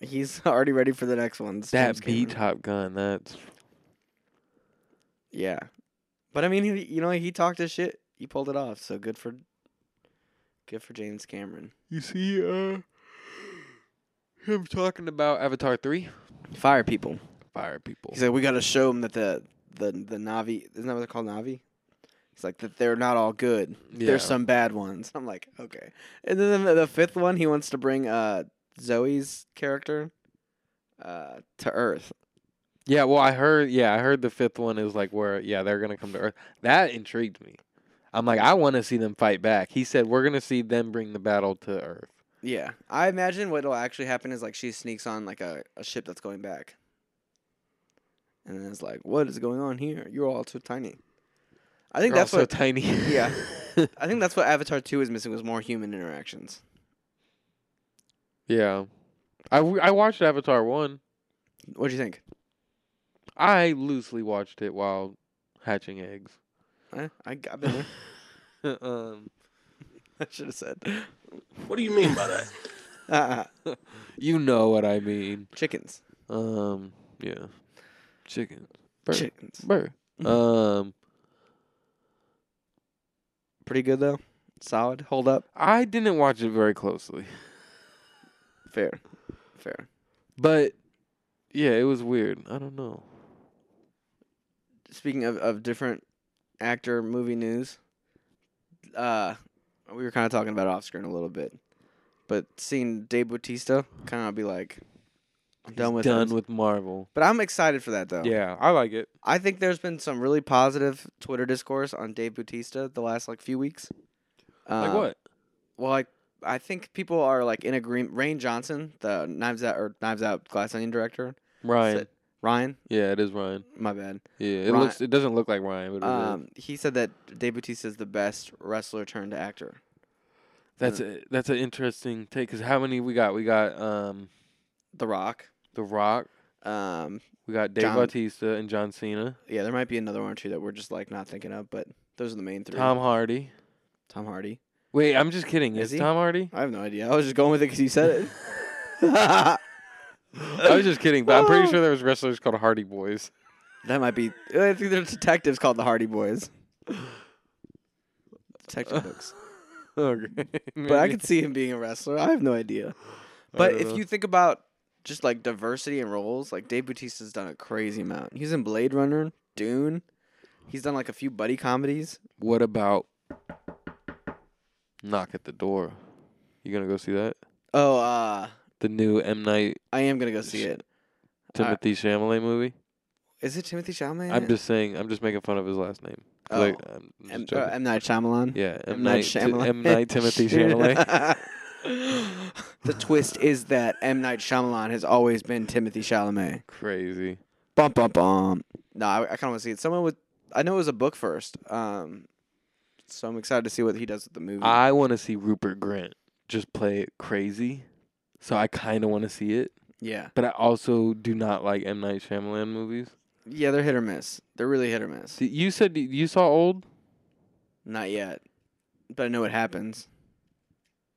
Speaker 2: He's already ready for the next one. It's James
Speaker 1: That beat
Speaker 2: Cameron.
Speaker 1: Top Gun. That's
Speaker 2: Yeah. But I mean, he, you know, he talked his shit. He pulled it off. So good for good for James Cameron.
Speaker 1: you see uh him talking about Avatar three.
Speaker 2: Fire people.
Speaker 1: Fire people.
Speaker 2: He said we got to show them that the the the Navi, isn't that what they're called Navi? He's like that they're not all good.
Speaker 1: Yeah.
Speaker 2: There's some bad ones. I'm like, okay. And then the, the fifth one, he wants to bring uh, Zoe's character uh, to Earth.
Speaker 1: yeah, well, I heard. Yeah, I heard the fifth one is like where yeah they're gonna come to Earth. That intrigued me. I'm like, I want to see them fight back. He said we're gonna see them bring the battle to Earth.
Speaker 2: Yeah, I imagine what'll actually happen is like she sneaks on like a, a ship that's going back, and then it's like, what is going on here? You're all too tiny. I think
Speaker 1: They're all
Speaker 2: that's
Speaker 1: so
Speaker 2: what
Speaker 1: tiny.
Speaker 2: Yeah. I think that's what Avatar Two is missing was more human interactions.
Speaker 1: yeah. I, w- I watched Avatar one.
Speaker 2: What do you think?
Speaker 1: I loosely watched it while hatching eggs.
Speaker 2: Eh, I, I've been there.
Speaker 1: um,
Speaker 2: I should have said. Ah,
Speaker 3: What do you mean by that?
Speaker 1: You know what I mean.
Speaker 2: Chickens.
Speaker 1: Um, yeah, chicken, Burr.
Speaker 2: Chickens.
Speaker 1: burr. Um,
Speaker 2: Pretty good though. Solid. Hold up.
Speaker 1: I didn't watch it very closely,
Speaker 2: Fair. Fair.
Speaker 1: but yeah, it was weird. I don't know.
Speaker 2: Speaking of, of different actor movie news, uh, we were kind of talking about off screen a little bit, but seeing Dave Bautista kind of be like, I'm done with Oh.
Speaker 1: Done
Speaker 2: this.
Speaker 1: with Marvel.
Speaker 2: But I'm excited for that though.
Speaker 1: Yeah, I like it.
Speaker 2: I think there's been some really positive Twitter discourse on Dave Bautista the last like few weeks.
Speaker 1: Like
Speaker 2: Um,
Speaker 1: what?
Speaker 2: Well, I I think people are like in agreement. Rain Johnson, the Knives Out or Knives Out Glass Onion director,
Speaker 1: Ryan.
Speaker 2: said- Ryan,
Speaker 1: Yeah, it is Ryan.
Speaker 2: my bad.
Speaker 1: Yeah, it
Speaker 2: Ryan-
Speaker 1: looks. It doesn't look like Ryan, but it is.
Speaker 2: Um, he said that Dave Bautista is the best wrestler turned actor.
Speaker 1: that's a, that's an interesting take. Cause how many we got? We got um
Speaker 2: The Rock.
Speaker 1: The Rock.
Speaker 2: Um,
Speaker 1: We got Dave
Speaker 2: John-
Speaker 1: Bautista and John Cena.
Speaker 2: yeah, there might be another one or two that we're just like not thinking of, but those are the main three.
Speaker 1: Tom Hardy.
Speaker 2: Tom Hardy.
Speaker 1: Wait, I'm just kidding.
Speaker 2: Is
Speaker 1: Is,
Speaker 2: he?
Speaker 1: Tom Hardy?
Speaker 2: I have no idea. I was just going with it because you said it.
Speaker 1: I was just kidding, but I'm pretty sure there was wrestlers called Hardy Boys.
Speaker 2: That might be. I think there's detectives called the Hardy Boys. Detective books.
Speaker 1: okay.
Speaker 2: But I could see him being a wrestler. I have no idea. But
Speaker 1: don't
Speaker 2: if
Speaker 1: know.
Speaker 2: you think about just like diversity in roles, like Dave Bautista's done a crazy amount. He's in Blade Runner, Dune. He's done like a few buddy comedies.
Speaker 1: What about Knock at the Door? You gonna go see that?
Speaker 2: Oh, uh,
Speaker 1: The new M Night
Speaker 2: I am gonna go see
Speaker 1: Sh-
Speaker 2: it. Alright.
Speaker 1: Timothy Chalamet movie.
Speaker 2: Is it Timothy Chalamet? in
Speaker 1: I'm
Speaker 2: it?
Speaker 1: just saying. I'm just making fun of his last name. 'Cause I- I'm just
Speaker 2: Oh, M, uh,
Speaker 1: joking.
Speaker 2: M Night Shyamalan.
Speaker 1: yeah, M,
Speaker 2: M.
Speaker 1: Night,
Speaker 2: Night
Speaker 1: Ti-
Speaker 2: Shyamalan.
Speaker 1: M Night Timothy Chalamet.
Speaker 2: the twist is that M Night Shyamalan has always been Timothy Chalamet.
Speaker 1: Crazy.
Speaker 2: Bum bum bum. No, I, I kind of want to see it. Someone with I know it was a book first. Um, so I'm excited to see what he does with the movie.
Speaker 1: I want to see Rupert Grant just play it crazy. So I kind of want to see it,
Speaker 2: yeah,
Speaker 1: but I also do not like M Night Shyamalan movies.
Speaker 2: yeah, they're hit or miss. They're really hit or miss.
Speaker 1: See, You said y- you saw Old.
Speaker 2: Not yet, but I know it happens.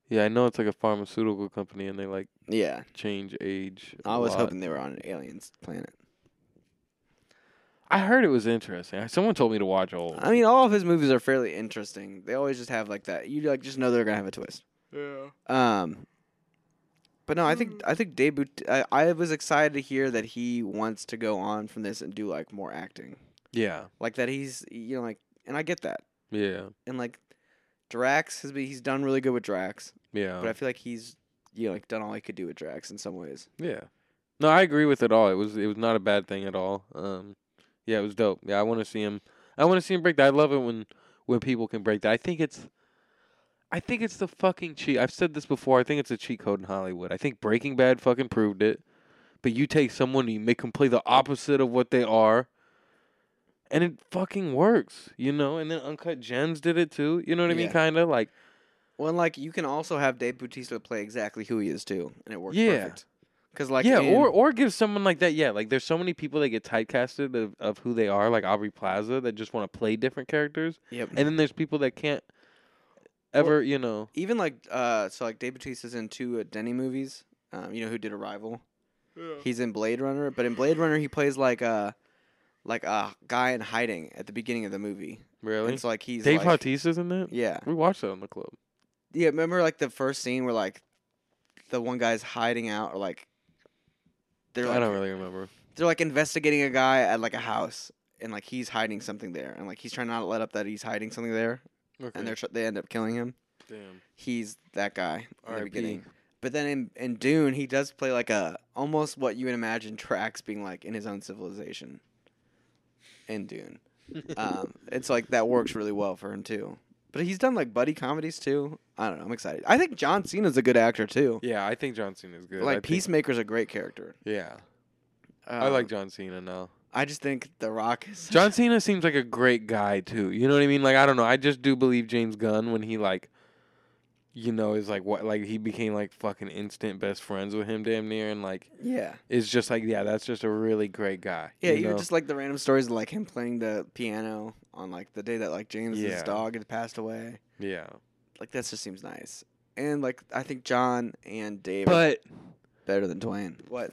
Speaker 1: Yeah, I know it's like a pharmaceutical company, and they like
Speaker 2: Yeah,
Speaker 1: change age. I
Speaker 2: I was hoping they were on an alien's planet.
Speaker 1: I heard it was interesting. Someone told me to watch Old.
Speaker 2: I mean, all of his movies are fairly interesting. They always just have like that. You like just know they're gonna have a twist. Yeah. Um. But no, I think I think Dave. Baut- I, I was excited to hear that he wants to go on from this and do like more acting,
Speaker 1: yeah,
Speaker 2: like that he's you know like, and I get that,
Speaker 1: yeah,
Speaker 2: and like, Drax has been he's done really good with Drax,
Speaker 1: yeah,
Speaker 2: but I feel like he's you know like done all he could do with Drax in some ways.
Speaker 1: yeah. No, I agree with it all. It was it was not a bad thing at all. Um, yeah, it was dope. Yeah, I want to see him. I want to see him break that. I love it when when people can break that. I think it's. I think it's the fucking cheat. I've said this before. I think it's a cheat code in Hollywood. I think Breaking Bad fucking proved it. But you take someone and you make them play the opposite of what they are, and it fucking works, you know. And then Uncut Gems did it too. You know what I mean?
Speaker 2: Yeah.
Speaker 1: Kind of like,
Speaker 2: Well, and like you can also have Dave Bautista play exactly who he is too, and it works
Speaker 1: Yeah.
Speaker 2: perfect. Because like
Speaker 1: yeah,
Speaker 2: in-
Speaker 1: or or give someone like that. Yeah, like there's so many people that get typecasted of, of who they are, like Aubrey Plaza, that just want to play different characters,
Speaker 2: yep.
Speaker 1: and then there's people that can't ever, you know.
Speaker 2: even like uh so like Dave Bautista's in two uh, Denny movies. Um, you know who did Arrival? He's in Blade Runner, but in Blade Runner he plays like a like a guy in hiding at the beginning of the movie.
Speaker 1: Really,
Speaker 2: It's like he's
Speaker 1: Dave
Speaker 2: like,
Speaker 1: Bautista's in that.
Speaker 2: Yeah,
Speaker 1: We watched that on the club.
Speaker 2: yeah. Remember like the first scene where like the one guy's hiding out or like they're like
Speaker 1: I don't really remember.
Speaker 2: they're like investigating a guy at like a house and like he's hiding something there and like he's trying not to let up that he's hiding something there and they're tr- they end up killing him.
Speaker 1: Damn.
Speaker 2: he's that guy in the
Speaker 1: R.I.P..
Speaker 2: beginning. But then in, in Dune, he does play like a almost what you would imagine Trax being like in his own civilization. In Dune, um, it's like that works really well for him too. But he's done like buddy comedies too. I don't know. I'm excited. I think John Cena's a good actor too.
Speaker 1: Yeah, I think John Cena's good. I
Speaker 2: like
Speaker 1: think-
Speaker 2: Peacemaker's a great character.
Speaker 1: Yeah, I like
Speaker 2: Um,
Speaker 1: John Cena now.
Speaker 2: I just think The Rock is.
Speaker 1: John Cena seems like a great guy too. You know what I mean? Like I don't know. I just do believe James Gunn when he like, you know, is like what like he became like fucking instant best friends with him damn near, and like
Speaker 2: yeah.
Speaker 1: it's just like yeah, that's just a really great guy.
Speaker 2: Yeah,
Speaker 1: you
Speaker 2: even
Speaker 1: know?
Speaker 2: just like the random stories of like him playing the piano on like the day that like James's
Speaker 1: Yeah.
Speaker 2: dog had passed away.
Speaker 1: yeah,
Speaker 2: like this just seems nice. and like I think John and David
Speaker 1: But
Speaker 2: better than Dwayne. What?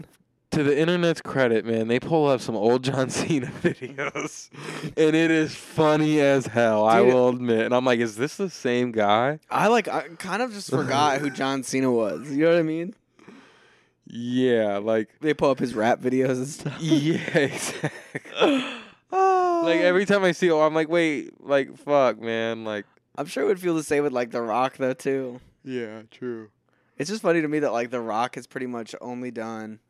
Speaker 1: to the internet's credit, man, they pull up some old John Cena videos, and it is funny as hell. I
Speaker 2: Dude.
Speaker 1: will admit. And I'm like, is this the same guy?
Speaker 2: I like I kind of just forgot who John Cena was. You know what I mean?
Speaker 1: Yeah, like
Speaker 2: They pull up his rap videos and stuff.
Speaker 1: yeah, exactly. like every time I see it, I'm like, wait, like fuck, man, like
Speaker 2: I'm sure it would feel the same with like The Rock though too.
Speaker 1: yeah, true.
Speaker 2: It's just funny to me that like The Rock has pretty much only done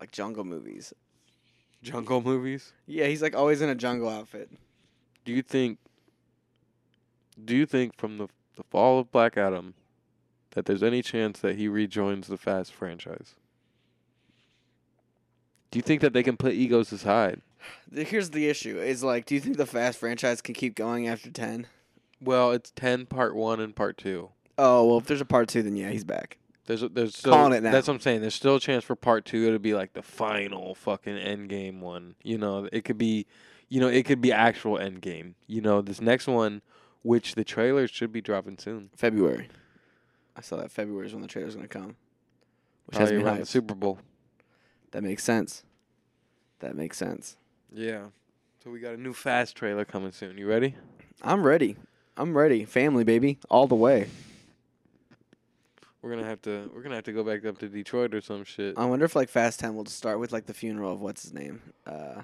Speaker 2: like jungle movies.
Speaker 1: Jungle movies.
Speaker 2: Yeah, he's like always in a jungle outfit.
Speaker 1: Do you think? Do you think from the the fall of Black Adam that there's any chance that he rejoins the Fast franchise? Do you think that they can put egos aside?
Speaker 2: The- Here's the issue: is like, do you think the Fast franchise can keep going after ten?
Speaker 1: Well, it's ten part one and part two.
Speaker 2: Oh well, if there's a part two, then yeah, he's back.
Speaker 1: There's a, there's still,
Speaker 2: Calling it now.
Speaker 1: That's what I'm saying. There's still a chance for part two to be like the final fucking end game one. You know, it could be, you know, it could be actual end game. You know, this next one, which the trailers should be dropping soon,
Speaker 2: February. I saw that February is when the trailer's gonna come, which has
Speaker 1: probably
Speaker 2: me
Speaker 1: around the
Speaker 2: hyped.
Speaker 1: Super Bowl.
Speaker 2: That makes sense. That makes sense.
Speaker 1: Yeah. So we got a new Fast trailer coming soon. You ready?
Speaker 2: I'm ready. I'm ready. Family, baby, all the way.
Speaker 1: We're gonna have to we're gonna have to go back up to Detroit or some shit.
Speaker 2: I wonder if like Fast Ten will just start with like the funeral of what's his name. Uh,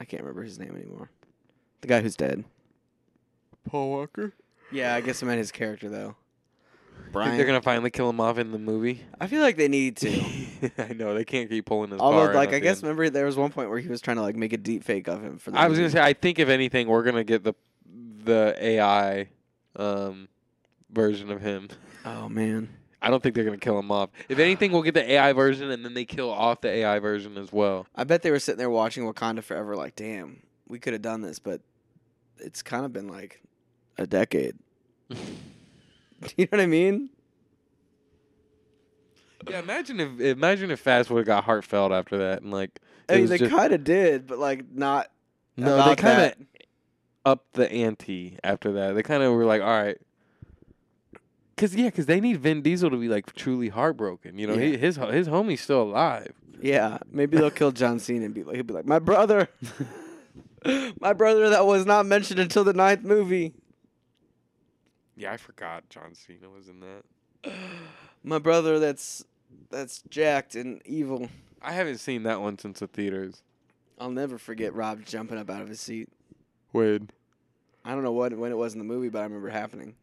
Speaker 2: I can't remember his name anymore. The guy who's dead.
Speaker 1: Paul Walker.
Speaker 2: Yeah, I guess I meant his character though. Brian.
Speaker 1: They're gonna finally kill him off in the movie.
Speaker 2: I feel like they need to.
Speaker 1: I know they can't keep pulling this.
Speaker 2: Although,
Speaker 1: car
Speaker 2: like, I
Speaker 1: at the
Speaker 2: guess
Speaker 1: end.
Speaker 2: remember there was one point where he was trying to like make a deep fake of him for. The
Speaker 1: I was gonna
Speaker 2: movie.
Speaker 1: say I think if anything we're gonna get the the AI um, version of him.
Speaker 2: Oh man,
Speaker 1: I don't think they're gonna kill him off. If anything, we'll get the AI version and then they kill off the AI version as well.
Speaker 2: I bet they were sitting there watching Wakanda Forever, like, damn, we could have done this, but it's kind of been like a decade. you know what I mean?
Speaker 1: Yeah, imagine if imagine if Fast would have got heartfelt after that and like it
Speaker 2: I mean,
Speaker 1: was
Speaker 2: they
Speaker 1: just-
Speaker 2: kind of did, but like not.
Speaker 1: no they
Speaker 2: about
Speaker 1: kind of
Speaker 2: that.
Speaker 1: upped the ante after that. They kind of were like all right. Cause yeah, cause they need Vin Diesel to be like truly heartbroken. You know,
Speaker 2: Yeah.
Speaker 1: he, his ho- his homie's still alive.
Speaker 2: Yeah, maybe they'll kill John Cena and be like, he'll be like, my brother, my brother that was not mentioned until the ninth movie.
Speaker 1: Yeah, I forgot John Cena was in that.
Speaker 2: My brother that's that's jacked and evil.
Speaker 1: I haven't seen that one since the theaters.
Speaker 2: I'll never forget Rob jumping up out of his seat.
Speaker 1: Wait.
Speaker 2: I don't know what when it was in the movie, but I remember it happening.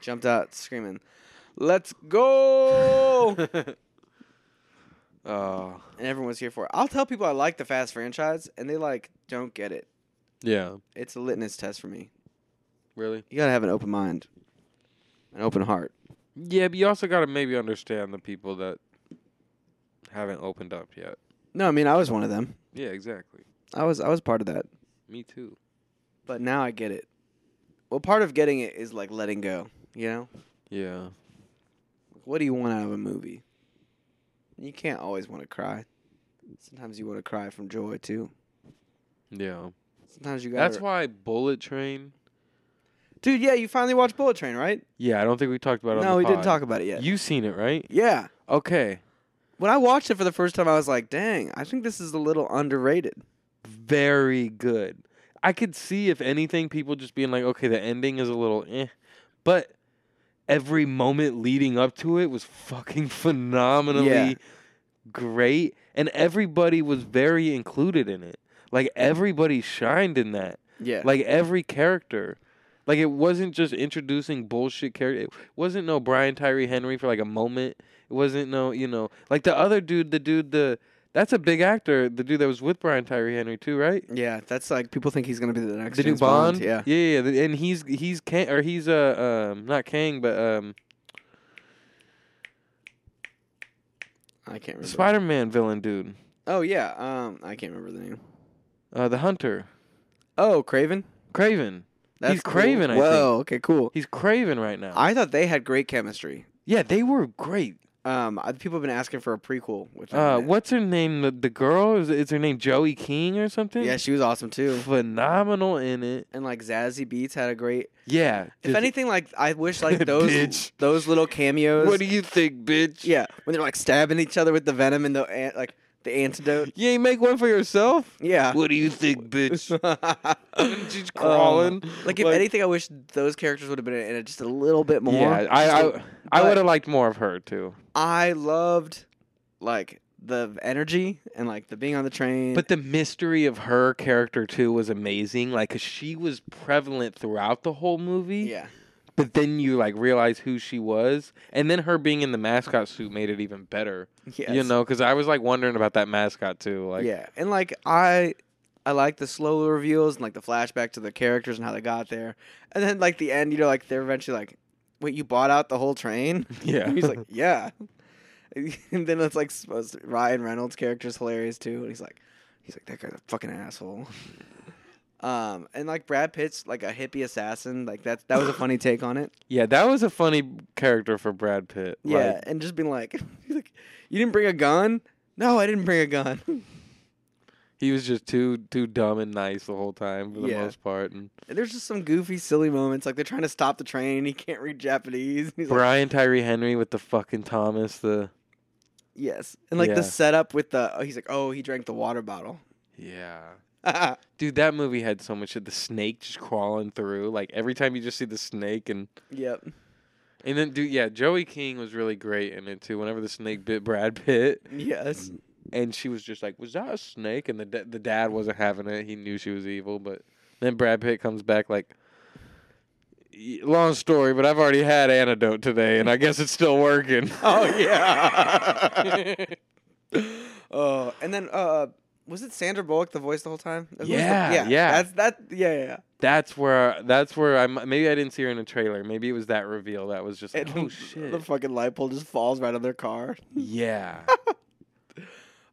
Speaker 2: Jumped out screaming, "Let's go!"
Speaker 1: Oh.
Speaker 2: and everyone was here for it. I'll tell people I like the Fast franchise, and they like don't get it.
Speaker 1: Yeah.
Speaker 2: It's a litmus test for me.
Speaker 1: Really?
Speaker 2: You gotta have an open mind, an open heart.
Speaker 1: Yeah, but you also gotta maybe understand the people that haven't opened up yet.
Speaker 2: No, I mean I was one of them.
Speaker 1: Yeah, exactly.
Speaker 2: I was I was part of that,
Speaker 1: Me too.
Speaker 2: but now I get it. Well, part of getting it is like letting go. You know,
Speaker 1: Yeah.
Speaker 2: what do you want out of a movie? You can't always want to cry. Sometimes you want to cry from joy too.
Speaker 1: Yeah.
Speaker 2: Sometimes you gotta.
Speaker 1: That's why Bullet Train.
Speaker 2: Dude, yeah, you finally watched Bullet Train, right?
Speaker 1: Yeah, I don't think we talked about it. on
Speaker 2: no,
Speaker 1: the
Speaker 2: we didn't
Speaker 1: pod.
Speaker 2: talk about it yet.
Speaker 1: You seen it, right?
Speaker 2: yeah.
Speaker 1: Okay.
Speaker 2: When I watched it for the first time, I was like, dang, I think this is a little underrated.
Speaker 1: Very good. I could see if anything, people just being like, okay, the ending is a little eh. But every moment leading up to it was fucking phenomenally
Speaker 2: Yeah.
Speaker 1: great. And everybody was very included in it. Like everybody shined in that.
Speaker 2: Yeah.
Speaker 1: Like every character. Like it wasn't just introducing bullshit character. It wasn't no Brian Tyree Henry for like a moment. It wasn't no, you know, like the other dude, the dude, the that's a big actor, the dude that was with Brian Tyree Henry too, right?
Speaker 2: yeah, that's like people think he's going to be the next
Speaker 1: The new
Speaker 2: James
Speaker 1: Bond,
Speaker 2: Yeah.
Speaker 1: yeah, yeah, yeah, and he's he's Kang or he's uh um not Kang but um
Speaker 2: I can't remember.
Speaker 1: Spider Man villain dude,
Speaker 2: oh, yeah. Um, I can't remember the name.
Speaker 1: uh the Hunter,
Speaker 2: Oh, Craven?
Speaker 1: Craven.
Speaker 2: That's
Speaker 1: he's Craven,
Speaker 2: Cool.
Speaker 1: I think.
Speaker 2: Whoa, okay, cool.
Speaker 1: He's Craven right now.
Speaker 2: I thought they had great chemistry.
Speaker 1: yeah, they were great.
Speaker 2: Um, I- people have been asking for a prequel. Which I'm
Speaker 1: Uh,
Speaker 2: in.
Speaker 1: what's her name? The, the girl is, is her name Joey King or something?
Speaker 2: Yeah, she was awesome too.
Speaker 1: phenomenal in it.
Speaker 2: And like Zazie Beats had a great.
Speaker 1: Yeah.
Speaker 2: If
Speaker 1: just-
Speaker 2: anything, like I wish like those
Speaker 1: Bitch.
Speaker 2: those little cameos.
Speaker 1: what do you think, bitch?
Speaker 2: yeah, when they're like stabbing each other with the venom and the an- like the antidote.
Speaker 1: You ain't make one for yourself.
Speaker 2: Yeah.
Speaker 1: What do you think, bitch? She's
Speaker 2: She's
Speaker 1: crawling.
Speaker 2: like if anything, I wish those characters would have been in it just a little bit more.
Speaker 1: Yeah, I I, I
Speaker 2: but-
Speaker 1: would have liked more of her too.
Speaker 2: I loved like the energy and like the being on the train.
Speaker 1: But the mystery of her character too was amazing. Like, 'cause she was prevalent throughout the whole movie.
Speaker 2: yeah,
Speaker 1: But then you like realize who she was, and then her being in the mascot suit made it even better.
Speaker 2: yes.
Speaker 1: You know, because I was like wondering about that mascot too. Like,
Speaker 2: yeah, and like I, I like the slow reveals and like the flashback to the characters and how they got there, and then like the end, you know, like they're eventually like, "Wait, you bought out the whole train?"
Speaker 1: yeah.
Speaker 2: And he's like, "Yeah," and then it's like supposed to, Ryan Reynolds' character's hilarious too, and he's like, he's like, "That guy's a fucking asshole." Um, and like Brad Pitt's like a hippie assassin, like that. That was a funny take on it.
Speaker 1: yeah, that was a funny character for Brad Pitt.
Speaker 2: Yeah,
Speaker 1: Like,
Speaker 2: and just being like, like, you didn't bring a gun? No, I didn't bring a gun.
Speaker 1: he was just too too dumb and nice the whole time for the
Speaker 2: Yeah.
Speaker 1: most part. And
Speaker 2: And There's just some goofy, silly moments. Like they're trying to stop the train, and he can't read Japanese. and He's like,
Speaker 1: Brian Tyree Henry with the fucking Thomas the
Speaker 2: yes, and like
Speaker 1: Yeah.
Speaker 2: the setup with the. Oh, he's like, oh, he drank the water bottle.
Speaker 1: yeah.
Speaker 2: yeah,
Speaker 1: Dude, that movie had so much of the snake just crawling through. Like every time you just see the snake and
Speaker 2: yep.
Speaker 1: and then dude, yeah, Joey King was really great in it too. Whenever the snake bit Brad Pitt,
Speaker 2: Yes.
Speaker 1: Mm. and she was just like, "Was that a snake?" And the da- the dad wasn't having it. He knew she was evil, but then Brad Pitt comes back like, "Y- "Long story, but I've already had antidote today, and I guess it's still working."
Speaker 2: Oh yeah. oh, and then uh, was it Sandra Bullock the voice the whole time? That was the-
Speaker 1: Yeah, yeah.
Speaker 2: That's that. Yeah, yeah. yeah.
Speaker 1: that's where that's where I mi- maybe I didn't see her in a trailer. Maybe it was that reveal that was just like,
Speaker 2: And
Speaker 1: oh
Speaker 2: the-
Speaker 1: shit,
Speaker 2: The fucking light pole just falls right on their car.
Speaker 1: yeah,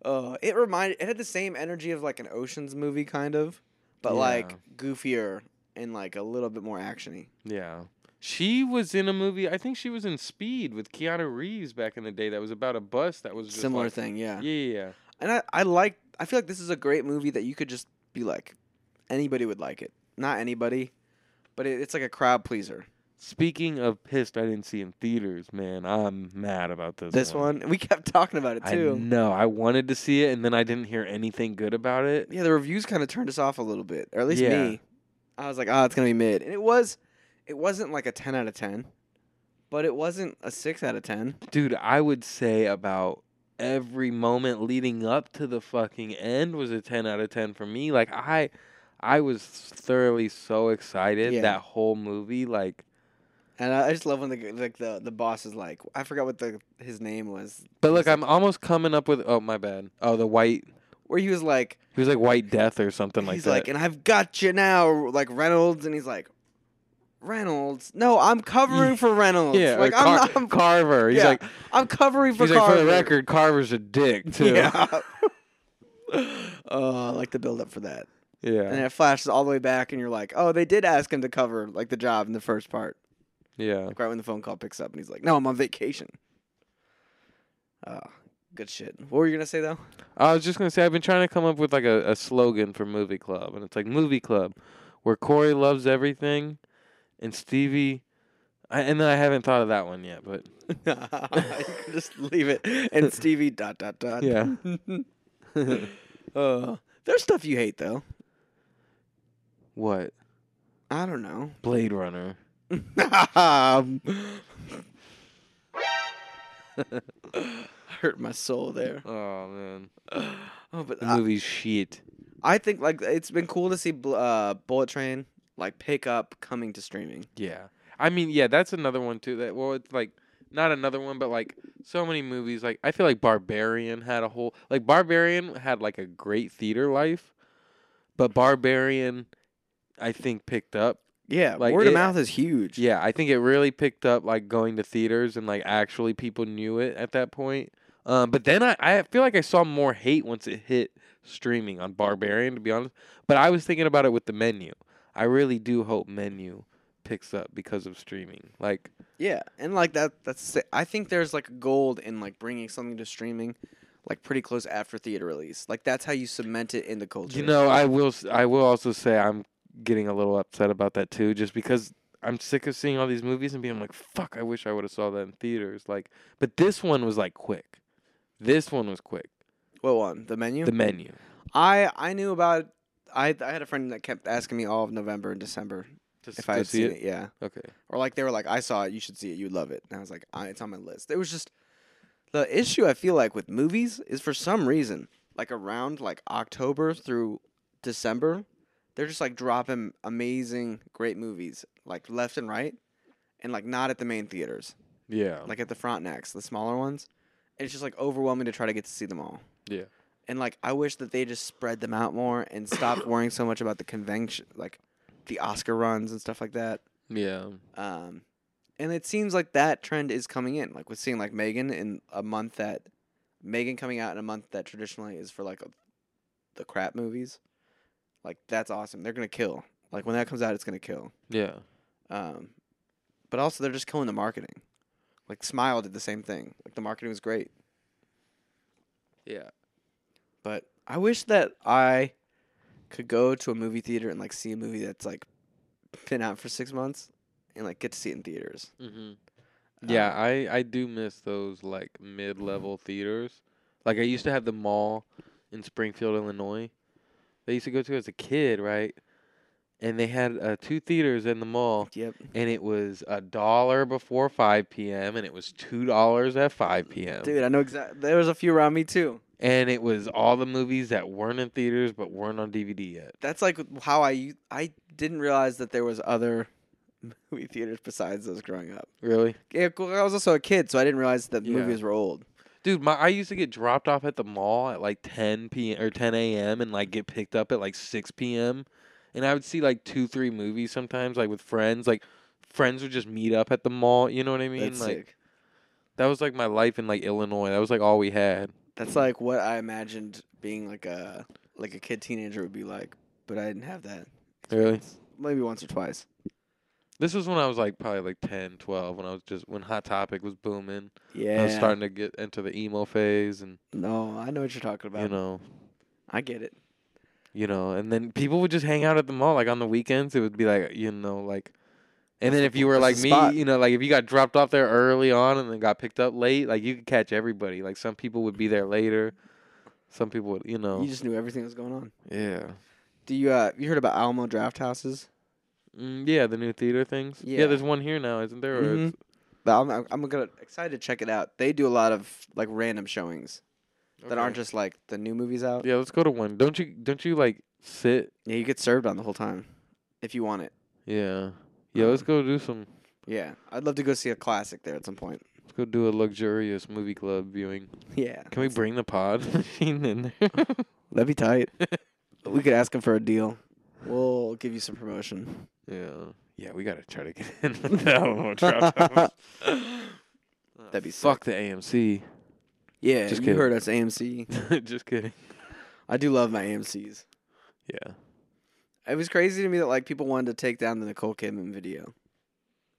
Speaker 2: Uh, it reminded. It had the same energy of like an Ocean's movie, kind of, but
Speaker 1: Yeah.
Speaker 2: like goofier and like a little bit more actiony.
Speaker 1: yeah. She was in a movie. I think she was in Speed with Keanu Reeves back in the day. That was about a bus that was just
Speaker 2: similar
Speaker 1: like-
Speaker 2: thing, yeah.
Speaker 1: Yeah, yeah, yeah.
Speaker 2: And I, I like I feel like this is a great movie that you could just be like anybody would like it. Not anybody, but it, it's like a crowd pleaser.
Speaker 1: Speaking of pissed, I didn't see in theaters, man. I'm mad about this.
Speaker 2: This one, we kept talking about it
Speaker 1: I
Speaker 2: too.
Speaker 1: know. I wanted to see it, and then I didn't hear anything good about it.
Speaker 2: Yeah, the reviews kind of turned us off a little bit, or at least
Speaker 1: Yeah.
Speaker 2: me. I was like, "Oh, it's going to be mid." And it was it wasn't like a 10 out of 10, but it wasn't a 6 out of 10.
Speaker 1: Dude, I would say about every moment leading up to the fucking end was a 10 out of 10 for me. Like I I was thoroughly so excited
Speaker 2: Yeah.
Speaker 1: that whole movie like
Speaker 2: And I, I just love when the like the the boss is like, I forgot what the his name was,
Speaker 1: But look,
Speaker 2: He's
Speaker 1: I'm almost coming up with oh my bad. Oh, the white
Speaker 2: where he was like
Speaker 1: he was like white death or something like
Speaker 2: he's
Speaker 1: that.
Speaker 2: like, and I've got you now, like Reynolds, and he's like, Reynolds. No, I'm covering for Reynolds.
Speaker 1: yeah, or
Speaker 2: like I'm,
Speaker 1: Car-
Speaker 2: not, I'm,
Speaker 1: Carver. He's
Speaker 2: yeah,
Speaker 1: like
Speaker 2: I'm covering for
Speaker 1: he's like for the
Speaker 2: Carver."
Speaker 1: record, Carver's a dick too.
Speaker 2: Yeah. oh, I like the build up for that,
Speaker 1: Yeah.
Speaker 2: and it flashes all the way back, and you're like, oh, they did ask him to cover like the job in the first part,
Speaker 1: Yeah.
Speaker 2: like right when the phone call picks up, and he's like, no, I'm on vacation. Oh, good shit. What were you gonna say though?
Speaker 1: I was just gonna say I've been trying to come up with like a, a slogan for movie club, and it's like movie club, where Corey loves everything, and Stevie, I, and then I haven't thought of that one yet, but
Speaker 2: you can just leave it. And Stevie dot dot dot.
Speaker 1: Yeah.
Speaker 2: uh, there's stuff you hate though.
Speaker 1: what
Speaker 2: I don't know.
Speaker 1: Blade Runner?
Speaker 2: Um, hurt my soul there.
Speaker 1: Oh man,
Speaker 2: Oh, but
Speaker 1: the
Speaker 2: I,
Speaker 1: movie's shit.
Speaker 2: I think like it's been cool to see Bl- uh, Bullet Train like pick up coming to streaming.
Speaker 1: Yeah, I mean, yeah, that's another one too. That well, it's like not another one, but like so many movies. Like I feel like Barbarian had a whole like Barbarian had like a great theater life, but Barbarian, I think, picked up
Speaker 2: Yeah,
Speaker 1: Like,
Speaker 2: word of
Speaker 1: it-
Speaker 2: mouth is huge.
Speaker 1: Yeah, I think it really picked up like going to theaters and like actually people knew it at that point. Um, but then I, I feel like I saw more hate once it hit streaming on Barbarian, to be honest. But I was thinking about it with the menu. I really do hope menu picks up because of streaming. Like
Speaker 2: Yeah, and like that. That's. I think there's like gold in like bringing something to streaming, like pretty close after theater release. Like that's how you cement it in the culture.
Speaker 1: you know, I will s- I will also say I'm getting a little upset about that too, just because I'm sick of seeing all these movies and being like, fuck, I wish I would have saw that in theaters. Like, but this one was like quick. This one was quick.
Speaker 2: what one? The menu.
Speaker 1: The menu.
Speaker 2: I I knew about. it- I I had a friend that kept asking me all of November and December
Speaker 1: To, s-
Speaker 2: if
Speaker 1: to
Speaker 2: I had
Speaker 1: see
Speaker 2: seen it. Yeah,
Speaker 1: Okay.
Speaker 2: or like they were like, I saw it. You should see it. You'd love it. And I was like, I, it's on my list. It was just the issue I feel like with movies is for some reason like around like October through December, they're just like dropping amazing great movies like left and right, and like not at the main theaters,
Speaker 1: Yeah.
Speaker 2: like at the Frontenacs, the smaller ones. It's just like overwhelming to try to get to see them all.
Speaker 1: Yeah.
Speaker 2: And like I wish that they just spread them out more and stopped worrying so much about the convention, like the Oscar runs and stuff like that.
Speaker 1: yeah.
Speaker 2: Um, and it seems like that trend is coming in, like with seeing like Megan in a month that Megan coming out in a month that traditionally is for like the crap movies. Like that's awesome. They're gonna kill. Like when that comes out, it's gonna kill.
Speaker 1: Yeah.
Speaker 2: Um, but also they're just killing the marketing. Like Smile did the same thing. Like the marketing was great.
Speaker 1: Yeah.
Speaker 2: But I wish that I could go to a movie theater and like see a movie that's like been out for six months and like get to see it in theaters.
Speaker 1: hmm Yeah, I I do miss those like mid level theaters. Like I used to have the mall in Springfield, Illinois. They used to go to as a kid, right? And they had uh, two theaters in the mall,
Speaker 2: Yep.
Speaker 1: and it was a dollar before five p.m. and it was two dollars at five p.m.
Speaker 2: Dude, I know exactly. There was a few around me too.
Speaker 1: And it was all the movies that weren't in theaters but weren't on DVD yet.
Speaker 2: That's like how I u- I didn't realize that there was other movie theaters besides those growing up.
Speaker 1: Really,
Speaker 2: Yeah, cool, I was also a kid, so I didn't realize that the
Speaker 1: Yeah.
Speaker 2: movies were old.
Speaker 1: dude? My I used to get dropped off at the mall at like ten p.m. or ten a.m. and like get picked up at like six p.m. and I would see like two, three movies sometimes, like with friends. Like friends would just meet up at the mall. You know what I mean?
Speaker 2: That's
Speaker 1: like
Speaker 2: sick.
Speaker 1: that was like my life in like Illinois. That was like all we had.
Speaker 2: That's like what I imagined being like a like a kid teenager would be like, but I didn't have that.
Speaker 1: Really?
Speaker 2: experience. Maybe once or twice.
Speaker 1: This was when I was like probably like 10, 12, when I was just when Hot Topic was booming.
Speaker 2: Yeah.
Speaker 1: I was starting to get into the emo phase, and
Speaker 2: No, I know what you're talking about.
Speaker 1: you know,
Speaker 2: I get it.
Speaker 1: you know, and then people would just hang out at the mall like on the weekends. It would be like you know like. And then if you were
Speaker 2: That's the
Speaker 1: like me,
Speaker 2: spot.
Speaker 1: you know, like if you got dropped off there early on and then got picked up late, like you could catch everybody. Like some people would be there later, some people would, you know.
Speaker 2: You just knew everything that was going on.
Speaker 1: Yeah.
Speaker 2: Do you uh you heard about Alamo Draft Houses?
Speaker 1: Mm, yeah, the new theater things. Yeah,
Speaker 2: Yeah.
Speaker 1: there's one here now, isn't there? Or
Speaker 2: Mhm.
Speaker 1: it's-
Speaker 2: But I'm I'm I'm gonna excited to check it out. They do a lot of like random showings that aren't
Speaker 1: Okay.
Speaker 2: just like the new movies out.
Speaker 1: Yeah, let's go to one. Don't you don't you like sit?
Speaker 2: Yeah, you get served on the whole time if you want it.
Speaker 1: Yeah. Yeah, let's
Speaker 2: Uh-huh.
Speaker 1: go do some
Speaker 2: Yeah, I'd love to go see a classic there at some point.
Speaker 1: let's go do a luxurious movie club viewing.
Speaker 2: Yeah,
Speaker 1: Can we bring the pod machine in
Speaker 2: That'd be tight. we could ask him for a deal. We'll give you some promotion.
Speaker 1: there? yeah. Yeah, we gotta try to get in with the Alamo Draft House.
Speaker 2: That'd be sick.
Speaker 1: Fuck the AMC.
Speaker 2: Yeah,
Speaker 1: Just
Speaker 2: just you
Speaker 1: kidding.
Speaker 2: heard us AMC.
Speaker 1: Just kidding.
Speaker 2: I do love my AMC's.
Speaker 1: Yeah.
Speaker 2: It was crazy to me that like people wanted to take down the Nicole Kidman video.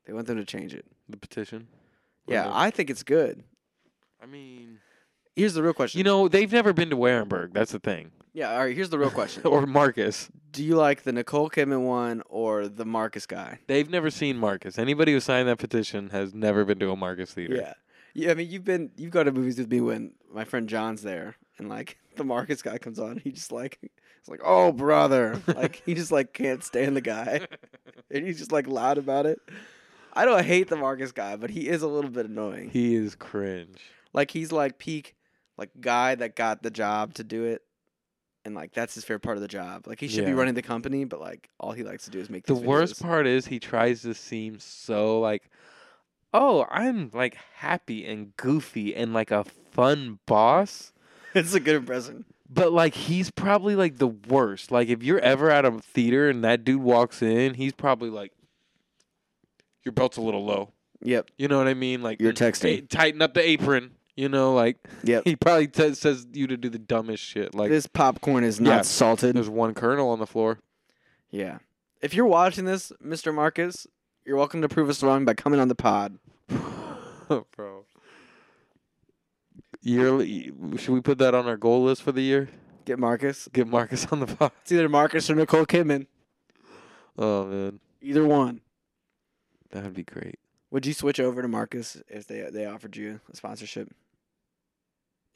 Speaker 2: They want them to change it.
Speaker 1: The petition. Or
Speaker 2: Yeah,
Speaker 1: no?
Speaker 2: I think it's good.
Speaker 1: I mean
Speaker 2: Here's the real question.
Speaker 1: You know, they've never been to Warenberg, that's the thing.
Speaker 2: yeah, all right, here's the real question.
Speaker 1: or Marcus.
Speaker 2: Do you like the Nicole Kidman one or the Marcus guy?
Speaker 1: They've never seen Marcus. Anybody who signed that petition has never been to a Marcus theater.
Speaker 2: Yeah. Yeah, I mean you've been you've gone to movies with me when my friend John's there and like the Marcus guy comes on, he just like it's like, Oh brother Like he just like can't stand the guy. And he's just like loud about it. I don't hate the Marcus guy, but he is a little bit annoying.
Speaker 1: He is cringe.
Speaker 2: Like he's like peak like guy that got the job to do it. And like that's his favorite part of the job. Like he should be
Speaker 1: Yeah.
Speaker 2: running the company, but like all he likes to do is make
Speaker 1: The
Speaker 2: these
Speaker 1: worst
Speaker 2: videos.
Speaker 1: part is he tries to seem so like, oh, I'm like happy and goofy and like a fun boss,
Speaker 2: It's a good impression.
Speaker 1: but like he's probably like the worst. Like if you're ever at a theater and that dude walks in, he's probably like, your belt's a little low.
Speaker 2: Yep.
Speaker 1: You know what I mean? Like
Speaker 2: You're
Speaker 1: "Hey,
Speaker 2: texting.
Speaker 1: tighten up the apron. You know, like
Speaker 2: Yep.
Speaker 1: he probably t- says you to do the dumbest shit. Like
Speaker 2: this popcorn is
Speaker 1: Yeah.
Speaker 2: not salted.
Speaker 1: there's one kernel on the floor.
Speaker 2: Yeah. If you're watching this, Mr. Marcus, You're welcome to prove us wrong by coming on the pod.
Speaker 1: bro. Yearly, should we put that on our goal list for the year?
Speaker 2: Get Marcus.
Speaker 1: Get Marcus on the pod.
Speaker 2: It's either Marcus or Nicole Kidman.
Speaker 1: Oh man,
Speaker 2: Either one.
Speaker 1: that'd be great.
Speaker 2: Would you switch over to Marcus if they they offered you a sponsorship?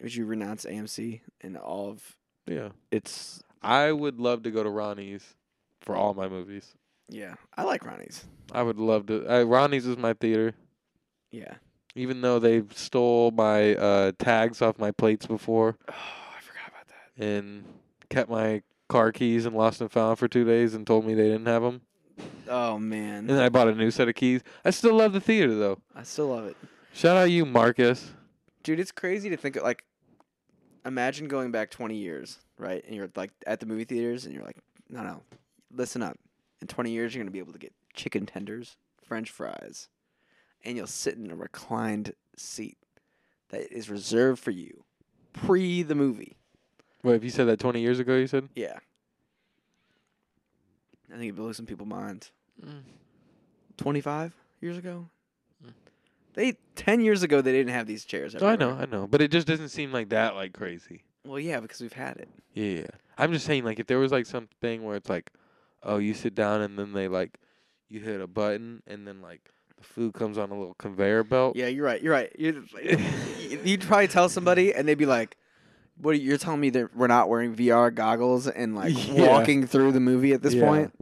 Speaker 2: Would you renounce AMC and all of
Speaker 1: Yeah,
Speaker 2: its?
Speaker 1: I would love to go to Ronnie's for all my movies.
Speaker 2: Yeah, I like Ronnie's.
Speaker 1: I would love to. Uh, Ronnie's is my theater,
Speaker 2: Yeah.
Speaker 1: even though they stole my uh, tags off my plates before
Speaker 2: Oh, I forgot about that.
Speaker 1: and kept my car keys and lost and found for two days and told me they didn't have them.
Speaker 2: Oh
Speaker 1: And
Speaker 2: man,
Speaker 1: then I bought a new set of keys. I still love the theater though.
Speaker 2: I still love it,
Speaker 1: Shout out you, Marcus.
Speaker 2: dude. It's crazy to think of, like, imagine going back 20 years, right? And you're like at the movie theaters, and you're like, no, no, listen up. In 20 years, you're gonna be able to get chicken tenders, French fries, and you'll sit in a reclined seat that is reserved for you pre the movie.
Speaker 1: Wait, if you said that 20 years ago, you said?
Speaker 2: Yeah. I think it blows some people's minds. 25 years ago? They 10 years ago they didn't have these chairs.
Speaker 1: No, Hmm. Oh, I know,
Speaker 2: everywhere.
Speaker 1: I know. But it just doesn't seem like that, like, crazy.
Speaker 2: Well, yeah, because we've had it.
Speaker 1: Yeah, yeah. I'm just saying, like, if there was, like, something where it's like, oh, you sit down and then they, like, you hit a button and then, like, the food comes on a little conveyor belt.
Speaker 2: Yeah, you're right. You're right. You're, you'd probably tell somebody and they'd be like, "What are, you're telling me that we're not wearing VR goggles and like
Speaker 1: Yeah.
Speaker 2: walking through the movie at this
Speaker 1: Yeah.
Speaker 2: point?"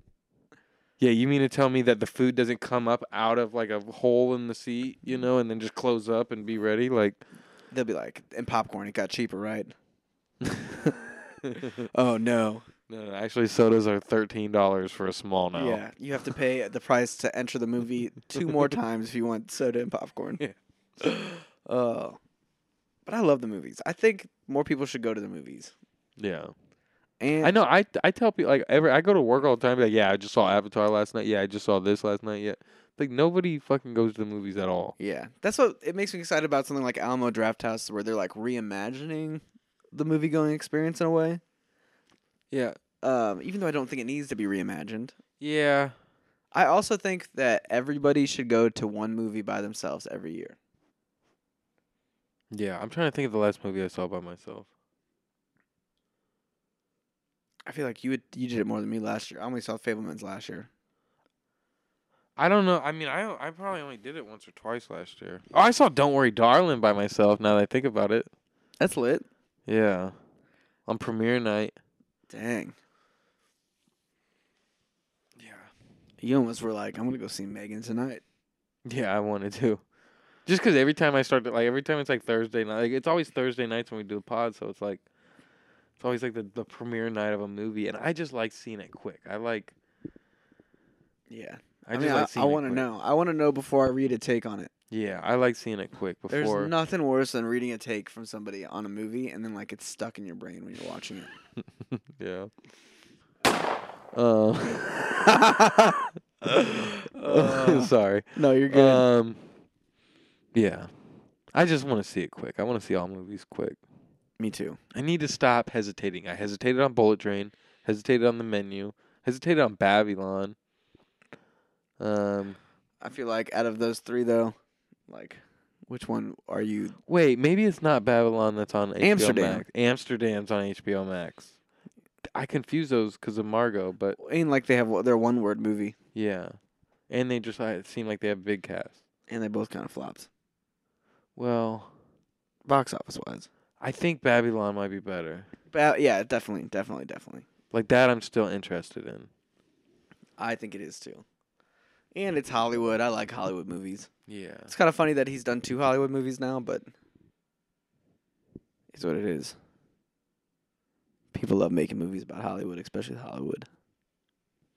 Speaker 1: Yeah, you mean to tell me that the food doesn't come up out of, like, a hole in the seat, you know, and then just close up and be ready? Like,
Speaker 2: They'll be like, "And popcorn it got cheaper, right?" oh no.
Speaker 1: no, no, actually, sodas are $13 for a small now.
Speaker 2: Yeah, you have to pay the price to enter the movie two more times if you want soda and popcorn.
Speaker 1: Yeah.
Speaker 2: Uh, but I love the movies. I think more people should go to the movies.
Speaker 1: Yeah.
Speaker 2: And
Speaker 1: I know. I I tell people like every I go to work all the time. Like, yeah, I just saw Avatar last night. Yeah, I just saw this last night. Yeah, like nobody fucking goes to the movies at all.
Speaker 2: Yeah, that's what it makes me excited about something like Alamo Drafthouse, where they're like reimagining the movie going experience in a way.
Speaker 1: Yeah,
Speaker 2: Um, even though I don't think it needs to be reimagined,
Speaker 1: yeah,
Speaker 2: I also think that everybody should go to one movie by themselves every year.
Speaker 1: yeah. I'm trying to think of the last movie I saw by myself.
Speaker 2: I feel like you would, you did it more than me last year. I only saw Fablemans last year.
Speaker 1: I don't know. I mean, I I probably only did it once or twice last year. Oh, I saw Don't Worry, Darling by myself. Now that I think about it,
Speaker 2: That's lit.
Speaker 1: yeah, on premiere night.
Speaker 2: Dang,
Speaker 1: Yeah,
Speaker 2: you almost were like, I'm gonna go see Megan tonight.
Speaker 1: yeah. I wanted to. Just because every time I start to, like every time it's like Thursday night, like it's always Thursday nights when we do the pod, so it's like it's always like the, the premiere night of a movie, and I just like seeing it quick. I like
Speaker 2: Yeah,
Speaker 1: I, just
Speaker 2: mean,
Speaker 1: like
Speaker 2: I,
Speaker 1: seeing. it
Speaker 2: want to
Speaker 1: quick.
Speaker 2: know. I want to know before I read a take on it.
Speaker 1: Yeah, I like seeing it quick before.
Speaker 2: There's nothing worse than reading a take from somebody on a movie and then like it's stuck in your brain when you're watching it.
Speaker 1: yeah. Um. sorry.
Speaker 2: No, you're
Speaker 1: Um. Yeah, I just want to see it quick. I want to see all movies quick.
Speaker 2: Me too.
Speaker 1: I need to stop hesitating. I hesitated on Bullet Train, hesitated on the menu, hesitated on Babylon. Um,
Speaker 2: I feel like out of those three though, like which one are you?
Speaker 1: wait, maybe it's not Babylon that's on HBO
Speaker 2: Amsterdam.
Speaker 1: Max. Amsterdam's on HBO Max. I confuse those because of Margot, but
Speaker 2: Ain't like they have their one word movie
Speaker 1: yeah, and they just I, seem like they have big cast.
Speaker 2: and they both kind of flopped
Speaker 1: Well,
Speaker 2: box office wise.
Speaker 1: I think Babylon might be better.
Speaker 2: But yeah, definitely, definitely, definitely.
Speaker 1: Like that, I'm still interested in.
Speaker 2: I think it is too. And it's Hollywood. I like Hollywood movies.
Speaker 1: Yeah,
Speaker 2: It's kind of funny that he's done two Hollywood movies now, but it's what it is. People love making movies about Hollywood, especially Hollywood.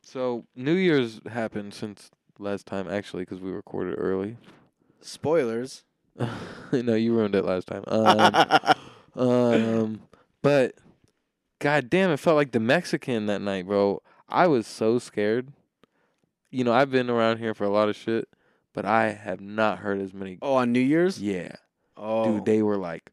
Speaker 1: So New Year's happened since last time, actually, because we recorded early.
Speaker 2: Spoilers.
Speaker 1: no, you ruined it last time. Um, um, but god damn, it felt like the Mexican that night, bro. I was so scared. You know, I've been around here for a lot of shit, but I have not heard as many.
Speaker 2: oh, on New Year's?
Speaker 1: Yeah,
Speaker 2: Oh,
Speaker 1: dude, they were like,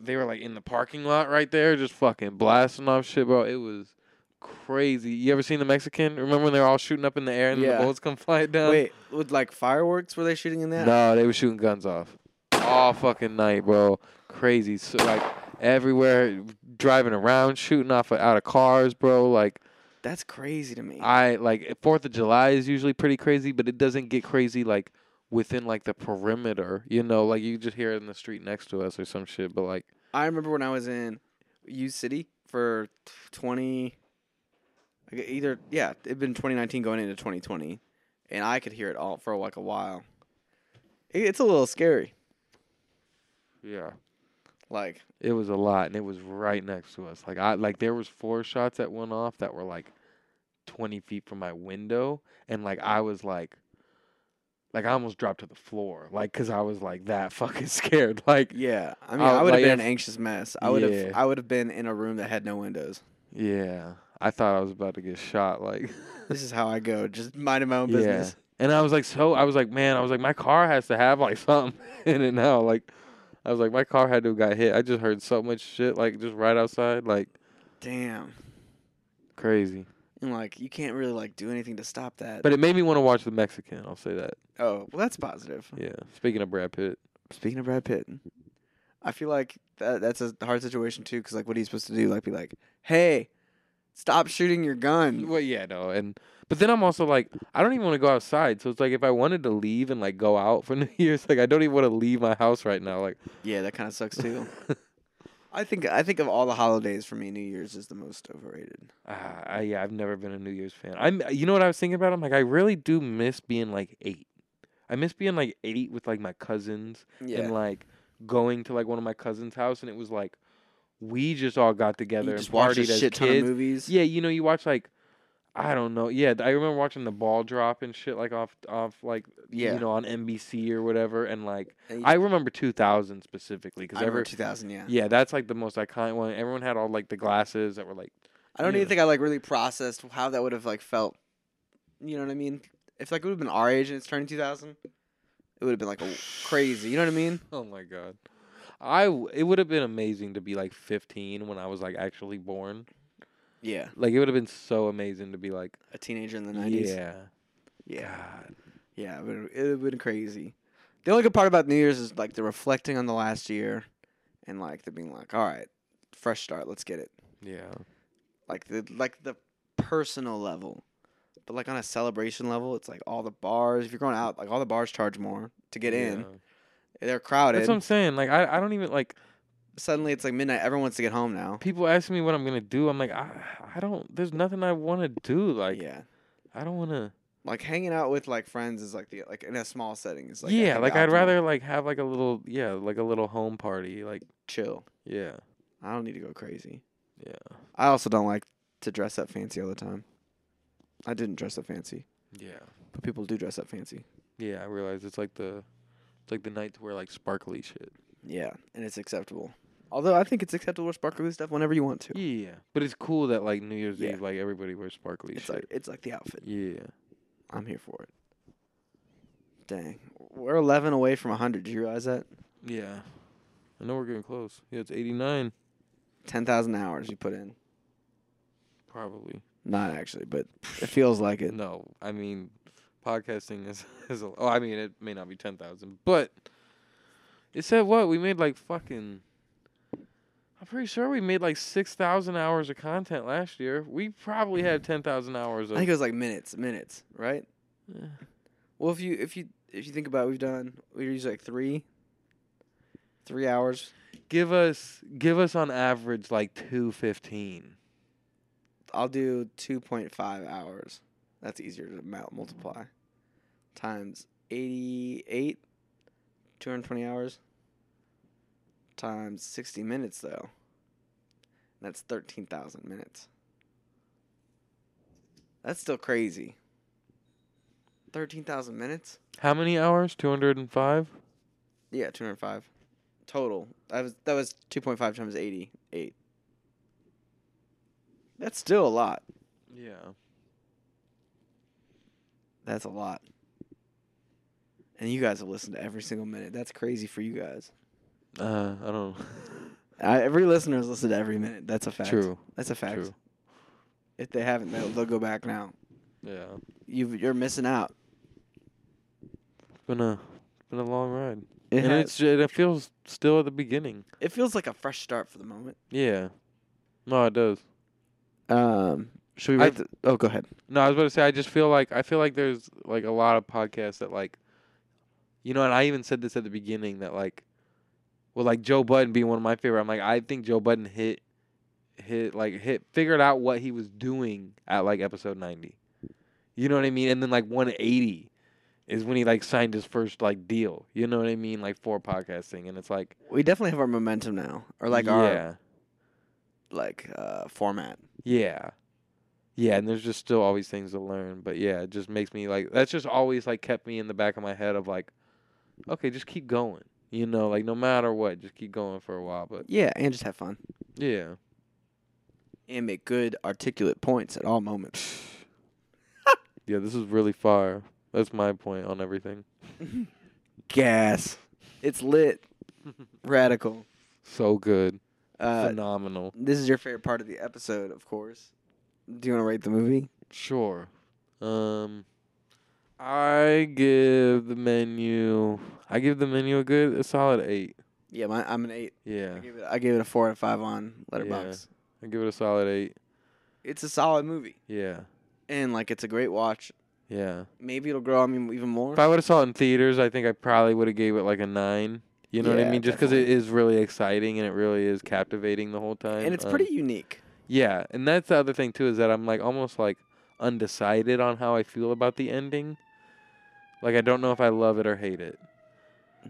Speaker 1: they were like in the parking lot right there, just fucking blasting off shit, bro. It was crazy. You ever seen the Mexican? Remember when they were all shooting up in the air and
Speaker 2: Yeah.
Speaker 1: the bullets come flying down?
Speaker 2: Wait, with like fireworks were they shooting in that?
Speaker 1: No, they were shooting guns off all fucking night, bro. Crazy, so, like everywhere, driving around, shooting off of- out of cars, bro. Like
Speaker 2: That's crazy to me.
Speaker 1: I like Fourth of July is usually pretty crazy, but it doesn't get crazy like within like the perimeter. You know, like you just hear it in the street next to us or some shit. But like,
Speaker 2: I remember when I was in U City for t- 20, like, either, yeah, it'd been 2019 going into 2020, and I could hear it all for like a while. It, it's a little scary.
Speaker 1: yeah,
Speaker 2: Like,
Speaker 1: it was a lot, and it was right next to us. Like I like there was four shots that went off that were like twenty feet from my window, and like I was like. Like I almost dropped to the floor, like because I was like that fucking scared. Like
Speaker 2: yeah, I mean,
Speaker 1: Oh,
Speaker 2: I would have
Speaker 1: like,
Speaker 2: been an
Speaker 1: if-
Speaker 2: anxious mess. I would have,
Speaker 1: Yeah.
Speaker 2: I would have been in a room that had no windows.
Speaker 1: yeah, I thought I was about to get shot. Like
Speaker 2: This is how I go, just minding my own business.
Speaker 1: And I was like, so I was like, man, I was like, my car has to have like something in it now. Like, I was like, my car had to have got hit. I just heard so much shit, like just right outside, like
Speaker 2: Damn,
Speaker 1: crazy.
Speaker 2: and like you can't really like do anything to stop that.
Speaker 1: But it made me want to watch The Mexican. I'll say that.
Speaker 2: oh, well, that's positive.
Speaker 1: Yeah. Speaking of Brad Pitt,
Speaker 2: Speaking of Brad Pitt, I feel like that that's a hard situation too. Because like, what are you supposed to do? Like, be like, hey, stop shooting your gun.
Speaker 1: well, yeah, no, and but then I'm also like, I don't even want to go outside. So it's like, if I wanted to leave and like go out for New Year's, like I don't even want to leave my house right now. Like,
Speaker 2: Yeah, that kind of sucks too. I think I think of all the holidays for me, New Year's is the most overrated.
Speaker 1: ah, I, yeah, I've never been a New Year's fan. I'm, you know what I was thinking about? I'm like, I really do miss being like eight. I miss being like eight with like my cousins and like going to like one of my cousins' house, and it was like we just all got together
Speaker 2: you
Speaker 1: and
Speaker 2: just watch a
Speaker 1: partied as
Speaker 2: shit ton of
Speaker 1: kids.
Speaker 2: movies.
Speaker 1: Yeah, you know, you watch like I don't know. Yeah, I remember watching the ball drop and shit like off off like
Speaker 2: Yeah.
Speaker 1: you know on NBC or whatever, and like
Speaker 2: And you-
Speaker 1: I remember 2000 specifically
Speaker 2: I
Speaker 1: because
Speaker 2: remember
Speaker 1: ever.
Speaker 2: 2000. Yeah.
Speaker 1: Yeah, that's like the most iconic one. Everyone had all like the glasses that were like,
Speaker 2: I don't
Speaker 1: Yeah.
Speaker 2: even think I like really processed how that would have like felt. You know what I mean? If like it would have been our age and it's turning 2000, it would have been like a, crazy. You know what I mean?
Speaker 1: oh my god. I w- it would have been amazing to be like 15 when I was like actually born.
Speaker 2: Yeah.
Speaker 1: Like it would have been so amazing to be like,
Speaker 2: A teenager in the 90s.
Speaker 1: yeah,
Speaker 2: Yeah.
Speaker 1: God.
Speaker 2: Yeah, it would have been crazy. The only good part about New Year's is like the reflecting on the last year and like the being like, all right, fresh start, let's get it.
Speaker 1: Yeah.
Speaker 2: Like the like the personal level. But like on a celebration level, it's like all the bars, if you're going out, like all the bars charge more to get in. They're crowded.
Speaker 1: That's what I'm saying. Like I, I don't even like
Speaker 2: Suddenly it's like midnight, everyone wants to get home now.
Speaker 1: people ask me what I'm gonna do. I'm like, I I don't there's nothing I wanna do. Like
Speaker 2: yeah.
Speaker 1: I don't wanna
Speaker 2: Like hanging out with like friends is like the like in a small setting is like I
Speaker 1: Yeah,
Speaker 2: think,
Speaker 1: like I'd
Speaker 2: optimal.
Speaker 1: rather like have like a little yeah, like a little home party. Like
Speaker 2: chill.
Speaker 1: yeah.
Speaker 2: I don't need to go crazy.
Speaker 1: Yeah.
Speaker 2: I also don't like to dress up fancy all the time. I didn't dress up fancy,
Speaker 1: Yeah.
Speaker 2: but people do dress up fancy.
Speaker 1: Yeah, I realize it's like the it's like the night to wear like sparkly shit.
Speaker 2: Yeah, and it's acceptable. Although I think it's acceptable to wear sparkly stuff whenever you want to.
Speaker 1: Yeah. But it's cool that like New Year's
Speaker 2: Yeah.
Speaker 1: Eve like everybody wears sparkly
Speaker 2: It's
Speaker 1: shit.
Speaker 2: like it's like the outfit.
Speaker 1: yeah.
Speaker 2: I'm here for it. Dang, we're 11 away from 100. Do you realize that?
Speaker 1: Yeah. I know we're getting close. Yeah, it's eighty nine
Speaker 2: 10,000 hours you put in.
Speaker 1: probably.
Speaker 2: Not actually, but it feels like it.
Speaker 1: No, I mean, podcasting is is a, oh, I mean, it may not be ten thousand, but it said what we made like fucking. I'm pretty sure we made like six thousand hours of content last year. We probably had ten thousand hours
Speaker 2: I
Speaker 1: of.
Speaker 2: think it was like minutes, minutes, right?
Speaker 1: Yeah.
Speaker 2: Well, if you if you if you think about it, we've done we use like 3 3 hours
Speaker 1: give us give us on average like two fifteen.
Speaker 2: I'll do 2.5 hours. That's easier to mul- multiply. Times 88, 220 hours. Times 60 minutes, though. That's 13,000 minutes. That's still crazy. 13,000 minutes?
Speaker 1: How many hours? Two hundred and five.
Speaker 2: Yeah, 205 total. That was that was 2.5 times 88. That's still a lot.
Speaker 1: Yeah.
Speaker 2: That's a lot. And you guys have listened to every single minute. That's crazy for you guys.
Speaker 1: Uh, I don't.
Speaker 2: I, every listener has listened to every minute. That's a fact.
Speaker 1: True.
Speaker 2: That's a fact.
Speaker 1: True.
Speaker 2: If they haven't, they'll, they'll go back now.
Speaker 1: Yeah.
Speaker 2: You've, you're missing out.
Speaker 1: It's been a it's been a long ride.
Speaker 2: It,
Speaker 1: and
Speaker 2: has-
Speaker 1: it's and it feels still at the beginning.
Speaker 2: it feels like a fresh start for the moment.
Speaker 1: Yeah. No, it does.
Speaker 2: Um, should we?
Speaker 1: I-
Speaker 2: rate the, oh, go ahead.
Speaker 1: No, I was about to say I just feel like I feel like there's like a lot of podcasts that like you know, and I even said this at the beginning that like well like Joe Budden being one of my favorite. I'm like I think Joe Budden hit hit like hit figured out what he was doing at like episode 90. You know what I mean? And then like 180 is when he like signed his first like deal. You know what I mean? Like for podcasting and it's like
Speaker 2: We definitely have our momentum now, or like
Speaker 1: yeah.
Speaker 2: our like uh, format.
Speaker 1: Yeah. Yeah, and there's just still always things to learn. But yeah, it just makes me like that's just always like kept me in the back of my head of like, okay, just keep going. You know, like no matter what, just keep going for a while. But
Speaker 2: Yeah, and just have fun
Speaker 1: yeah.
Speaker 2: and make good articulate points at all moments.
Speaker 1: Yeah, this is really fire. That's my point on everything.
Speaker 2: Gas. It's lit. Radical.
Speaker 1: So good.
Speaker 2: Uh,
Speaker 1: Phenomenal.
Speaker 2: this is your favorite part of the episode, of course. Do you want to rate the movie?
Speaker 1: Sure. Um I give the menu I give the menu a good a solid eight.
Speaker 2: Yeah, my, I'm an eight.
Speaker 1: Yeah.
Speaker 2: I gave it. I gave it a four out of five on Letterboxd.
Speaker 1: I give it a solid eight.
Speaker 2: It's a solid movie,
Speaker 1: Yeah.
Speaker 2: and like it's a great watch.
Speaker 1: Yeah.
Speaker 2: Maybe it'll grow on me even more.
Speaker 1: If I would have saw it in theaters, I think I probably would have gave it like a nine. You know what
Speaker 2: Yeah,
Speaker 1: I mean? Just because it is really exciting and it really is captivating the whole time.
Speaker 2: and it's
Speaker 1: Um,
Speaker 2: pretty unique.
Speaker 1: Yeah, and that's the other thing too is that I'm like almost like undecided on how I feel about the ending. Like I don't know if I love it or hate it,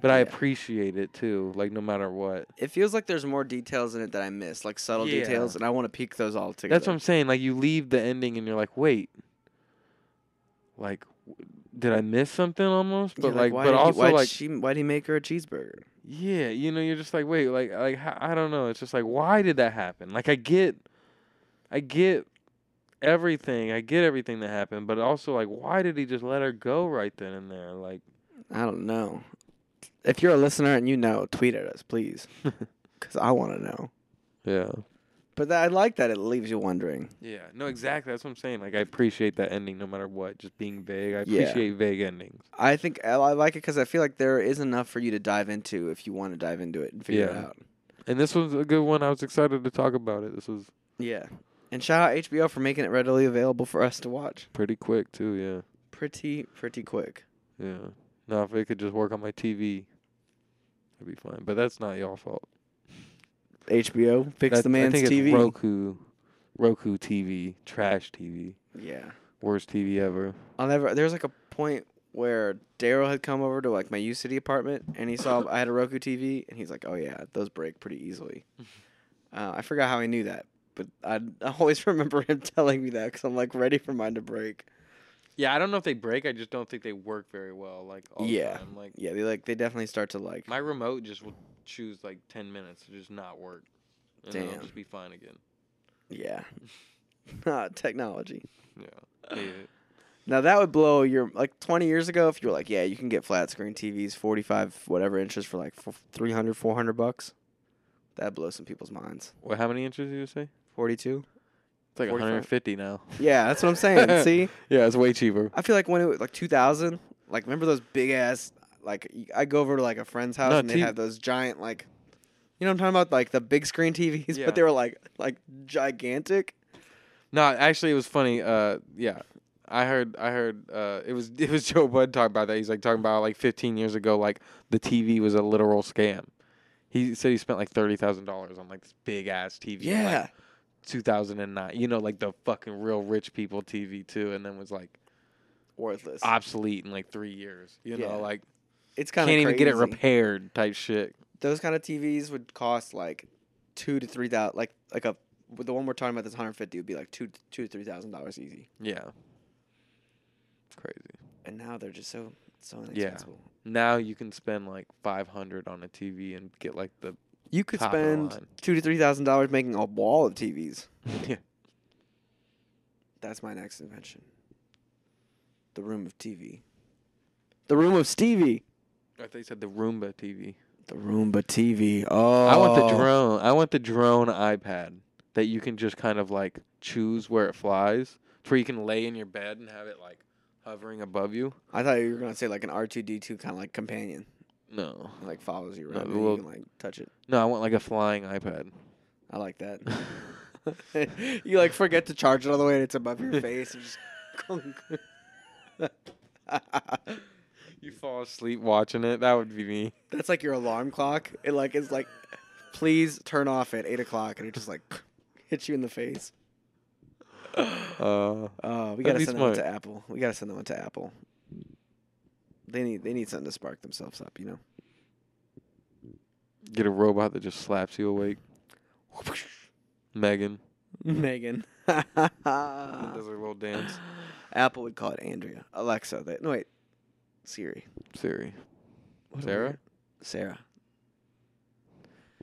Speaker 1: but I
Speaker 2: Yeah.
Speaker 1: appreciate it too. Like no matter what.
Speaker 2: It feels like there's more details in it that I missed, like subtle
Speaker 1: Yeah.
Speaker 2: details, and I want to peek those all together.
Speaker 1: That's what I'm saying. Like you leave the ending and you're like, wait, like, w- did I miss something almost? But
Speaker 2: Yeah,
Speaker 1: like,
Speaker 2: why
Speaker 1: but
Speaker 2: did he-
Speaker 1: also
Speaker 2: why'd
Speaker 1: like,
Speaker 2: she, why'd he make her a cheeseburger?
Speaker 1: Yeah, you know, you're just like, wait, like, like ho- I don't know. It's just like, why did that happen? Like, I get, I get everything. I get everything that happened, but also like, why did he just let her go right then and there? Like,
Speaker 2: I don't know. If you're a listener and you know, tweet at us, please, because I want to know.
Speaker 1: yeah,
Speaker 2: But that, I like that it leaves you wondering.
Speaker 1: yeah, no, exactly. That's what I'm saying. Like, I appreciate that ending, no matter what. Just being vague, I
Speaker 2: Yeah.
Speaker 1: appreciate vague endings.
Speaker 2: I think I, I like it because I feel like there is enough for you to dive into if you want to dive into it and figure it
Speaker 1: Yeah.
Speaker 2: out.
Speaker 1: And this was a good one. I was excited to talk about it. This was
Speaker 2: Yeah. And shout out HBO for making it readily available for us to watch.
Speaker 1: pretty quick too.
Speaker 2: Pretty, pretty quick.
Speaker 1: Yeah, yeah. Now if it could just work on my TV, it'd be fine. But that's not y'all fault.
Speaker 2: HBO, fix
Speaker 1: That-
Speaker 2: the man's
Speaker 1: I think
Speaker 2: TV.
Speaker 1: It's Roku, Roku TV, trash TV,
Speaker 2: Yeah.
Speaker 1: worst TV ever.
Speaker 2: I'll never. There was like a point where Daryl had come over to like my U City apartment, and he saw I had a Roku TV, and he's like, "Oh yeah, those break pretty easily." Uh, I forgot how I knew that, but I, I always remember him telling me that because I'm like ready for mine to break.
Speaker 1: Yeah, I don't know if they break. I just don't think they work very well. Like all
Speaker 2: Yeah.
Speaker 1: the time. Like
Speaker 2: Yeah, they like they definitely start to like.
Speaker 1: my remote just will choose like ten minutes to just not work, and then
Speaker 2: Damn.
Speaker 1: it'll just be fine again.
Speaker 2: yeah. Ah, technology.
Speaker 1: Yeah, hate it.
Speaker 2: Now that would blow your like 20 years ago if you were like, yeah, you can get flat screen TVs 45 whatever inches for like f- 300 400 bucks. That blows some people's minds.
Speaker 1: What? How many inches did you say?
Speaker 2: 42.
Speaker 1: It's like
Speaker 2: 45.
Speaker 1: 150 now.
Speaker 2: Yeah, that's what I'm saying. See,
Speaker 1: Yeah, it's way cheaper.
Speaker 2: I feel like when it was like 2000, like remember those big ass like y- I go over to like a friend's house
Speaker 1: No,
Speaker 2: and they
Speaker 1: T-
Speaker 2: have those giant like, you know what I'm talking about, like the big screen TVs,
Speaker 1: Yeah.
Speaker 2: but they were like like gigantic.
Speaker 1: No, actually, it was funny. Uh, yeah, I heard, I heard. Uh, it was, it was Joe Bud talking about that. He's like talking about like 15 years ago, like the TV was a literal scam. He said he spent like thirty thousand dollars on like this big ass TV. in, like,
Speaker 2: Yeah,
Speaker 1: 2009. You know, like the fucking real rich people TV too, and then was like
Speaker 2: worthless.
Speaker 1: obsolete in like three years. You
Speaker 2: Yeah.
Speaker 1: know, like
Speaker 2: it's kind of
Speaker 1: can't even get it
Speaker 2: repaired.
Speaker 1: repaired type shit.
Speaker 2: those kind of TVs would cost like two to three thousand, like like a with the one we're talking about that's 150 would be like two two to three thousand dollars easy.
Speaker 1: Yeah, crazy.
Speaker 2: And now they're just so so
Speaker 1: Yeah.
Speaker 2: inexpensive.
Speaker 1: Now you can spend like 500 on a TV and get like the
Speaker 2: You could
Speaker 1: Top of the
Speaker 2: spend
Speaker 1: line.
Speaker 2: two to three thousand dollars making a wall of TVs.
Speaker 1: yeah.
Speaker 2: That's my next invention. The room of TV. The room of Stevie.
Speaker 1: I thought you said the Roomba TV.
Speaker 2: The Roomba TV. Oh,
Speaker 1: I want the drone. I want the drone iPad that you can just kind of like choose where it flies, to where you can lay in your bed and have it like hovering above you.
Speaker 2: I thought you were gonna say like an R two D two kind of like companion,
Speaker 1: No,
Speaker 2: that, like follows you
Speaker 1: No, the
Speaker 2: around. and
Speaker 1: little-
Speaker 2: you can like touch it.
Speaker 1: no, I want like a flying iPad.
Speaker 2: I like that. you like forget to charge it all the way, and it's above your face. And just
Speaker 1: you fall asleep watching it. That would be me.
Speaker 2: That's like your alarm clock. It like is like, please turn off at eight o'clock, and it just like hits you in the face.
Speaker 1: Uh,
Speaker 2: Oh, we
Speaker 1: That'd
Speaker 2: gotta
Speaker 1: be
Speaker 2: send that one to
Speaker 1: smart.
Speaker 2: Apple. We gotta send that one to Apple. They need they need something to spark themselves up, you know.
Speaker 1: get a robot that just slaps you awake. Megan
Speaker 2: Megan. Uh.
Speaker 1: does her little dance.
Speaker 2: Apple would call it Andrea. Alexa. They, no wait, Siri.
Speaker 1: Siri,
Speaker 2: What am I-
Speaker 1: Sarah,
Speaker 2: Sarah.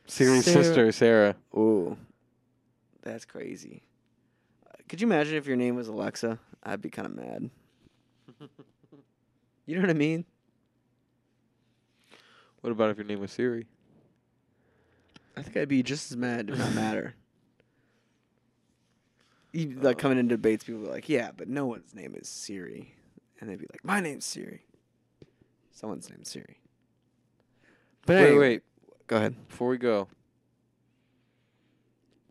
Speaker 1: Siri's
Speaker 2: Sarah.
Speaker 1: sister, Sarah.
Speaker 2: Ooh, that's crazy. Uh, Could you imagine if your name was Alexa? I'd be kind of mad. you know what I mean?
Speaker 1: What about if your name was Siri?
Speaker 2: I think I'd be just as mad if not matter. You like coming into debates, people are like, "Yeah, but no one's name is Siri," and they'd be like, "My name's Siri." Someone's name's Siri. But
Speaker 1: Wait,
Speaker 2: anyway,
Speaker 1: wait.
Speaker 2: go ahead.
Speaker 1: Before we go,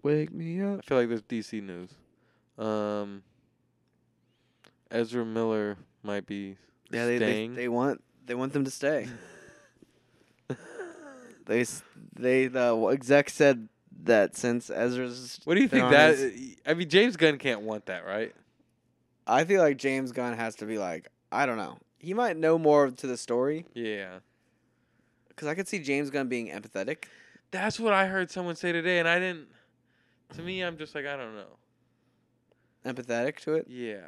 Speaker 2: Wake me
Speaker 1: I
Speaker 2: up.
Speaker 1: feel like there's DC news. Um, Ezra Miller might be
Speaker 2: Yeah, they, they
Speaker 1: staying.
Speaker 2: they want they want them to stay. they s- they the exec said that since Ezra's
Speaker 1: what do you
Speaker 2: been
Speaker 1: think
Speaker 2: on
Speaker 1: that?
Speaker 2: his-
Speaker 1: I mean, James Gunn can't want that, right?
Speaker 2: I feel like James Gunn has to be like, I don't know. He might know more to the story
Speaker 1: Yeah.
Speaker 2: because I could see James Gunn being empathetic.
Speaker 1: That's what I heard someone say today, and I didn't. To me, I'm just like I don't know.
Speaker 2: empathetic to it.
Speaker 1: Yeah,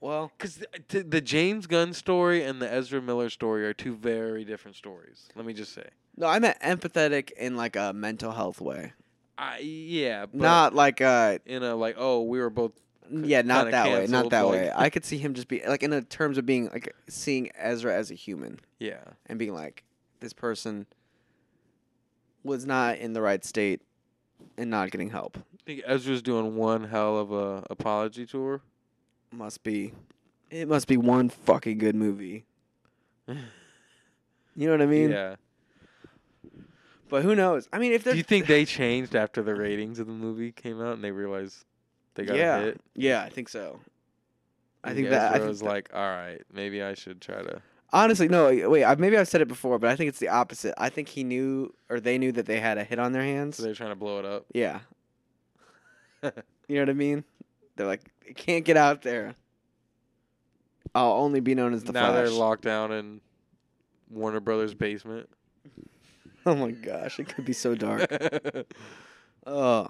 Speaker 2: Well,
Speaker 1: because the, the James Gunn story and the Ezra Miller story are two very different stories. Let me just say,
Speaker 2: no, I meant empathetic in like a mental health way,
Speaker 1: I yeah, but
Speaker 2: not like uh,
Speaker 1: in a like oh we were both
Speaker 2: yeah, not
Speaker 1: kinda
Speaker 2: that way, not
Speaker 1: canceled,
Speaker 2: that
Speaker 1: like-
Speaker 2: way. I could see him just be like in the terms of being like seeing Ezra as a human
Speaker 1: yeah
Speaker 2: and being like, this person was not in the right state and not getting help.
Speaker 1: I think Ezra's doing one hell of a apology tour.
Speaker 2: Must be, it must be one fucking good movie. You know what I mean?
Speaker 1: yeah.
Speaker 2: But who knows? I mean, if
Speaker 1: Do
Speaker 2: there's
Speaker 1: you think they changed after the ratings of the movie came out and they realized they got
Speaker 2: yeah,
Speaker 1: hit?
Speaker 2: yeah, I think so. I think
Speaker 1: Ezra
Speaker 2: that I think
Speaker 1: was
Speaker 2: that-
Speaker 1: like, all right, maybe I should try to.
Speaker 2: Honestly, no. Wait, I, maybe I've said it before, but I think it's the opposite. I think he knew, or they knew that they had a hit on their hands.
Speaker 1: So they're trying to blow it up.
Speaker 2: yeah. you know what I mean? They're like, it can't get out there. I'll only be known as the
Speaker 1: now they're
Speaker 2: Flash.
Speaker 1: locked down in Warner Brothers basement.
Speaker 2: oh my gosh, it could be so dark.
Speaker 1: yeah,
Speaker 2: oh,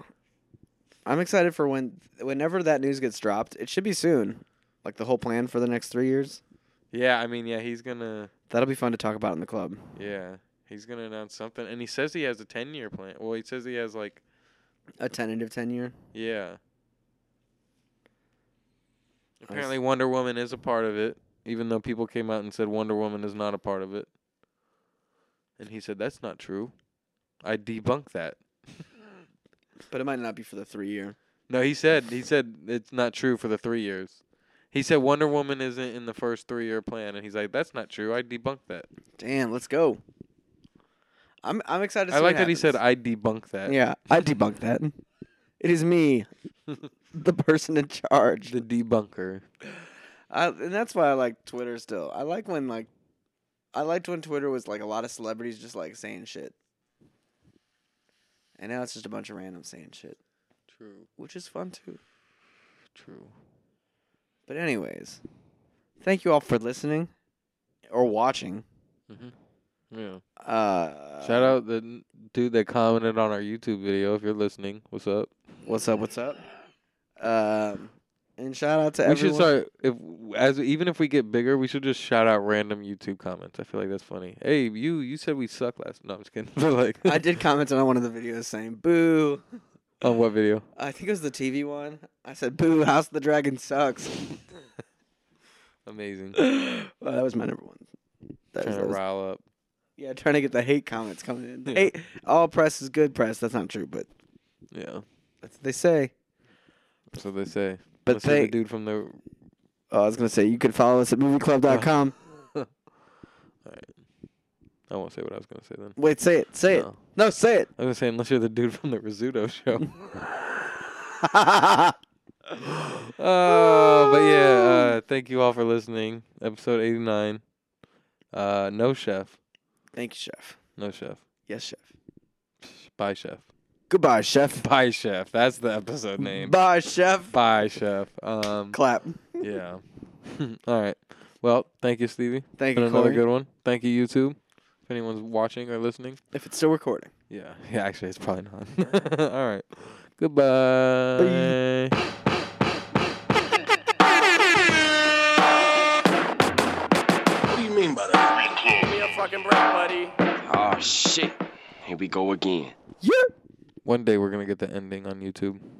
Speaker 2: I'm excited for when, whenever that news gets dropped. It should be soon. Like the whole plan for the next three years.
Speaker 1: I mean, yeah, he's gonna,
Speaker 2: That'll be fun to talk about in the club.
Speaker 1: yeah, he's gonna announce something, and he says he has a ten-year plan. Well, he says he has like,
Speaker 2: A tentative ten year.
Speaker 1: yeah. Apparently, Wonder Woman is a part of it, even though people came out and said Wonder Woman is not a part of it. And he said that's not true. I debunked that.
Speaker 2: But it might not be for the three year.
Speaker 1: No, he said he said it's not true for the three years. He said Wonder Woman isn't in the first three year plan, and he's like, "That's not true. I debunked that."
Speaker 2: Damn, let's go. I'm I'm excited. To
Speaker 1: I
Speaker 2: see
Speaker 1: like
Speaker 2: what
Speaker 1: that he said,
Speaker 2: happens.
Speaker 1: "I debunked that."
Speaker 2: yeah, I debunked that. It is me, the person in charge,
Speaker 1: the debunker.
Speaker 2: I, and that's why I like Twitter. Still, I like when like, I liked when Twitter was like a lot of celebrities just like saying shit, and now it's just a bunch of random saying shit,
Speaker 1: True,
Speaker 2: which is fun too.
Speaker 1: true.
Speaker 2: But anyways, thank you all for listening or watching.
Speaker 1: Yeah.
Speaker 2: Uh,
Speaker 1: Shout out the n- dude that commented on our YouTube video. If you're listening, what's up?
Speaker 2: What's up? What's up? Um, and shout out to
Speaker 1: We
Speaker 2: everyone.
Speaker 1: should start if as even if we get bigger, we should just shout out random YouTube comments. I feel like that's funny. Hey, you you said we suck last. No, I'm just kidding. But like
Speaker 2: I did comment on one of the videos saying "boo."
Speaker 1: on what video?
Speaker 2: I think it was the TV one. I said "boo." House of the Dragon sucks.
Speaker 1: Amazing.
Speaker 2: well, that was my number one. That
Speaker 1: Trying
Speaker 2: was,
Speaker 1: to
Speaker 2: that was-
Speaker 1: rile up.
Speaker 2: yeah, trying to get the hate comments coming in.
Speaker 1: Yeah.
Speaker 2: Hate, all press is good press. That's not true, but
Speaker 1: Yeah.
Speaker 2: that's what they say.
Speaker 1: So they say.
Speaker 2: But
Speaker 1: Let's say
Speaker 2: they-
Speaker 1: the dude from the
Speaker 2: Oh, I was gonna say you can follow us at movieclub.com.
Speaker 1: I won't say what I was gonna say then.
Speaker 2: Wait, say it. Say it.
Speaker 1: No.
Speaker 2: No, say it.
Speaker 1: I was gonna say unless you're the dude from the Rizzuto show. Uh, but yeah, uh, thank you all for listening. Episode 89. Uh, no chef.
Speaker 2: Thank you, chef.
Speaker 1: No chef.
Speaker 2: Yes, chef.
Speaker 1: Bye, chef.
Speaker 2: Goodbye, chef.
Speaker 1: Bye, chef. That's the episode name.
Speaker 2: Bye, chef.
Speaker 1: Bye, chef. Um,
Speaker 2: Clap.
Speaker 1: yeah. all right. Well, thank you, Stevie.
Speaker 2: Thank
Speaker 1: Been
Speaker 2: you,
Speaker 1: another
Speaker 2: Corey.
Speaker 1: good one. Thank you, YouTube. If anyone's watching or listening.
Speaker 2: If it's still recording.
Speaker 1: Yeah. Yeah, actually, it's probably not. all right. Goodbye.
Speaker 3: What do you mean by that?
Speaker 4: Give me a fucking break, buddy.
Speaker 8: Oh Ah, shit. Here we go again.
Speaker 1: One day we're going to get the ending on YouTube.